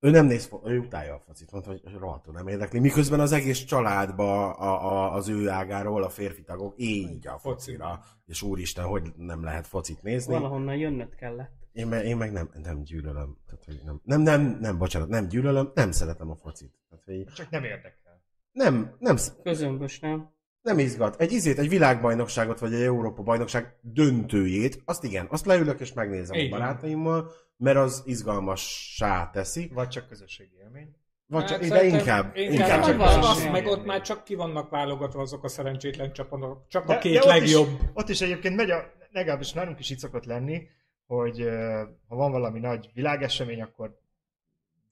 [SPEAKER 1] ő nem néz, fo- ő utálja a focit, mondta, hogy rohadtul nem érdekli. Miközben az egész családba a, a, az ő ágáról a férfi tagok így a focira. És úristen, hogy nem lehet focit nézni.
[SPEAKER 6] Valahonnan jönnöd kellett.
[SPEAKER 1] Én, me- én meg nem, nem gyűlölöm. Tehát, hogy nem, nem, nem, nem, bocsánat, nem gyűlölöm, nem szeretem a focit. Tehát, hogy
[SPEAKER 4] Csak nem érdekel.
[SPEAKER 1] nem, nem, sz-
[SPEAKER 6] Közömbös, nem?
[SPEAKER 1] nem izgat. Egy izét, egy világbajnokságot, vagy egy Európa-bajnokság döntőjét, azt igen, azt leülök és megnézem
[SPEAKER 3] Igen.
[SPEAKER 1] a barátaimmal, mert az izgalmassá teszi.
[SPEAKER 4] Vagy csak közösségi élmény.
[SPEAKER 1] Vagy csak, de
[SPEAKER 3] Hát szerintem
[SPEAKER 1] inkább,
[SPEAKER 3] Inkább
[SPEAKER 1] inkább
[SPEAKER 3] csak
[SPEAKER 1] csak
[SPEAKER 6] van.
[SPEAKER 3] az,
[SPEAKER 1] más.
[SPEAKER 3] az,
[SPEAKER 6] Igen.
[SPEAKER 3] meg ott már csak ki vannak válogatva azok a szerencsétlen csapatok. Csak a
[SPEAKER 4] De-
[SPEAKER 3] két
[SPEAKER 4] de ott is-
[SPEAKER 3] legjobb.
[SPEAKER 4] Ott is egyébként megy a, legalábbis nálunk is így szokott lenni, hogy ö, ha van valami nagy világesemény, akkor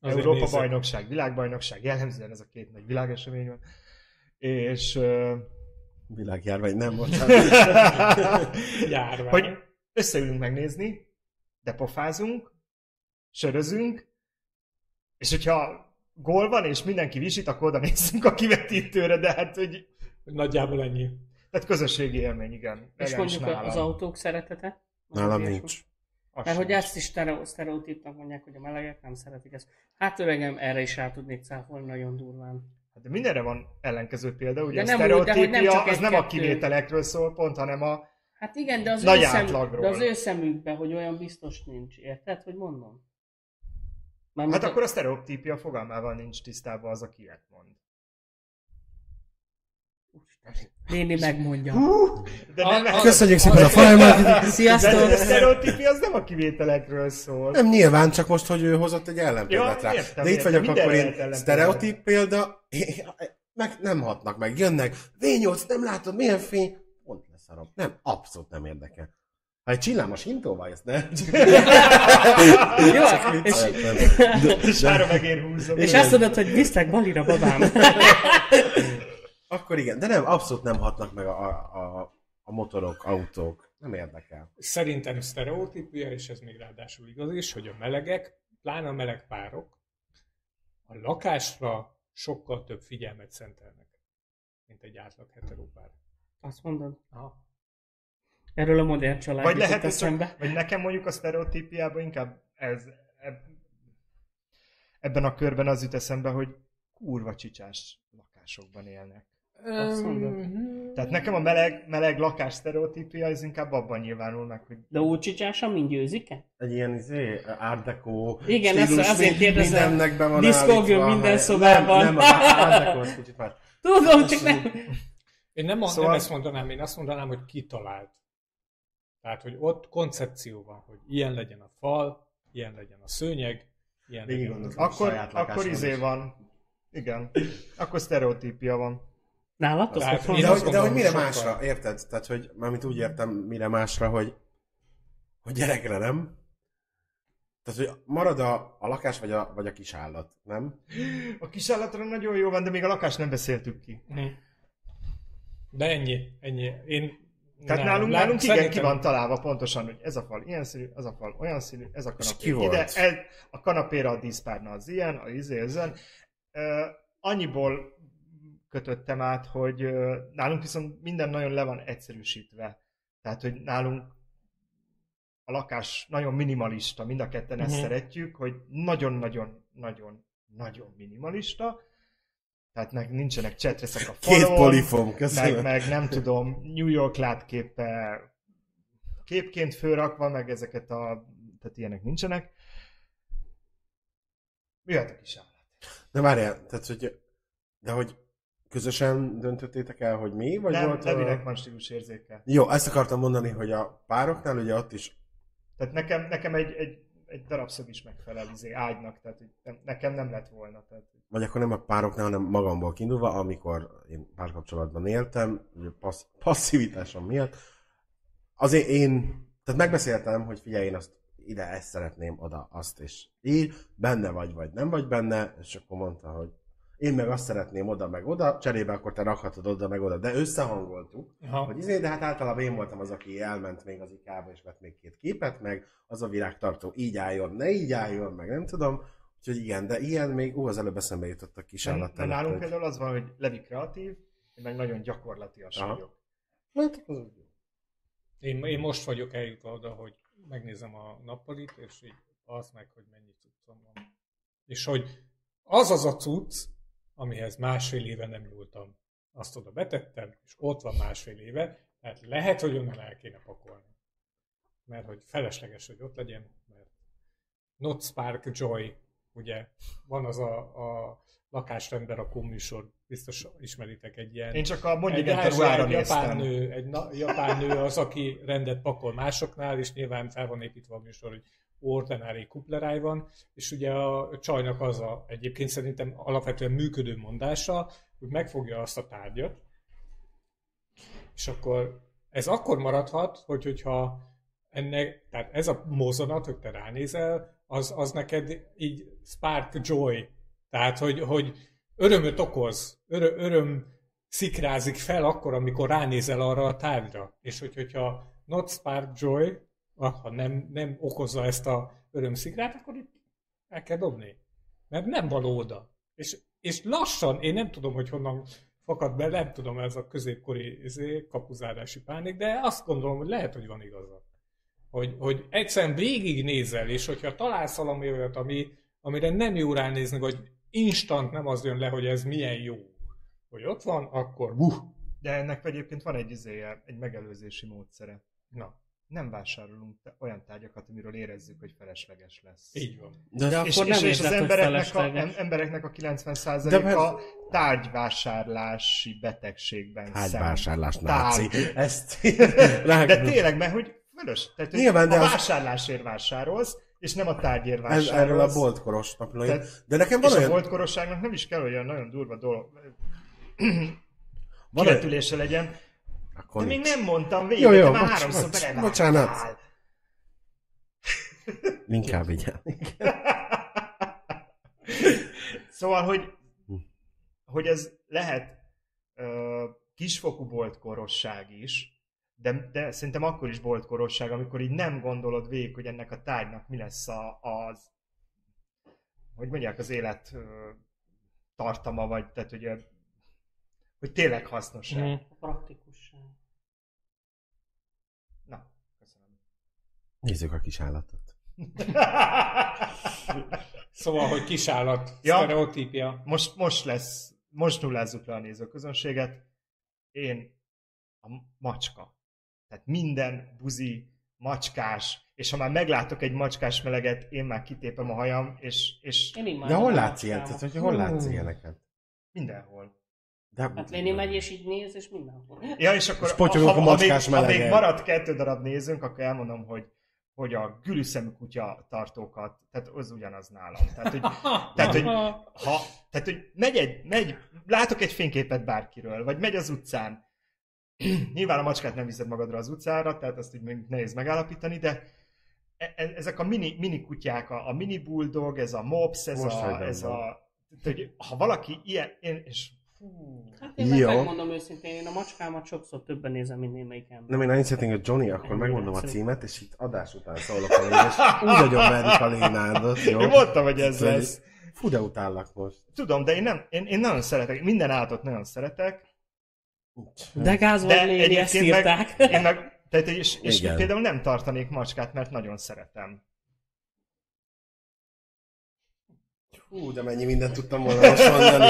[SPEAKER 3] Azért
[SPEAKER 4] Európa
[SPEAKER 3] nézzük.
[SPEAKER 4] bajnokság, világbajnokság, jellemzően ez a két nagy világesemény van. És ö,
[SPEAKER 1] Világjárvány, nem, bocsánat.
[SPEAKER 3] Járvány.
[SPEAKER 4] hogy összeülünk megnézni, de pofázunk, sörözünk, és hogyha gól van, és mindenki visít, akkor oda nézzünk a kivetítőre, de hát, hogy
[SPEAKER 3] Nagyjából ennyi.
[SPEAKER 4] tehát közösségi élmény, igen.
[SPEAKER 6] És
[SPEAKER 4] Legalábbis
[SPEAKER 6] mondjuk az
[SPEAKER 4] nálam.
[SPEAKER 6] autók szeretete? Az
[SPEAKER 1] Nálam
[SPEAKER 6] ilyesmi?
[SPEAKER 1] nincs.
[SPEAKER 4] Az sem.
[SPEAKER 6] Mert hogy ezt is sztereo- sztereotípnak mondják, hogy a melegek nem szeretik ezt. Hát öregem, erre is rá tudnék cáfolni nagyon durván.
[SPEAKER 4] Hát De mindenre van ellenkező példa, ugye
[SPEAKER 6] De
[SPEAKER 4] a
[SPEAKER 6] nem úgy, de hogy nem
[SPEAKER 4] sztereotípia
[SPEAKER 6] csak
[SPEAKER 4] az nem a
[SPEAKER 6] egy-kettő.
[SPEAKER 4] kivételekről szól pont, hanem a...
[SPEAKER 6] Hát igen, de az,
[SPEAKER 4] Nagy
[SPEAKER 6] ő, szem,
[SPEAKER 4] átlagról.
[SPEAKER 6] de az ő szemükben, hogy olyan biztos nincs. Érted, hogy mondom? Mármint
[SPEAKER 4] Hát akkor a sztereotípia fogalmával nincs tisztában az, aki ilyet mond.
[SPEAKER 6] Néni megmondja.
[SPEAKER 4] De
[SPEAKER 3] A-
[SPEAKER 4] nem,
[SPEAKER 3] a-
[SPEAKER 1] Köszönjük szépen a folyamat.
[SPEAKER 4] de a
[SPEAKER 6] Sziasztok!
[SPEAKER 4] sztereotípia az nem a kivételekről szól.
[SPEAKER 1] Nem, nyilván, csak most, hogy ő hozott egy ellenpéldát
[SPEAKER 4] Ja,
[SPEAKER 1] rá.
[SPEAKER 4] értem,
[SPEAKER 1] De itt
[SPEAKER 4] értem,
[SPEAKER 1] vagyok,
[SPEAKER 4] minden
[SPEAKER 1] akkor
[SPEAKER 4] lehet
[SPEAKER 1] én
[SPEAKER 4] ellenpélda.
[SPEAKER 1] sztereotíp példa, meg nem hatnak meg, jönnek, V8, nem látod, milyen fény, pont leszarom. Nem, abszolút nem érdekel. Ha egy csillámos hintóval jössz, ne?
[SPEAKER 6] Jó, és,
[SPEAKER 4] És három egér húzom.
[SPEAKER 6] és azt mondod, hogy visztek Balira babám.
[SPEAKER 1] Akkor igen, de nem, abszolút nem hatnak meg a, a, a, a motorok, autók. Nem érdekel.
[SPEAKER 3] Szerintem sztereotípia, és ez még ráadásul igaz is, hogy a melegek, pláne a meleg párok, a lakásra sokkal több figyelmet szentelnek, mint egy átlag heterópár.
[SPEAKER 6] Azt mondod.
[SPEAKER 3] Aha.
[SPEAKER 6] Erről a modern család
[SPEAKER 4] Vagy
[SPEAKER 6] jutott
[SPEAKER 4] lehet, hogy
[SPEAKER 6] eszembe.
[SPEAKER 4] csak, vagy nekem mondjuk a sztereotípiában inkább ez, eb- ebben a körben az jut eszembe, hogy kurva csicsás lakásokban élnek.
[SPEAKER 6] Azt mondod. mhm.
[SPEAKER 3] Öm,
[SPEAKER 4] Tehát nekem a meleg, meleg lakás sztereotípia az inkább abban nyilvánul meg, hogy
[SPEAKER 6] De úgy csicsása, mind győzik-e?
[SPEAKER 1] Egy ilyen izé, art deco
[SPEAKER 6] Igen, ezt-
[SPEAKER 1] stílus,
[SPEAKER 6] azért
[SPEAKER 1] mi-
[SPEAKER 6] kérdezem.
[SPEAKER 1] mindennek be van
[SPEAKER 6] Diszkogő
[SPEAKER 1] állítva,
[SPEAKER 6] minden
[SPEAKER 1] hanem-
[SPEAKER 6] szobában.
[SPEAKER 1] Nem, nem, az art deco az kicsit más.
[SPEAKER 6] Tudom, csak nem.
[SPEAKER 3] Én nem, szóval...
[SPEAKER 4] Szóval-
[SPEAKER 3] nem ezt mondanám, én azt mondanám, hogy kitalált. Tehát, hogy ott koncepció van, hogy ilyen legyen a fal, ilyen legyen a szőnyeg, ilyen
[SPEAKER 1] Végig
[SPEAKER 3] legyen
[SPEAKER 1] gondoltam.
[SPEAKER 4] akkor,
[SPEAKER 1] saját lakásom
[SPEAKER 4] akkor izé
[SPEAKER 1] is.
[SPEAKER 4] van. Igen. Akkor sztereotípia van.
[SPEAKER 6] Nálad?
[SPEAKER 3] Tehát
[SPEAKER 6] Azt
[SPEAKER 3] én
[SPEAKER 1] De,
[SPEAKER 6] mondod?
[SPEAKER 1] hogy,
[SPEAKER 3] azt
[SPEAKER 1] de hogy mire
[SPEAKER 3] sokkal-
[SPEAKER 1] másra, érted? Tehát, hogy mármint úgy értem, mire másra, hogy, hogy gyerekre nem. Tehát, hogy marad a, a lakás vagy a, vagy a kis állat, nem?
[SPEAKER 4] A kisállatra nagyon jó van, de még a lakást nem beszéltük ki.
[SPEAKER 3] Mhm. De ennyi, ennyi. Én
[SPEAKER 4] Tehát
[SPEAKER 3] nem,
[SPEAKER 4] nálunk,
[SPEAKER 3] lát-
[SPEAKER 4] nálunk igen, ki
[SPEAKER 3] szerintem-
[SPEAKER 4] van találva pontosan, hogy ez a fal ilyen színű, ez a fal olyan színű, ez a kanapé
[SPEAKER 1] ki volt?
[SPEAKER 4] ide, ez, a kanapéra a díszpárna az ilyen, a izé ezen. Ö, annyiból kötöttem át, hogy ö, nálunk viszont minden nagyon le van egyszerűsítve. Tehát, hogy nálunk a lakás nagyon minimalista, mind a ketten ezt
[SPEAKER 3] Mhm.
[SPEAKER 4] szeretjük, hogy nagyon-nagyon-nagyon-nagyon minimalista, tehát meg nincsenek csetreszek a
[SPEAKER 1] Két
[SPEAKER 4] falon,
[SPEAKER 1] polifom, köszönöm.
[SPEAKER 4] meg, meg nem tudom, New York látképpe képként fölrakva, meg ezeket a, tehát ilyenek nincsenek. Jöhet a kis állat.
[SPEAKER 1] De várjál, tehát hogy, de hogy közösen döntöttétek el, hogy mi, vagy
[SPEAKER 4] Nem,
[SPEAKER 1] volt?
[SPEAKER 4] nem
[SPEAKER 1] a...
[SPEAKER 4] van stílus érzéke.
[SPEAKER 1] Jó, ezt akartam mondani, hogy a pároknál ugye ott is
[SPEAKER 4] Tehát nekem, nekem egy, egy, egy darab szög is megfelel izé, ágynak, tehát hogy nem, nekem nem lett volna. Tehát,
[SPEAKER 1] vagy akkor nem a pároknál, hanem magamból kiindulva, amikor én párkapcsolatban éltem, ugye passz, passzivitásom miatt, azért én, tehát megbeszéltem, hogy figyelj, én azt ide ezt szeretném, oda azt, és így benne vagy, vagy nem vagy benne, és akkor mondta, hogy én meg azt szeretném oda, meg oda, cserébe akkor te rakhatod oda, meg oda, de összehangoltuk,
[SPEAKER 3] Aha.
[SPEAKER 1] hogy izé, de hát általában én voltam az, aki elment még az ikába, és vett még két képet, meg az a virágtartó így álljon, ne így álljon, meg nem tudom. Úgyhogy igen, de ilyen még, ú, az előbb eszembe jutott a kis
[SPEAKER 4] mert,
[SPEAKER 1] állat.
[SPEAKER 4] mert nálunk például az van, hogy Levi kreatív, én meg nagyon gyakorlatias
[SPEAKER 1] Aha.
[SPEAKER 4] vagyok.
[SPEAKER 1] hát,
[SPEAKER 3] Én, én most vagyok eljutva oda, hogy megnézem a nappalit, és így az meg, hogy mennyi cuccom van. És hogy az az a cucc, amihez másfél éve nem nyúltam. Azt oda betettem, és ott van másfél éve, tehát lehet, hogy onnan el kéne pakolni. Mert hogy felesleges, hogy ott legyen, mert Not Spark Joy, ugye, van az a, a lakásrendben a műsor, biztos ismeritek egy ilyen
[SPEAKER 4] Én csak a
[SPEAKER 3] egy,
[SPEAKER 4] mondjuk
[SPEAKER 3] ázsiai-
[SPEAKER 4] ruhára
[SPEAKER 3] egy
[SPEAKER 4] néztem.
[SPEAKER 3] japán nő, egy na, japán nő az, aki rendet pakol másoknál, és nyilván fel van építve a műsor, hogy ordinári kupleráj van, és ugye a csajnak az a, egyébként szerintem alapvetően működő mondása, hogy megfogja azt a tárgyat, és akkor ez akkor maradhat, hogy, hogyha ennek, tehát ez a mozanat, hogy te ránézel, az, az neked így spark joy, tehát hogy, hogy örömöt okoz, örö, öröm szikrázik fel akkor, amikor ránézel arra a tárgyra. És hogy, hogyha not spark joy, ah, ha nem, nem okozza ezt a örömszikrát, akkor itt el kell dobni. Mert nem való oda. És, és lassan, én nem tudom, hogy honnan fakad be, nem tudom, ez a középkori izé, kapuzárási pánik, de azt gondolom, hogy lehet, hogy van igaza. Hogy, hogy egyszerűen végignézel, és hogyha találsz valami olyat, ami, amire nem jó ránézni, vagy instant nem az jön le, hogy ez milyen jó, hogy ott van, akkor buh,
[SPEAKER 4] De ennek egyébként van egy izéje, egy megelőzési módszere.
[SPEAKER 3] na,
[SPEAKER 4] nem vásárolunk te- olyan tárgyakat, amiről érezzük, hogy felesleges lesz.
[SPEAKER 3] így van.
[SPEAKER 6] De
[SPEAKER 1] De,
[SPEAKER 6] akkor
[SPEAKER 4] És,
[SPEAKER 6] nem
[SPEAKER 4] és, és az
[SPEAKER 6] érzed, hogy
[SPEAKER 4] embereknek a,
[SPEAKER 6] felesleges.
[SPEAKER 4] em- embereknek a
[SPEAKER 1] De
[SPEAKER 4] 90%-a
[SPEAKER 1] persze.
[SPEAKER 4] tárgyvásárlási betegségben
[SPEAKER 1] Tárgyvásárlás
[SPEAKER 4] szenved.
[SPEAKER 1] náci.
[SPEAKER 4] Tárgy.
[SPEAKER 1] Ezt
[SPEAKER 4] De
[SPEAKER 1] rágom.
[SPEAKER 4] tényleg, mert hogy fölös. Tehát, hogy
[SPEAKER 1] Nyilván,
[SPEAKER 4] Nyilván,
[SPEAKER 1] de
[SPEAKER 4] a
[SPEAKER 1] az-
[SPEAKER 4] vásárlásért vásárolsz, és nem a tárgyért
[SPEAKER 1] Ez,
[SPEAKER 4] vásárolsz.
[SPEAKER 1] erről a boltkoros naplóim.
[SPEAKER 4] Te-
[SPEAKER 1] De nekem
[SPEAKER 4] És
[SPEAKER 1] van
[SPEAKER 4] a
[SPEAKER 1] olyan,
[SPEAKER 4] volt korosságnak nem is kell olyan nagyon durva dolog.
[SPEAKER 1] van olyan,
[SPEAKER 4] Kivetülése legyen.
[SPEAKER 1] akkor
[SPEAKER 4] De még
[SPEAKER 1] nincs.
[SPEAKER 4] nem mondtam végig,
[SPEAKER 1] Jó,
[SPEAKER 4] de
[SPEAKER 1] jó,
[SPEAKER 4] már
[SPEAKER 1] bocs,
[SPEAKER 4] háromszor
[SPEAKER 1] bocs,
[SPEAKER 4] belevágtál.
[SPEAKER 1] bocsánat. inkább így.
[SPEAKER 4] Szóval, hogy,
[SPEAKER 1] Hm.
[SPEAKER 4] hogy ez lehet ö, kisfokú boltkorosság is, de, de szerintem akkor is boltkorosság, amikor így nem gondolod végig, hogy ennek a tárgynak mi lesz a, az, hogy mondják, az élet ö, tartama, vagy tehát, hogy, ö, hogy tényleg hasznos
[SPEAKER 3] Mhm.
[SPEAKER 4] -e.
[SPEAKER 6] A praktikusság.
[SPEAKER 4] Na, köszönöm.
[SPEAKER 1] Nézzük a kis állatot.
[SPEAKER 3] Szóval, hogy kisállat, ja.
[SPEAKER 4] Ja.
[SPEAKER 3] sztereotípia.
[SPEAKER 4] most, most lesz, most nullázzuk le a nézőközönséget. Én a macska. Tehát minden buzi, macskás, és ha már meglátok egy macskás meleget, én már kitépem a hajam, és, és
[SPEAKER 6] Én imádom
[SPEAKER 1] De hol
[SPEAKER 6] a
[SPEAKER 1] látsz ilyen? Tehát,
[SPEAKER 6] macskámat.
[SPEAKER 1] hogy hol látsz ilyeneket?
[SPEAKER 4] mindenhol.
[SPEAKER 1] De...
[SPEAKER 6] Hát Léni megy és így néz, és mindenhol.
[SPEAKER 4] Ja, és akkor
[SPEAKER 1] És potyogok a
[SPEAKER 4] még,
[SPEAKER 1] macskás
[SPEAKER 4] ha még
[SPEAKER 1] melegen.
[SPEAKER 4] marad kettő darab nézőnk, akkor elmondom, hogy hogy a gülüszemű kutya tartókat, tehát az ugyanaz nálam. Tehát, Hát, hogy Tehát, hogy- ha, tehát, hogy megy egy, megy, látok egy fényképet bárkiről, vagy megy az utcán. Nyilván a macskát nem viszed magadra az utcára, tehát azt úgy mondjuk nehéz megállapítani, de e- e- ezek a mini, mini kutyák, a, a mini bulldog, ez a mops, ez
[SPEAKER 1] Most hagyom
[SPEAKER 4] a... Ez
[SPEAKER 1] be.
[SPEAKER 4] a tehát, hogy ha valaki ilyen, én, és fú,
[SPEAKER 6] Hát én meg
[SPEAKER 1] Jó.
[SPEAKER 6] megmondom őszintén, én a macskámat sokszor többen nézem, mint némelyik ember.
[SPEAKER 1] Nem, én annyit szeretnék, hogy Johnny, akkor
[SPEAKER 6] Nem,
[SPEAKER 1] megmondom a
[SPEAKER 6] egyszerű.
[SPEAKER 1] címet, és itt adás után szólok a és úgy nagyon verik a Lénárdot, jó?
[SPEAKER 4] én mondtam, hogy ez
[SPEAKER 1] Tehát,
[SPEAKER 4] lesz.
[SPEAKER 1] Fú, de utállak most.
[SPEAKER 4] Tudom, de én, nem, én, én nagyon szeretek, minden állatot nagyon szeretek,
[SPEAKER 6] De gáz
[SPEAKER 4] de
[SPEAKER 6] van néni, ezt
[SPEAKER 4] egyébként meg,
[SPEAKER 6] írták.
[SPEAKER 4] én meg, tehát és, és
[SPEAKER 1] Igen.
[SPEAKER 4] például nem tartanék macskát, mert nagyon szeretem.
[SPEAKER 1] Hú, de mennyi mindent tudtam volna most mondani.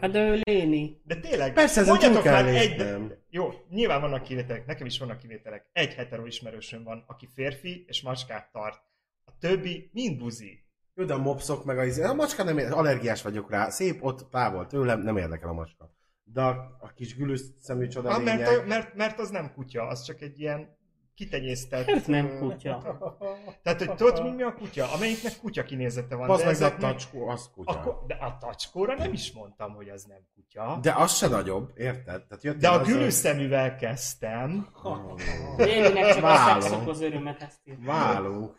[SPEAKER 6] Hát de ő léni.
[SPEAKER 4] De tényleg,
[SPEAKER 1] Persze, ezen
[SPEAKER 4] mondjatok
[SPEAKER 1] túl kell
[SPEAKER 4] már egy...
[SPEAKER 1] lépnem.
[SPEAKER 4] Jó, nyilván vannak kivételek, nekem is vannak kivételek. Egy hetero ismerősöm van, aki férfi és macskát tart. A többi mind buzi.
[SPEAKER 1] Jó, de a mopszok meg a izé. A macska nem érdekel, allergiás vagyok rá. Szép, ott távol tőlem, nem érdekel a macska. De a, a kis gülüsz szemű csoda
[SPEAKER 4] Ha,
[SPEAKER 1] lényeg,
[SPEAKER 4] mert, a- mert, mert az nem kutya, az csak egy ilyen kitenyésztett...
[SPEAKER 6] Ez Hát nem
[SPEAKER 4] ö,
[SPEAKER 6] kutya.
[SPEAKER 4] Tehát, hogy tudod, mi, mi a kutya? Amelyiknek kutya kinézete van.
[SPEAKER 1] az meg a
[SPEAKER 4] ezeknek-
[SPEAKER 1] tacskó, az kutya.
[SPEAKER 4] Akkor, de a tacskóra nem is mondtam, hogy az nem kutya. De,
[SPEAKER 1] De az se nagyobb, érted? Tehát jöttél
[SPEAKER 4] de a
[SPEAKER 1] azzal,
[SPEAKER 4] gülű szeművel kezdtem.
[SPEAKER 6] Léninek csak a
[SPEAKER 1] Vállalom.
[SPEAKER 6] szexok az örömet ezt írták.
[SPEAKER 1] Válunk.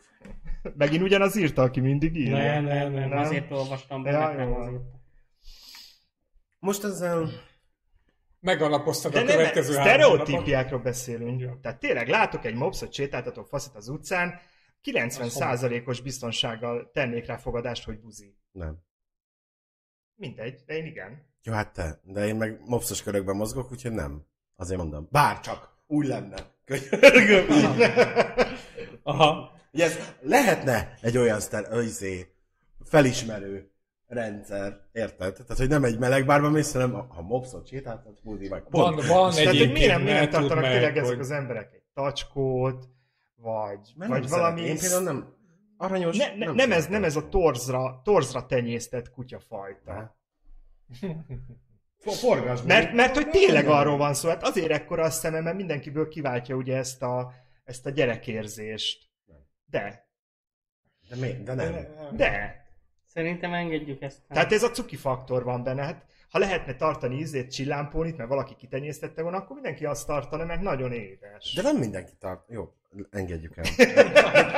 [SPEAKER 4] Megint ugyanaz írta, aki mindig írja.
[SPEAKER 3] Nem, nem, nem.
[SPEAKER 6] Azért olvastam be,
[SPEAKER 4] Ja,
[SPEAKER 6] mert nem
[SPEAKER 4] jó.
[SPEAKER 6] azért.
[SPEAKER 1] Most ezzel...
[SPEAKER 3] Megalapoztad
[SPEAKER 4] De
[SPEAKER 3] a
[SPEAKER 4] nem, nem,
[SPEAKER 3] következő
[SPEAKER 4] sztereotípiákról beszélünk.
[SPEAKER 3] Ja.
[SPEAKER 4] Tehát tényleg látok egy mopszot sétáltató faszit az utcán, 90%-os biztonsággal tennék rá fogadást, hogy buzi.
[SPEAKER 1] Nem.
[SPEAKER 4] Mindegy, de én igen.
[SPEAKER 1] Jó, hát te. De én meg mopszos körökben mozgok, úgyhogy nem. Azért mondom. Bár csak. Úgy lenne. Könyörgöm. úgy lenne.
[SPEAKER 3] Aha.
[SPEAKER 1] Ugye ez lehetne egy olyan szter, ö, izé, felismerő rendszer, érted? Tehát, hogy nem egy meleg bárban mész, hanem a, a mopszot sétáltat, múzi meg.
[SPEAKER 3] Van, van
[SPEAKER 4] Tehát, hogy
[SPEAKER 3] egyébként,
[SPEAKER 4] miért nem, miért nem
[SPEAKER 3] mert tudd
[SPEAKER 4] tartanak tényleg
[SPEAKER 3] meg,
[SPEAKER 4] ezek
[SPEAKER 3] hogy
[SPEAKER 4] az emberek egy tacskót, vagy,
[SPEAKER 1] Mert
[SPEAKER 4] vagy
[SPEAKER 1] nem
[SPEAKER 4] valami...
[SPEAKER 1] szeretem. Én például nem aranyos.
[SPEAKER 4] Ne, ne, nem, nem, ez, nem ez a
[SPEAKER 1] szeretem.
[SPEAKER 4] torzra, torzra tenyésztett kutyafajta.
[SPEAKER 1] Ne. For- Forgass meg.
[SPEAKER 4] Mert, mert hogy tényleg arról van szó, hát azért ekkora a szemem, mert mindenkiből kiváltja ugye ezt a, ezt a gyerekérzést. De,
[SPEAKER 1] De, mi? de nem.
[SPEAKER 4] de.
[SPEAKER 6] Szerintem engedjük ezt. el.
[SPEAKER 4] Tehát ez a cuki faktor van benne. Hát, ha lehetne tartani ízét, csillámpónit, mert valaki kitenyésztette volna, akkor mindenki azt tartana, mert nagyon édes.
[SPEAKER 1] De nem mindenki tart. Jó, engedjük el.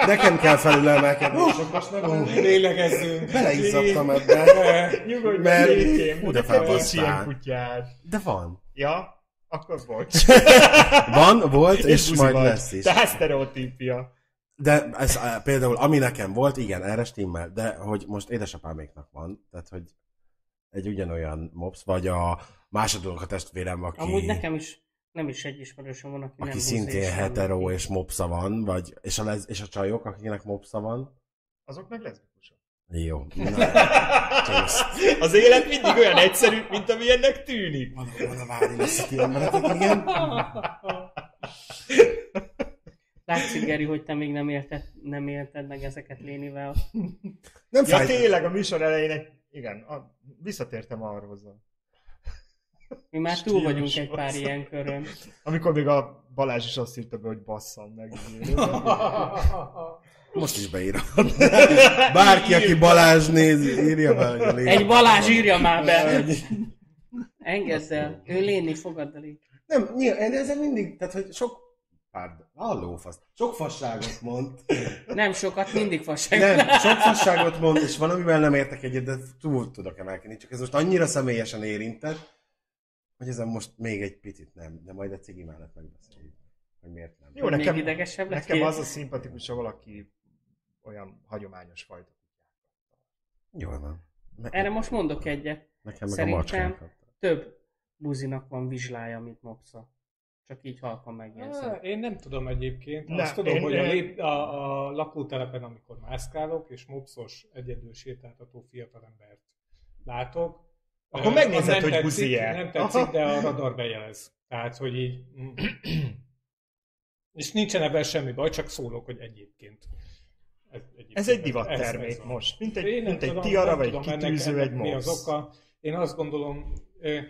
[SPEAKER 1] Nekem kell felülemelkedni. Sokas nem lenni.
[SPEAKER 3] lélegezzünk.
[SPEAKER 1] Beleizzadtam ebbe.
[SPEAKER 4] Nyugodj,
[SPEAKER 1] Mert-
[SPEAKER 4] Jézém,
[SPEAKER 1] Hú, de
[SPEAKER 4] neked nincs
[SPEAKER 1] felbasztál.
[SPEAKER 4] ilyen kutyád.
[SPEAKER 1] De van.
[SPEAKER 4] Ja, akkor bocs.
[SPEAKER 1] Van, volt, és,
[SPEAKER 4] buzi
[SPEAKER 1] majd
[SPEAKER 4] vagy.
[SPEAKER 1] lesz is.
[SPEAKER 4] Tehát sztereotípia.
[SPEAKER 1] De ez eh, például, ami nekem volt, igen, erre stimmel, de hogy most édesapáméknak van, tehát hogy egy ugyanolyan mobs, vagy a másodolog a testvérem, aki,
[SPEAKER 6] Amúgy nekem is nem is egy ismerősöm van, aki, nem
[SPEAKER 1] aki
[SPEAKER 6] buzi,
[SPEAKER 1] szintén
[SPEAKER 6] és nem-
[SPEAKER 1] hetero és mopsza van, vagy, és a, lez, és a csajok, akiknek mopsza van.
[SPEAKER 4] Azok meg leszbikusok.
[SPEAKER 1] Jó. Na,
[SPEAKER 4] Az élet mindig olyan egyszerű, mint amilyennek tűnik.
[SPEAKER 1] van, van a vári lesz, igen.
[SPEAKER 6] Látszik, Geri, hogy te még nem érted, nem érted meg ezeket Lénivel.
[SPEAKER 1] Nem
[SPEAKER 4] Ja,
[SPEAKER 1] fáj.
[SPEAKER 4] tényleg a műsor elején egy... Igen, a... visszatértem arra hozzá.
[SPEAKER 6] Mi már túl
[SPEAKER 4] Stílus
[SPEAKER 6] vagyunk egy
[SPEAKER 4] volt.
[SPEAKER 6] pár ilyen körön.
[SPEAKER 4] Amikor még a Balázs is azt írta be, hogy basszam meg.
[SPEAKER 1] Most is beírom. Bárki, aki Balázs néz, írja be. hogy a lényeg.
[SPEAKER 6] Egy Balázs írja már be! Engedd el, ő Léni, fogadd el így.
[SPEAKER 1] Nem, nyilván, de ezzel mindig, tehát hogy sok pár, hallófasz, sok fasságot mond,
[SPEAKER 6] Nem sokat, mindig fasság.
[SPEAKER 1] nem, sok fasságot mond, és van, amivel nem értek egyet, de túl tudok emelkedni, csak ez most annyira személyesen érintett, hogy ezen most még egy picit nem, de majd a cigi mellett megbeszéljük, hogy miért nem.
[SPEAKER 4] Jó,
[SPEAKER 6] Még
[SPEAKER 4] nekem,
[SPEAKER 6] idegesebb lett
[SPEAKER 4] nekem
[SPEAKER 6] ki?
[SPEAKER 4] az a szimpatikus, ha valaki olyan hagyományos fajta.
[SPEAKER 1] Jól van. Ne,
[SPEAKER 6] Erre most mondok egyet.
[SPEAKER 1] Nekem meg
[SPEAKER 6] szerintem-
[SPEAKER 1] a macskákat.
[SPEAKER 6] Több buzinak van vizslája, mint mopsza. Csak így halkan megjegyzem.
[SPEAKER 3] Á, Én nem tudom egyébként.
[SPEAKER 4] Ne,
[SPEAKER 3] Azt tudom,
[SPEAKER 4] én-
[SPEAKER 3] hogy a,
[SPEAKER 4] én-
[SPEAKER 3] lép, a, a lakótelepen, amikor mászkálok, és mopszos, egyedül sétáltató fiatalembert látok.
[SPEAKER 4] Akkor
[SPEAKER 3] eh,
[SPEAKER 4] megnézed,
[SPEAKER 3] nem
[SPEAKER 4] hogy
[SPEAKER 3] tetszik-
[SPEAKER 4] buzi-e.
[SPEAKER 3] Nem tetszik,
[SPEAKER 4] Aha.
[SPEAKER 3] de a radar bejelez. Tehát, hogy így... mm. És nincsen ebben semmi baj, csak szólok, hogy egyébként. Ez, egyébként
[SPEAKER 4] Ez egy
[SPEAKER 3] ez- ez
[SPEAKER 4] divattermék
[SPEAKER 3] van.
[SPEAKER 4] most. Mint egy,
[SPEAKER 3] Én nem
[SPEAKER 4] mint egy
[SPEAKER 3] tudom,
[SPEAKER 4] tiara,
[SPEAKER 3] nem
[SPEAKER 4] vagy egy
[SPEAKER 3] tudom ennek-
[SPEAKER 4] kitűző, egy
[SPEAKER 3] ennek Mi az
[SPEAKER 4] mopsz.
[SPEAKER 3] oka? Én azt gondolom, eh,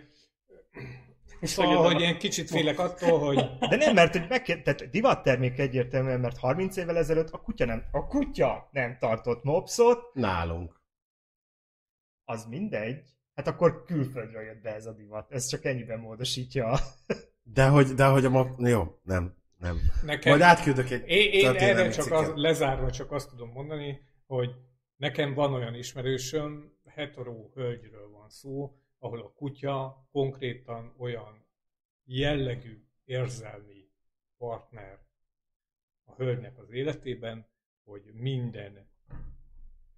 [SPEAKER 6] És
[SPEAKER 3] szóval,
[SPEAKER 6] oda-
[SPEAKER 3] hogy én kicsit félek attól, hogy
[SPEAKER 4] De nem, mert hogy megkér... tehát divattermék egyértelműen, mert 30 évvel ezelőtt a kutya nem, a kutya nem tartott mopszot,
[SPEAKER 1] Nálunk.
[SPEAKER 4] az mindegy. Hát akkor külföldről jött be ez a divat. Ez csak ennyiben módosítja a
[SPEAKER 1] De hogy, de hogy a ma... Jó, nem, nem.
[SPEAKER 3] nekem...
[SPEAKER 1] Majd átküldök egy
[SPEAKER 3] Én, én
[SPEAKER 1] történelmi
[SPEAKER 3] erre csak
[SPEAKER 1] cikket.
[SPEAKER 3] az, lezárva csak azt tudom mondani, hogy nekem van olyan ismerősöm, heteró hölgyről van szó, ahol a kutya konkrétan olyan jellegű érzelmi partner a hölgynek az életében, hogy minden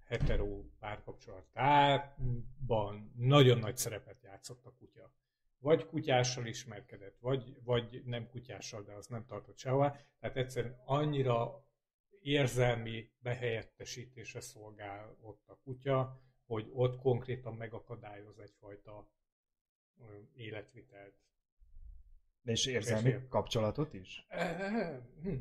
[SPEAKER 3] hetero párkapcsolatában nagyon nagy szerepet játszott a kutya. Vagy kutyással ismerkedett, vagy, vagy nem kutyással, de az nem tartott sehová. Tehát egyszerűen annyira érzelmi behelyettesítésre szolgál ott a kutya, hogy ott konkrétan megakadályoz egyfajta ö, életvitelt.
[SPEAKER 4] És érzelmi
[SPEAKER 3] Persze.
[SPEAKER 4] kapcsolatot is?
[SPEAKER 3] Hm.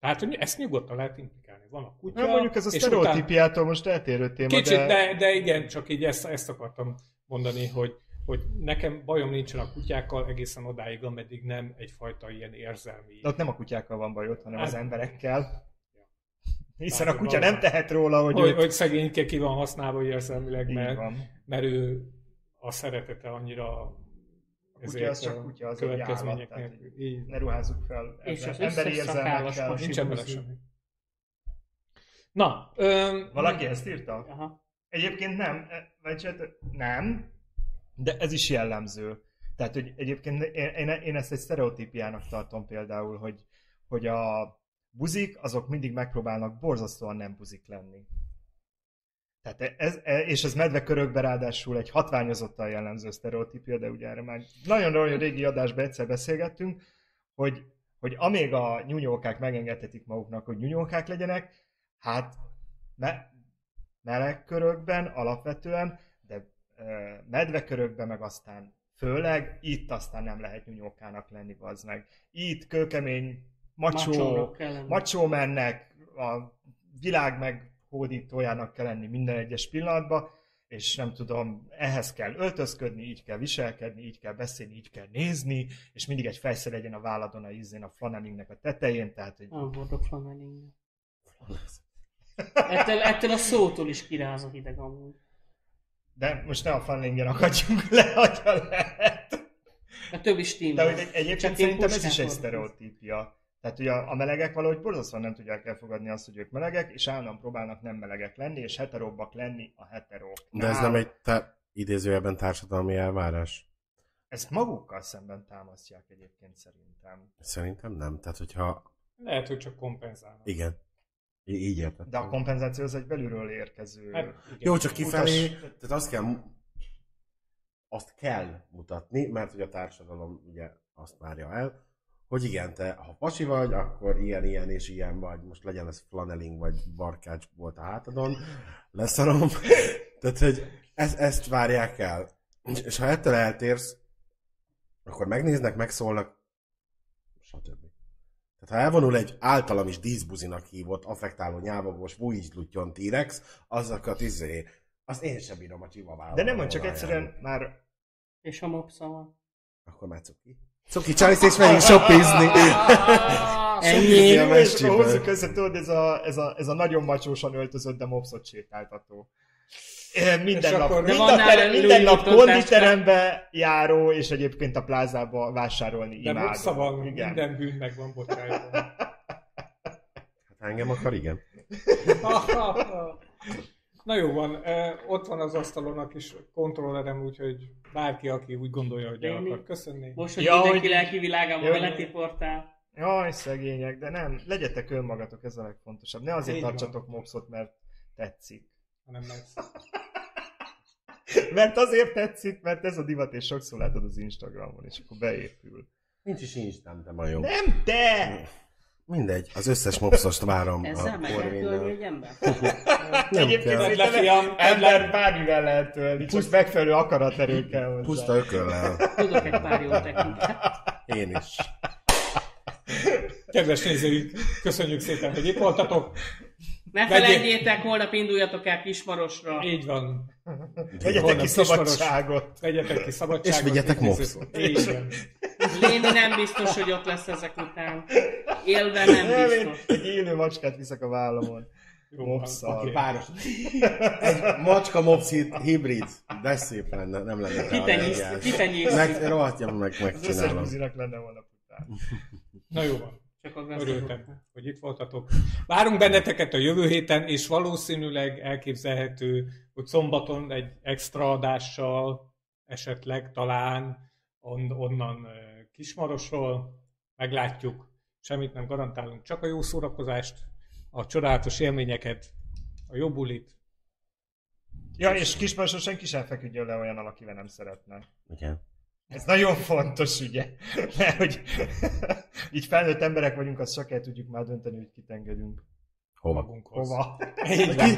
[SPEAKER 3] Tehát hogy ezt nyugodtan lehet implikálni. Van a kutya,
[SPEAKER 4] Ja, mondjuk ez a
[SPEAKER 3] és utána-
[SPEAKER 4] sztereotípiától most eltérő téma,
[SPEAKER 3] Kicsit,
[SPEAKER 4] de...
[SPEAKER 3] de, de igen, csak így ezt, ezt akartam mondani, hogy, hogy nekem bajom nincsen a kutyákkal egészen odáig, ameddig nem egyfajta ilyen érzelmi...
[SPEAKER 4] De ott nem a kutyákkal van baj ott, hanem az
[SPEAKER 3] Hát-
[SPEAKER 4] emberekkel. Hiszen a
[SPEAKER 3] Hát,
[SPEAKER 4] kutya
[SPEAKER 3] valóban.
[SPEAKER 4] nem tehet róla, hogy,
[SPEAKER 3] hogy,
[SPEAKER 4] őt-
[SPEAKER 3] hogy szegényke ki van használva érzelmileg,
[SPEAKER 4] Így
[SPEAKER 3] mert,
[SPEAKER 4] van.
[SPEAKER 3] mert ő a szeretete annyira...
[SPEAKER 4] kutya
[SPEAKER 3] ezért
[SPEAKER 4] az csak
[SPEAKER 3] a
[SPEAKER 4] kutya, az egy
[SPEAKER 3] következmények
[SPEAKER 4] állat, tehát
[SPEAKER 3] nélkül. Így.
[SPEAKER 4] Ne ruházzuk fel
[SPEAKER 6] És az
[SPEAKER 4] ember-
[SPEAKER 6] összes szakállas pasi-
[SPEAKER 3] Nincsen vele
[SPEAKER 6] Simulszín.
[SPEAKER 3] semmi. Na, öm,
[SPEAKER 4] Valaki ezt írta?
[SPEAKER 6] Aha.
[SPEAKER 4] Egyébként nem, e- vagy hát nem, de ez is jellemző. Tehát, hogy egyébként én, én, én ezt egy sztereotípiának tartom például, hogy, hogy a buzik, azok mindig megpróbálnak borzasztóan nem buzik lenni. Tehát e- ez, e- és ez medvekörökbe ráadásul egy hatványozottan jellemző sztereotípia, de ugye erre már nagyon-nagyon régi adásban egyszer beszélgettünk, hogy, hogy amíg a nyúnyókák megengedhetik maguknak, hogy nyúnyókák legyenek, hát me- melegkörökben alapvetően, de ö, medvekörökben meg aztán főleg, itt aztán nem lehet nyúnyókának lenni, bazd meg. Itt kőkemény, macsó,
[SPEAKER 6] Macsónak kell lenni.
[SPEAKER 4] macsó mennek, a világ meg hódítójának kell lenni minden egyes pillanatban, és nem tudom, ehhez kell öltözködni, így kell viselkedni, így kell beszélni, így kell nézni, és mindig egy fejszer legyen a válladon, a ízén, a flanellingnek a tetején, tehát, hogy
[SPEAKER 6] Nem boldog flamelling. Ettől, ettől a szótól is kiráz a hideg amúgy.
[SPEAKER 4] de most ne a flanellingen akadjunk le, hogyha lehet.
[SPEAKER 6] A többi stimmel.
[SPEAKER 4] De hogy egy, egyébként
[SPEAKER 6] én
[SPEAKER 4] szerintem ez is
[SPEAKER 6] puskát
[SPEAKER 4] egy
[SPEAKER 6] hordok.
[SPEAKER 4] sztereotípia. Tehát ugye a, a melegek valahogy borzasztóan nem tudják elfogadni azt, hogy ők melegek, és állandóan próbálnak nem melegek lenni, és heteróbbak lenni a heterók.
[SPEAKER 1] De ez nem egy te, idézőjelben társadalmi elvárás.
[SPEAKER 4] Ezt magukkal szemben támasztják egyébként szerintem.
[SPEAKER 1] Szerintem nem. Tehát, hogyha...
[SPEAKER 3] lehet, hogy csak kompenzálnak.
[SPEAKER 1] Igen. Í- így értettem.
[SPEAKER 4] De a kompenzáció az egy belülről érkező...
[SPEAKER 3] Hát, igen.
[SPEAKER 1] Jó, csak kifelé,
[SPEAKER 4] Utas-
[SPEAKER 1] tehát azt kell, azt kell mutatni, mert hogy a társadalom ugye azt várja el, hogy igen, te ha pasi vagy, akkor ilyen, ilyen és ilyen vagy, most legyen ez flaneling vagy barkács volt a hátadon, leszarom. Tehát, hogy ez, ezt várják el. És, és ha ettől eltérsz, akkor megnéznek, megszólnak, stb. Tehát ha elvonul egy általam is díszbuzinak hívott, affektáló nyávogós, vújítlutyon T-rex, azokat izé, azt én sem bírom a csivavával.
[SPEAKER 4] De nem mond, csak egyszerűen már...
[SPEAKER 6] És a mopsza van.
[SPEAKER 1] Akkor már cuki. Cuki, csálisz, és megyünk shoppizni.
[SPEAKER 6] Ennyi.
[SPEAKER 1] a
[SPEAKER 4] és akkor
[SPEAKER 1] mestiből.
[SPEAKER 4] hozzuk össze, tudod, ez a, ez a, ez a nagyon macsósan öltözött, de mopszot sétáltató. Eh,
[SPEAKER 3] És
[SPEAKER 4] Minden nap,
[SPEAKER 3] akkor-
[SPEAKER 4] minden
[SPEAKER 6] De van
[SPEAKER 4] nap,
[SPEAKER 6] nála
[SPEAKER 4] minden
[SPEAKER 6] Louis
[SPEAKER 4] nap
[SPEAKER 6] Vuitton
[SPEAKER 4] konditerembe járó, és egyébként a plázába vásárolni
[SPEAKER 3] De
[SPEAKER 4] imádom.
[SPEAKER 3] mopsza van,
[SPEAKER 4] Igen.
[SPEAKER 3] minden bűn meg van bocsájtva.
[SPEAKER 1] Hát engem akar, igen.
[SPEAKER 3] Na jó van, eh, ott van az asztalon a kis kontrollerem, úgyhogy bárki, aki úgy gondolja, hogy el
[SPEAKER 6] Én mi?
[SPEAKER 3] akar köszönni.
[SPEAKER 6] Most, hogy
[SPEAKER 4] Ja,
[SPEAKER 6] mindenki
[SPEAKER 4] hogy-
[SPEAKER 6] lelki világában
[SPEAKER 4] Ja, hogy-
[SPEAKER 6] beletiportál.
[SPEAKER 4] Jaj, szegények, de nem, legyetek önmagatok, ez a legfontosabb. Ne azért
[SPEAKER 3] Így van.
[SPEAKER 4] tartsatok mopszot, mert tetszik.
[SPEAKER 3] Hanem lesz.
[SPEAKER 4] Mert azért tetszik, mert ez a divat, és sokszor látod az Instagramon, és akkor beépül.
[SPEAKER 1] Nincs is Instán, de ma jó.
[SPEAKER 4] Nem te!
[SPEAKER 1] Mindegy, az összes mopszost várom
[SPEAKER 6] Ezzel
[SPEAKER 1] a
[SPEAKER 6] meg lehet ölni
[SPEAKER 1] korvénnel.
[SPEAKER 6] egy ember?
[SPEAKER 1] Nem
[SPEAKER 4] Egyébként
[SPEAKER 1] kell.
[SPEAKER 4] szerintem
[SPEAKER 3] Tedd le, fiam, tedd le.
[SPEAKER 4] ember bármivel lehet ölni, csak megfelelő akaraterő kell hozzá.
[SPEAKER 1] Puszta ököllel.
[SPEAKER 6] Tudok egy pár jó technikát.
[SPEAKER 1] Én is.
[SPEAKER 3] Kedves nézőink, köszönjük szépen, hogy itt voltatok.
[SPEAKER 6] Ne
[SPEAKER 3] Vegyél.
[SPEAKER 6] felejtjétek, holnap induljatok el Kismarosra.
[SPEAKER 3] Így van.
[SPEAKER 4] Vegyetek
[SPEAKER 3] Holnap
[SPEAKER 4] ki
[SPEAKER 3] kismaros.
[SPEAKER 4] szabadságot.
[SPEAKER 3] Vegyetek ki szabadságot.
[SPEAKER 1] És vigyetek
[SPEAKER 3] mit nézzük.
[SPEAKER 1] mopszot.
[SPEAKER 3] Így van.
[SPEAKER 6] Léni nem biztos, hogy ott lesz ezek után. Élve nem
[SPEAKER 4] Nem, én
[SPEAKER 6] biztos.
[SPEAKER 4] egy élő macskát viszek a vállamon.
[SPEAKER 3] Jó,
[SPEAKER 4] Mopszal.
[SPEAKER 3] oké.
[SPEAKER 1] Páros. Egy macska mops hib- hibrid. De szép lenne, nem lenne. rá
[SPEAKER 6] Kitenyész-
[SPEAKER 1] allergiás.
[SPEAKER 6] Kitenyésztük.
[SPEAKER 1] Meg, rohadja, meg,
[SPEAKER 4] Az összes
[SPEAKER 1] megcsinálom.
[SPEAKER 4] buzinak lenne volna után.
[SPEAKER 3] Na jó van.
[SPEAKER 6] Csak a gazdag.
[SPEAKER 3] Örültem, hogy itt voltatok. Várunk benneteket a jövő héten, és valószínűleg elképzelhető, hogy szombaton egy extra adással, esetleg talán on, onnan ö, Kismarosról, meglátjuk, semmit nem garantálunk, csak a jó szórakozást, a csodálatos élményeket, a jó bulit,
[SPEAKER 4] Ja, és kismáson senki sem feküdjön le olyan, akivel nem szeretne.
[SPEAKER 1] Igen.
[SPEAKER 4] Ez nagyon fontos, ugye? Mert hogy így felnőtt emberek vagyunk, azt csak el tudjuk már dönteni, hogy kit engedünk.
[SPEAKER 1] Hova?
[SPEAKER 3] magunkhoz.
[SPEAKER 4] Hova?
[SPEAKER 3] Így van.